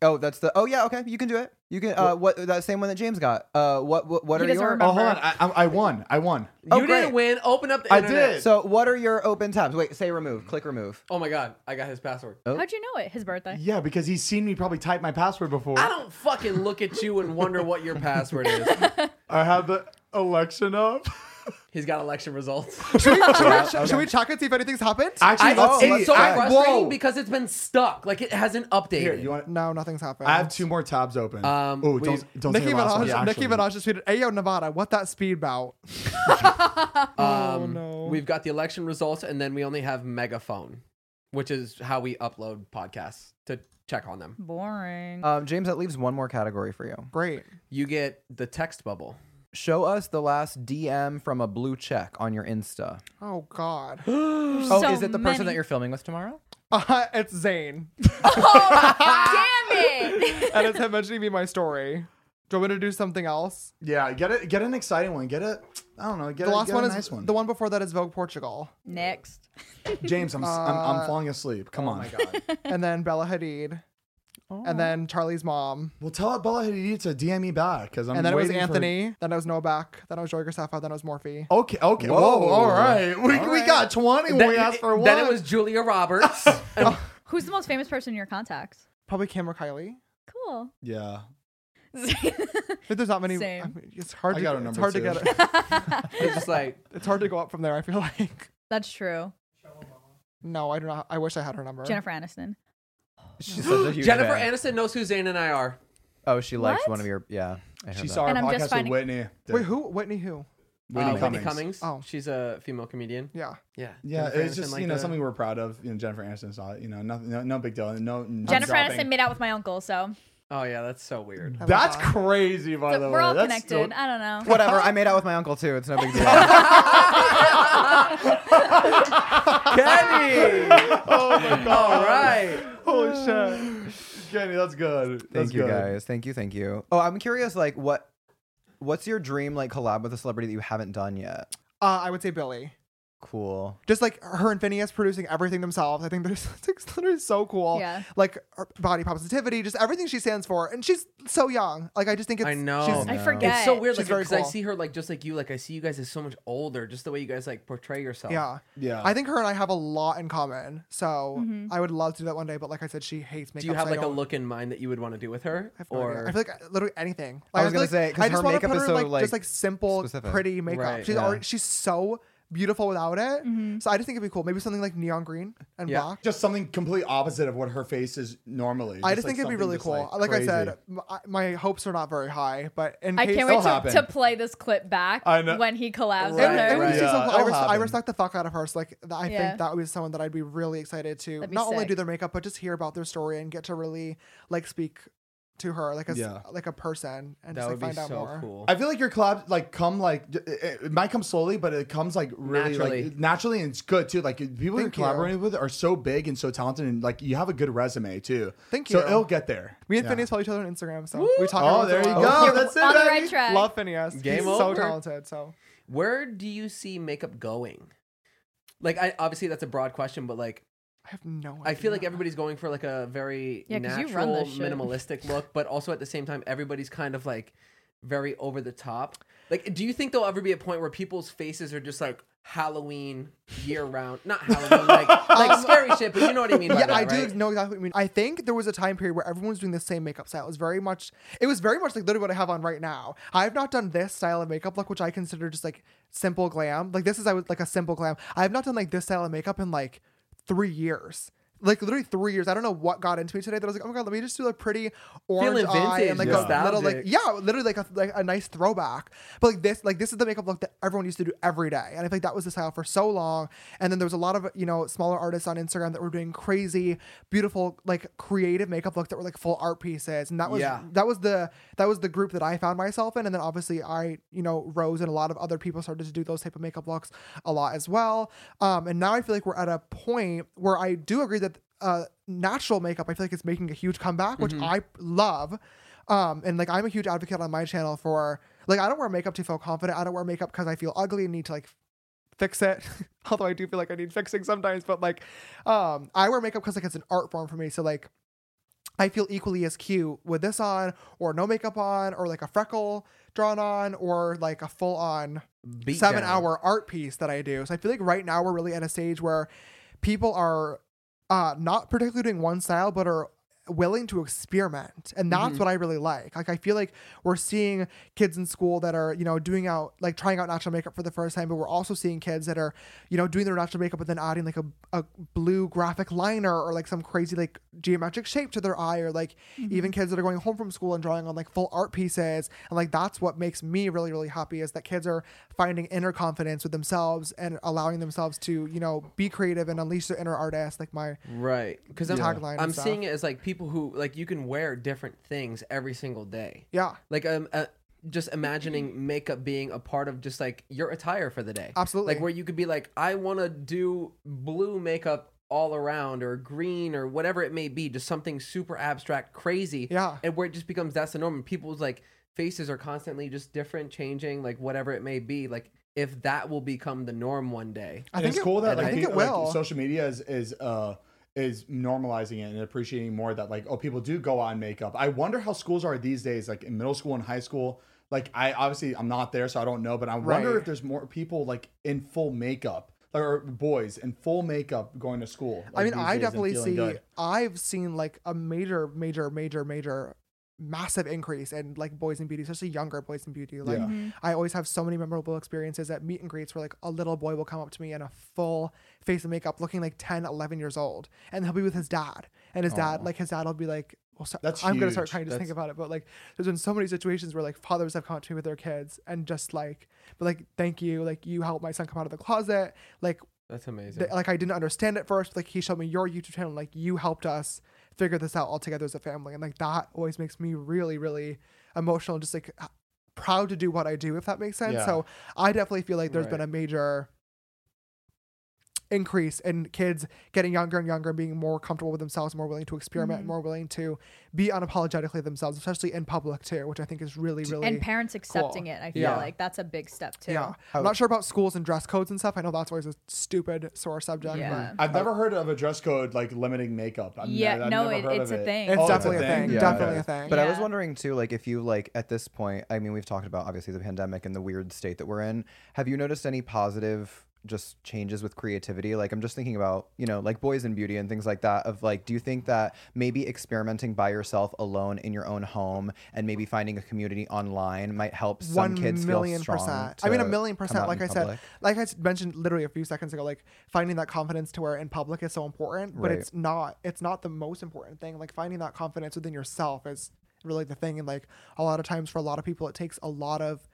F: Oh, that's the. Oh yeah, okay, you can do it. You can. Uh, what that same one that James got. Uh, what what, what
C: He
F: are
C: doesn't
F: your?
C: remember.
D: Oh, hold on. I, I, I won. I won.
F: Oh,
B: you
F: great.
B: didn't win. Open up the
D: I
B: internet.
D: did.
F: So what are your open tabs? Wait, say remove. Click remove.
B: Oh my god, I got his password.
D: Oh.
C: How'd you know it? His birthday.
D: Yeah, because he's seen me probably type my password before.
B: I don't fucking look at you and wonder what your password is.
D: I have the election up.
B: He's got election results.
E: Should, should we check and see if anything's happened?
D: Actually,
B: I,
D: let's see.
B: it's so
D: I,
B: frustrating
D: whoa.
B: because it's been stuck. Like it hasn't updated.
D: Here, you want?
E: no, nothing's happened.
D: I have two more tabs open.
B: Um,
D: oh,
B: we-
D: don't don't say
E: Nicki
D: the last
E: Minaj,
D: one, actually.
E: Nicki Minaj just tweeted, "Ayo Nevada, what that speed bout?"
B: Um, We've got the election results, and then we only have Megaphone, which is how we upload podcasts to check on them.
C: Boring.
F: Um, James, that leaves one more category for you.
E: Great.
B: You get the text bubble.
F: Show us the last DM from a blue check on your Insta.
E: Oh God.
F: oh,
C: so
F: is it the person
C: many.
F: that you're filming with tomorrow?
E: Uh, it's Zayn,
C: Oh, Damn it!
E: and it's him mentioning me my story. Do you want me to do something else?
D: Yeah, get it. Get an exciting one. Get a. I don't know. Get
E: The
D: a,
E: last
D: get
E: one
D: a
E: is
D: nice one.
E: the one before that is Vogue Portugal,
C: Next.
D: James, I'm, s am
E: Uh,
D: I'm falling asleep.
E: oh
D: Come on.
E: and then Bella Hadid,
D: Oh.
E: and then Charlie's mom,
D: Well, tell Bella Hadid to DM me back because I'm.
E: and then it was
D: waiting for- Oh.
E: Anthony, then it was Novak, then it was Joy Graceffa, then it was Morphe.
D: Okay. Okay. Whoa.
F: Whoa.
D: All right. We,
F: All
D: we
F: right.
D: got 20 when
B: Then-
D: we asked for one.
B: Then it was Julia Roberts. And
C: Who's the most famous person in your contacts?
E: Probably Kim or Kylie.
C: Cool.
D: Yeah.
E: But there's not many.
C: Same.
E: I mean, it's hard
D: I
E: to.
D: got her
E: it's
D: number
E: hard
D: two.
E: to get. It.
B: it's just like
E: It's hard to go up from there. I feel like.
C: That's true.
E: No, I do not. I wish I had her number.
C: Jennifer Aniston.
F: She's such a huge
B: Jennifer
F: fan.
B: Aniston knows who Zayn and I are.
F: Oh, she likes
C: What?
F: one of your. Yeah, I heard
D: She
F: that.
D: saw our
C: And I'm
D: podcast
C: just finding-
D: with Whitney.
E: Wait, who? Whitney? Who?
D: Whitney,
B: Uh,
D: Cummings.
E: Oh.
B: She's a female comedian.
E: Yeah.
B: Yeah.
D: Yeah,
B: Jennifer
D: it's
B: Aniston
D: just
B: liked
D: you know
B: the-
D: something we're proud of. You know, Jennifer Aniston saw it. You know, nothing, no, no big deal. No, no
C: Jennifer
D: dropping.
C: Aniston made out with my uncle, so
B: Oh yeah, that's so weird.
E: I love
D: That's
E: that.
D: crazy, by
C: So
D: the way.
C: we're all
D: That's
C: connected. I don't know.
F: Whatever. I made out with my uncle too. It's no big deal. Kenny.
D: oh my god!
B: All right.
D: Holy shit, Kenny, that's good.
F: Thank you guys. Thank you. Thank you. Oh, I'm curious. Like, what? What's your dream? Like, collab with a celebrity that you haven't done yet.
E: Uh, I would say Billy.
F: Cool.
E: Just like her and Phineas producing everything themselves. I think they're just- it's literally so cool.
C: Yeah.
E: Like her body positivity, just everything she stands for, and she's so young. Like I just think it's.
B: I know.
E: She's,
C: I
F: No.
C: forget.
B: It's so weird,
E: She's
B: like
E: very
B: because I
E: cool.
B: see her like just like you, like I see you guys as so much older, just the way you guys like portray yourself.
E: yeah.
D: Yeah.
E: I think her and I have a lot in common. So
C: Mm-hmm.
E: I would love to do that one day. But like I said, she hates makeup.
B: Do you have
E: so I
B: like a
E: don't-
B: look in mind that you would want to do with her,
E: I have no idea.
B: or
E: I feel like uh, literally anything.
F: I
E: Like, feel like-
F: was gonna say, 'cause
E: I just
F: her
E: wanna
F: makeup
E: put
F: is
E: her in,
F: so,
E: like, just
F: like,
E: like simple,
F: specific.
E: pretty makeup.
B: Right,
E: she's
F: yeah.
E: already she's so beautiful without it.
C: Mm-hmm.
E: So I just think it'd be cool. Maybe something like neon green and
B: Yeah.
E: black.
D: Just something complete opposite of what her face is normally.
E: I just think it'd be
D: something
E: really
D: just,
E: cool. Like, I
D: crazy.
E: said, m- I- my hopes are not very high, but in
C: I
E: case
C: can't
D: It'll
C: wait
D: happen.
C: to, to play this clip back
D: I know.
C: when he collabs
E: It,
C: with
E: would-
C: her.
E: it would be
D: Right.
E: so
D: Yeah,
E: cool. I,
D: it'll
E: res- I
D: happen.
E: respect the fuck out of her. So like, th- I
C: Yeah.
E: think that would be someone that I'd be really excited to
C: That'd be
E: not only do
C: sick.
E: their makeup, but just hear about their story and get to really like speak to her like as
D: Yeah.
E: like a person and
B: That
E: just like,
B: would be
E: find out
B: so
E: more.
B: cool.
D: I feel like your collab like come like it, it- it might come slowly, but it comes like really
B: Naturally.
D: like naturally, and it's good too. Like people you're
E: Thank you.
D: collaborating with are so big and so talented, and like you have a good resume too.
E: Thank
D: So
E: you.
D: it'll get there.
E: Me and
D: Yeah.
E: Phineas follow each other on Instagram, so we talk.
D: Oh,
E: every
D: there
E: once in a
D: you
E: while.
D: go.
C: You're
D: That's it.
C: on the
D: baby.
C: right track.
E: Love Phineas.
B: Game
E: He's so
B: over.
E: talented. So
B: Where do you see makeup going? Like, I obviously that's a broad question, but like,
E: I have no. Idea.
B: I feel like everybody's going for like a very
C: Yeah, 'cause you run
B: natural,
C: this shit.
B: minimalistic look, but also at the same time, everybody's kind of like very over the top. Like, do you think there'll ever be a point where people's faces are just like Halloween year round? Not Halloween, like like scary shit, but you know what I mean. By
E: Um, yeah,
B: that,
E: I
B: right?
E: do know exactly what you mean. I think there was a time period where everyone was doing the same makeup style. It was very much, it was very much like literally what I have on right now. I've not done this style of makeup look, which I consider just like simple glam. Like this is I was like a simple glam. I've not done like this style of makeup in like three years. Like literally three years. I don't know what got into me today. That I was like, oh my god, let me just do a pretty orange
B: Feeling
E: eye
B: vintage,
E: and like a
B: nostalgic.
E: little like yeah, literally like a like a nice throwback. But like this, like this is the makeup look that everyone used to do every day, and I think that was the style for so long. And then there was a lot of you know smaller artists on Instagram that were doing crazy, beautiful, like creative makeup look that were like full art pieces, and that was
B: Yeah.
E: that was the that was the group that I found myself in. And then obviously I you know rose, and a lot of other people started to do those type of makeup looks a lot as well. Um, and now I feel like we're at a point where I do agree that. Uh, natural makeup, I feel like it's making a huge comeback, which I love um and like i'm a huge advocate on my channel for like i don't wear makeup to feel confident i don't wear makeup because i feel ugly and need to like fix it although i do feel like i need fixing sometimes but like um i wear makeup because like it's an art form for me so like i feel equally as cute with this on or no makeup on or like a freckle drawn on or like a full on
B: Beat
E: seven
B: down.
E: hour art piece that I do. So I feel like right now we're really at a stage where people are uh, not particularly doing one style, but are willing to experiment. And that's what I really like. Like I feel like we're seeing kids in school that are, you know, doing out like trying out natural makeup for the first time, but we're also seeing kids that are, you know, doing their natural makeup but then adding like a, a blue graphic liner or like some crazy like geometric shape to their eye or like even kids that are going home from school and drawing on like full art pieces. And like that's what makes me really, really happy is that kids are finding inner confidence with themselves and allowing themselves to, you know, be creative and unleash their inner artist. Like my
B: Right, because I'm,
E: Tagline and
B: I'm
E: stuff.
B: seeing it as like people who like you can wear different things every single day.
E: Yeah.
B: like um, uh, just imagining makeup being a part of just like your attire for the day.
E: Absolutely.
B: like where you could be like, I want to do blue makeup all around or green or whatever it may be, just something super abstract, crazy.
E: Yeah.
B: and where it just becomes that's the norm. And people's like faces are constantly just different, changing, like whatever it may be. Like if that will become the norm one day.
E: I
D: And
E: think
D: it's
E: it-
D: cool that
E: I
D: like,
E: think
D: people,
E: it will.
D: like social media is is uh is normalizing it and appreciating more that like oh people do go on makeup. I wonder how schools are these days like in middle school and high school. Like I obviously I'm not there so I don't know, but I
E: Right.
D: wonder if there's more people like in full makeup like, or boys in full makeup going to school.
E: I
D: like,
E: mean,
D: these
E: I
D: days and
E: definitely
D: feeling
E: see.
D: good.
E: I've seen like a major, major, major, major, massive increase in like boys in beauty, especially younger boys in beauty. Like,
D: Yeah.
E: I always have so many memorable experiences at meet and greets where like a little boy will come up to me in a full face of makeup, looking like 10, 11 years old, and he'll be with his dad, and his dad, like his dad, will be like. Well, so,
D: That's
E: I'm gonna start
D: huge.
E: trying to just think
D: That's-
E: about it, but like, there's been so many situations where like fathers have come up to me with their kids and just like, but like, thank you, like you helped my son come out of the closet, like
B: That's amazing.
E: th- like I didn't understand it first. Like he showed me your YouTube channel. Like you helped us figure this out all together as a family, and like that always makes me really, really emotional. and Just like h- proud to do what I do, if that makes sense.
D: Yeah.
E: So I definitely feel like there's been
B: Right.
E: a major increase in kids getting younger and younger and being more comfortable with themselves, more willing to experiment,
B: Mm-hmm.
E: more willing to be unapologetically themselves, especially in public too, which I think is really, really
C: And parents accepting it, I feel
E: Yeah.
C: like that's a big step too.
E: yeah. I'm not sure about schools and dress codes and stuff. I know that's always a stupid sore subject.
C: Yeah.
E: But
D: I've never heard of a dress code like limiting makeup. I've
C: Yeah,
D: ne- I've
C: no,
D: never
C: it-
D: heard
C: it's
D: of
C: a
D: it.
C: thing.
E: It's
D: Oh,
E: definitely a
D: it's a
E: thing.
D: thing? Yeah.
E: Definitely
D: Yeah.
E: a thing.
F: But I was
C: Yeah.
F: wondering too, like if you like at this point, I mean, we've talked about obviously the pandemic and the weird state that we're in. Have you noticed any positive just changes with creativity? Like I'm just thinking about, you know, like boys and beauty and things like that of like do you think that maybe experimenting by yourself alone in your own home and maybe finding a community online might help some
E: One
F: kids
E: million
F: feel strong
E: percent.
F: to
E: I mean, a million
F: come
E: percent.
F: out
E: Like I
F: in
E: said,
F: public?
E: like I s- mentioned literally a few seconds ago, like finding that confidence to where in public is so important, but
F: Right.
E: it's not. It's not the most important thing. Like finding that confidence within yourself is really the thing. And like a lot of times for a lot of people, it takes a lot of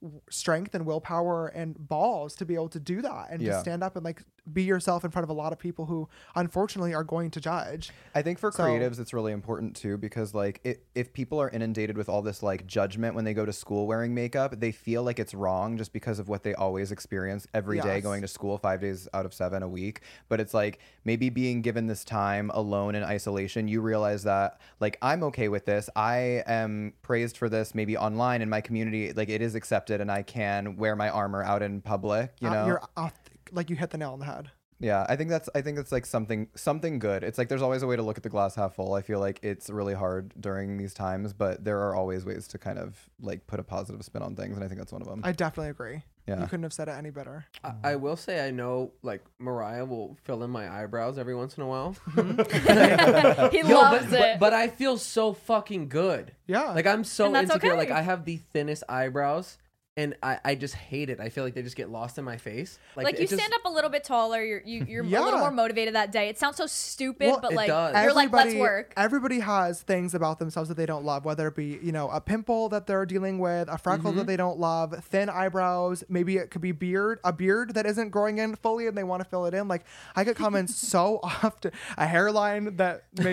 E: w- strength and willpower and balls to be able to do that and
F: Yeah.
E: to stand up and like be yourself in front of a lot of people who unfortunately are going to judge.
F: I think for
E: So-
F: creatives, it's really important too because like it, if people are inundated with all this like judgment when they go to school wearing makeup, they feel like it's wrong just because of what they always experience every day
E: Yes.
F: going to school five days out of seven a week. But it's like maybe being given this time alone in isolation, you realize that like I'm okay with this. I am praised for this maybe online in my community. Like it is accepted, and I can wear my armor out in public. You
E: Uh,
F: know,
E: you're uh, like you hit the nail on the head.
F: yeah, I think that's I think that's like something something good. It's like there's always a way to look at the glass half full. I feel like it's really hard during these times, but there are always ways to kind of like put a positive spin on things, and I think that's one of them.
E: I definitely agree.
F: Yeah.
E: You couldn't have said it any better.
B: I, I will say I know like Mariah will fill in my eyebrows every once in a while.
C: he
B: Yo,
C: loves
B: but,
C: it.
B: But, but I feel so fucking good.
E: Yeah.
B: Like I'm so
C: And that's
B: insecure.
C: okay.
B: Like I have the thinnest eyebrows, and I, I just hate it. I feel like they just get lost in my face. Like,
C: like
B: it
C: you
B: just-
C: stand up a little bit taller, you're you, you're a
E: Yeah.
C: little more motivated that day. It sounds so stupid,
E: Well,
C: but
B: it
C: like
B: does.
C: Uh, you're like, let's work.
E: Everybody has things about themselves that they don't love, whether it be, you know, a pimple that they're dealing with, a freckle that they don't love, thin eyebrows, maybe it could be beard, a beard that isn't growing in fully and they want to fill it in. Like I get comments so often. A hairline that maybe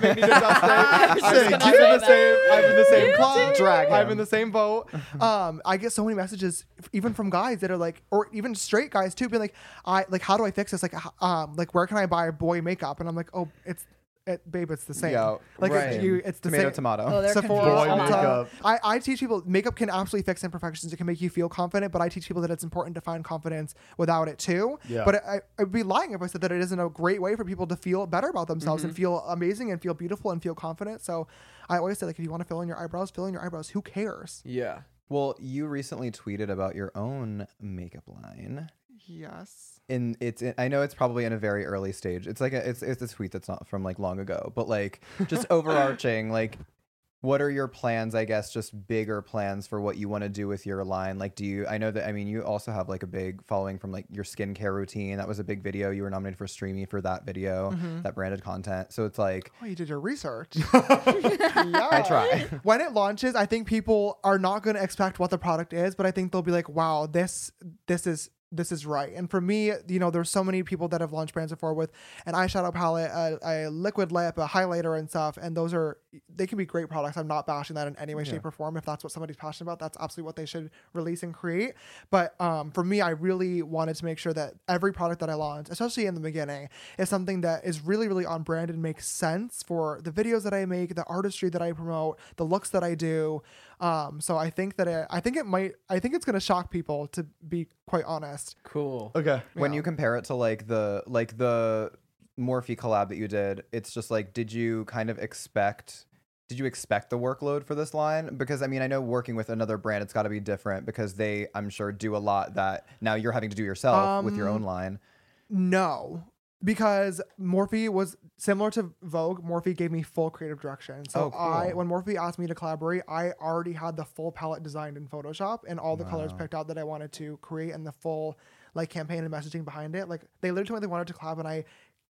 E: made me disgusted. I'm
C: just
E: in
C: gonna
E: the
C: say
E: same
C: that.
E: I'm in the same
C: You
E: club.
C: too.
F: Drag
E: I'm
F: him.
E: in the same boat. Um, I get so many messages, f- even from guys that are like, or even straight guys too, being like, I like, how do I fix this? Like, h- um, like where can I buy boy makeup? And I'm like, oh, it's, it, babe, it's the same.
F: Yeah,
E: like
B: right.
E: it, you, it's the
F: tomato
E: same.
F: tomato.
C: Oh, they're
E: Sephora,
C: confused.
A: Boy
C: Come on.
E: Ulta.
A: makeup.
E: I, I teach people makeup can absolutely fix imperfections. It can make you feel confident, but I teach people that it's important to find confidence without it too.
A: Yeah.
E: But I, I'd be lying if I said that it isn't a great way for people to feel better about themselves
A: Mm-hmm.
E: and feel amazing and feel beautiful and feel confident. So I always say like if you want to fill in your eyebrows, fill in your eyebrows. Who cares?
B: Yeah.
F: well, you recently tweeted about your own makeup line.
E: Yes.
F: In it's in, I know it's probably in a very early stage. It's like a, it's it's a tweet that's not from like long ago, but like just overarching like what are your plans i guess just bigger plans for what you want to do with your line like do you i know that i mean you also have like a big following from like your skincare routine that was a big video you were nominated for streamy for that video that branded content so it's like
E: Oh, you did your research. I
F: try.
E: When it launches, I think people are not going to expect what the product is, but I think they'll be like, "Wow, this this is this is right." And for me, you know, there's so many people that have launched brands before with an eyeshadow palette, a, a liquid lip, a highlighter, and stuff, and those are they can be great products. I'm not bashing that in any way, shape, or form. If that's what somebody's passionate about, that's absolutely what they should release and create. But um, for me, I really wanted to make sure that every product that I launch, especially in the beginning, is something that is really, really on brand and makes sense for the videos that I make, the artistry that I promote, the looks that I do. Um, so I think that it, I think it might, I think it's going to shock people, to be quite honest.
B: Cool.
A: Okay.
F: when you compare it to like the like the Morphe collab that you did, it's just like did you kind of expect did you expect the workload for this line? Because I mean, I know working with another brand, it's got to be different because they, I'm sure, do a lot that now you're having to do yourself with
E: Um,
F: your own line.
E: No, because Morphe was similar to Vogue. Morphe gave me full creative direction. So
F: Oh, cool.
E: I, when Morphe asked me to collaborate, I already had the full palette designed in Photoshop and all the colors picked out that I wanted to create and the full like campaign and messaging behind it. Like they literally told me they wanted to collab and I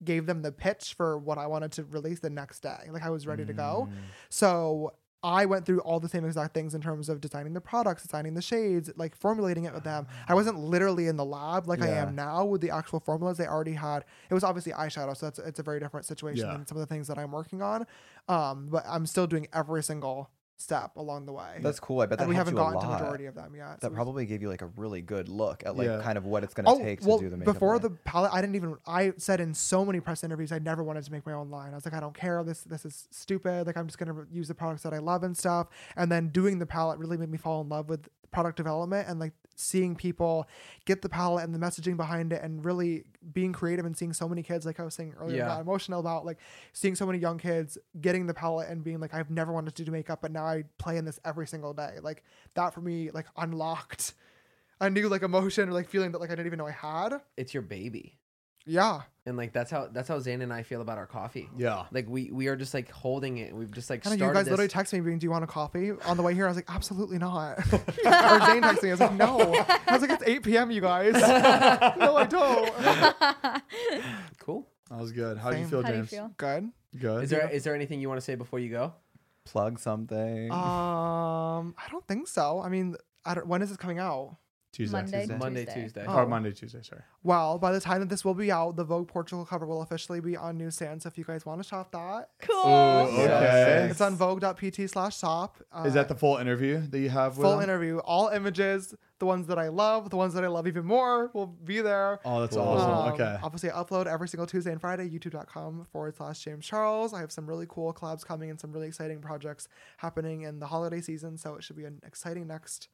E: gave them the pitch for what I wanted to release the next day. Like I was ready to go. So I went through all the same exact things in terms of designing the products, designing the shades, like formulating it with them. I wasn't literally in the lab like I am now with the actual formulas they already had. It was obviously eyeshadow, so that's it's a very different situation
A: Yeah.
E: than some of the things that I'm working on. Um, but I'm still doing every single step along the way.
F: That's cool. I bet that
E: and we
F: helped
E: haven't
F: you a
E: gotten to the
F: lot.
E: majority of them yet. so
F: That
E: we-
F: probably gave you like a really good look at like
A: Yeah.
F: kind of what it's going to
E: Oh,
F: take to
E: well,
F: do the makeup.
E: before
F: line.
E: the palette, I didn't even. I said in so many press interviews, I never wanted to make my own line. I was like, I don't care. This this is stupid. Like, I'm just gonna use the products that I love and stuff. And then doing the palette really made me fall in love with product development and like seeing people get the palette and the messaging behind it and really being creative and seeing so many kids like I was saying earlier
B: Yeah.
E: got emotional about like seeing so many young kids getting the palette and being like I've never wanted to do makeup but now I play in this every single day like that for me like unlocked a new like emotion or like feeling that like I didn't even know I had.
B: It's your baby.
E: Yeah.
B: And like that's how that's how Zane and I feel about our coffee.
D: Yeah.
B: Like we we are just like holding it. We've just like
E: I know
B: started
E: you guys
B: this.
E: literally text me being, "Do you want a coffee?" On the way here, I was like, "Absolutely not." or Jane texted me, I was like, "No." I was like, "It's 8 p.m., you guys." no, I don't.
B: cool.
D: That was good. How do you
E: Same.
D: feel,
C: How do you
D: James?
C: feel?
E: Good.
D: Good.
B: Is there is there anything you want to say before you go?
F: Plug something.
E: Uh, Um, I don't think so. I mean, I don't. When is this coming out?
D: Tuesday,
C: Monday,
D: Tuesday.
B: Monday, Tuesday.
D: Or
E: oh.
D: Monday, Tuesday. Sorry.
E: Well, by the time that this will be out, the Vogue Portugal cover will officially be on newsstands. So if you guys want to shop that,
C: Cool.
D: okay.
E: it's on vogue.pt slash shop. Uh,
D: Is that the full interview that you have? With
E: full
D: him?
E: interview? All images, the ones that I love, the ones that I love even more, will be there.
D: Oh, that's
F: Cool.
D: awesome.
E: Um,
D: okay.
E: Obviously, I upload every single Tuesday and Friday, youtube.com forward slash James Charles. I have some really cool collabs coming and some really exciting projects happening in the holiday season. So it should be an exciting next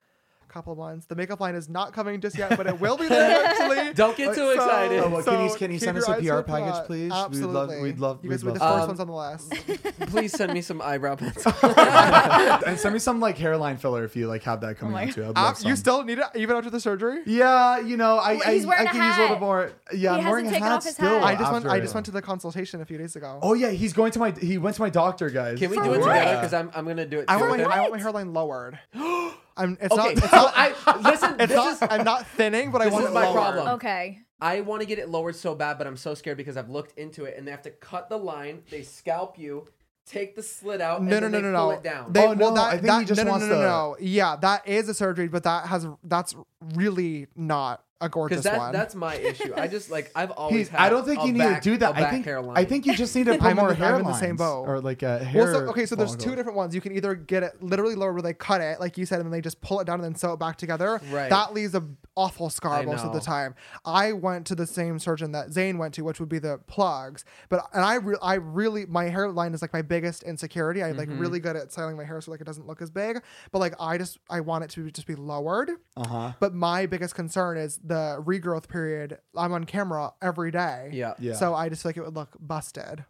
E: couple of months. The makeup line is not coming just yet, but it will be there eventually.
B: Don't get too excited. Oh,
D: well, can you- can you
E: keep
D: send us
E: your
D: a
E: eyes
D: PR
E: open for
D: package,
E: that.
D: please? We'd love-
E: Absolutely.
D: we'd love-
E: You guys
D: we'd
E: will be the
D: love
E: first
B: that.
E: ones on the list.
B: Please send me some eyebrow pencil.
D: and send me some like hairline filler if you like have that coming
C: my
D: out too. I'd
E: Uh,
D: love
E: you
D: some.
E: still need it even after the surgery?
D: Yeah, you know, I
C: Well,
D: I,
C: he's wearing
D: I
C: a
D: can use a little
C: hat.
D: bit more. Yeah,
C: He
D: I'm wearing
C: hasn't
D: a
C: taken
D: hat
C: off his
D: still.
C: hat.
E: I just went. I
D: after-
E: just went to the consultation a few days ago.
D: Oh yeah, he's going to my. He went to my doctor, guys.
B: Can we
D: For
B: do it
D: what?
B: together? Because I'm I'm gonna do it.
E: I
B: too
E: want, my,
B: then.
E: I want my hairline lowered. I'm. It's
B: Okay.
E: not. It's not.
B: I listen.
E: It's
B: This
E: not.
B: is
E: I'm not thinning, but I
B: this
E: want
B: is
E: it
B: my
E: lowered.
B: problem.
C: Okay.
B: I want to get it lowered so bad, but I'm so scared because I've looked into it and they have to cut the line. They scalp you, take the slit out,
E: No,
B: and
E: no,
B: then
E: no,
B: they
E: no,
B: pull
E: no.
B: it down.
E: They,
D: Oh,
E: well,
D: no,
E: that,
D: I think
E: that,
D: he just
E: no, no,
D: wants
E: no, no,
D: to-
E: no. Yeah, that is a surgery, but that has that's really not a gorgeous
B: Because that,
E: one.
B: that's my issue. I just like I've always.
D: He's,
B: had
D: I don't think
B: a
D: you need
B: back-
D: to do
B: a
D: that. I
B: back
D: think.
B: hairline.
D: I think you just need to put
E: I'm in
D: more
E: the- I'm in the same
D: hairlines
E: boat.
D: or like a hair.
E: well, so, okay, so there's two
D: follicle.
E: different ones. You can either get it literally lower, where they cut it, like you said, and then they just pull it down and then sew it back together.
B: Right.
E: That leaves a awful scar
B: I
E: most of the
B: know.
E: time. I went to the same surgeon that Zane went to, which would be the plugs. But and I, re- I really, my hairline is like my biggest insecurity. I'm like
B: Mm-hmm.
E: really good at styling my hair so like it doesn't look as big. But like I just, I want it to just be lowered. Uh
B: Uh-huh.
E: huh. But my biggest concern is the regrowth period. I'm on camera every day.
B: Yeah.
D: Yeah.
E: So I just feel like it would look busted.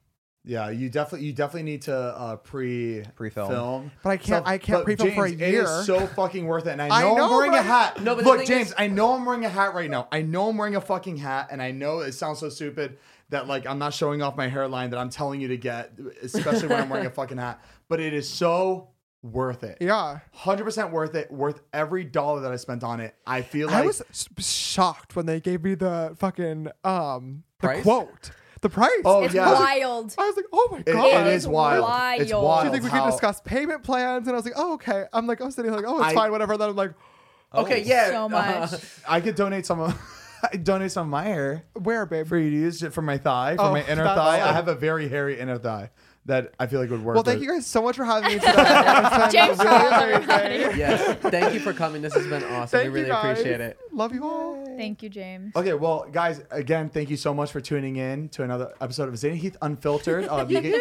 D: Yeah, you definitely you definitely need to uh, pre
F: Pre-film.
E: But I can't- I can't pre-film for a
D: James, It
E: year.
D: is so fucking worth it. And I know,
E: I
D: I
E: know,
D: am wearing a
E: but-
D: hat.
B: No, but the
D: look,
B: thing
D: James,
B: is-
D: I know I'm wearing a hat right now. I know I'm wearing a fucking hat, and I know it sounds so stupid that like I'm not showing off my hairline that I'm telling you to get, especially when I'm wearing a fucking hat. But it is so worth it.
E: Yeah.
D: Hundred percent worth it. Worth every dollar that I spent on it. I feel like
E: I was s- shocked when they gave me the fucking um the
B: Price?
E: quote, the price.
D: Oh,
C: It's
D: yeah.
C: wild.
E: I was like, oh my
D: it-
E: god,
D: it is wild. It's
C: Wild.
D: wild.
E: She's like, we
D: how-
E: can discuss payment plans, and I was like, oh okay. I'm like, I'm sitting here like, oh it's
D: I-
E: fine, whatever. Then I'm like,
B: Okay. Yeah.
C: So much.
D: I could donate some of I donate some of my hair.
E: where, babe?
D: for you to use it for my thigh, for
E: Oh,
D: my inner
E: that's
D: thigh. I
E: awesome.
D: have a very hairy inner thigh that I feel like would work.
E: Well, thank
D: with-
E: you guys so much for having me today.
C: James Charles, everybody.
B: Yes. Thank you for coming. This has been awesome.
E: Thank
B: we really
E: you guys.
B: appreciate it.
E: Love you all.
C: Thank you, James.
D: Okay, well, guys, again, thank you so much for tuning in to another episode of Zane Heath Unfiltered. Uh, you can-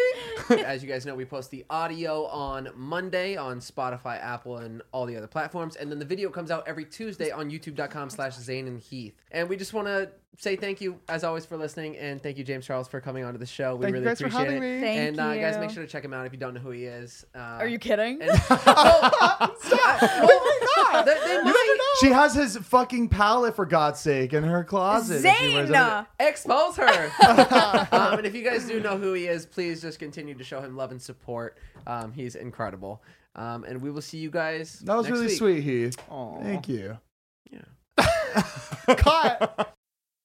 B: As you guys know, we post the audio on Monday on Spotify, Apple, and all the other platforms. And then the video comes out every Tuesday on youtube.com slash Zane and Heath. And we just want to say thank you, as always, for listening. And thank you, James Charles, for coming onto the show. We
E: Thank you
B: really
E: guys for
B: appreciate
E: having
B: it.
E: me.
C: Thank
B: and uh, guys,
C: you.
B: make sure to check him out if you don't know who he is. Uh,
C: Are you kidding?
B: Stop!
E: Oh
B: Well, they, they might
D: she has his fucking palette for God's sake in her closet. that she wears
C: Zane.
D: every-
B: expose her. um, and if you guys do know who he is, please just continue to show him love and support. Um, he's incredible. Um, and we will see you guys.
D: That was
B: next
D: really
B: week.
D: sweet, Heath. Thank you.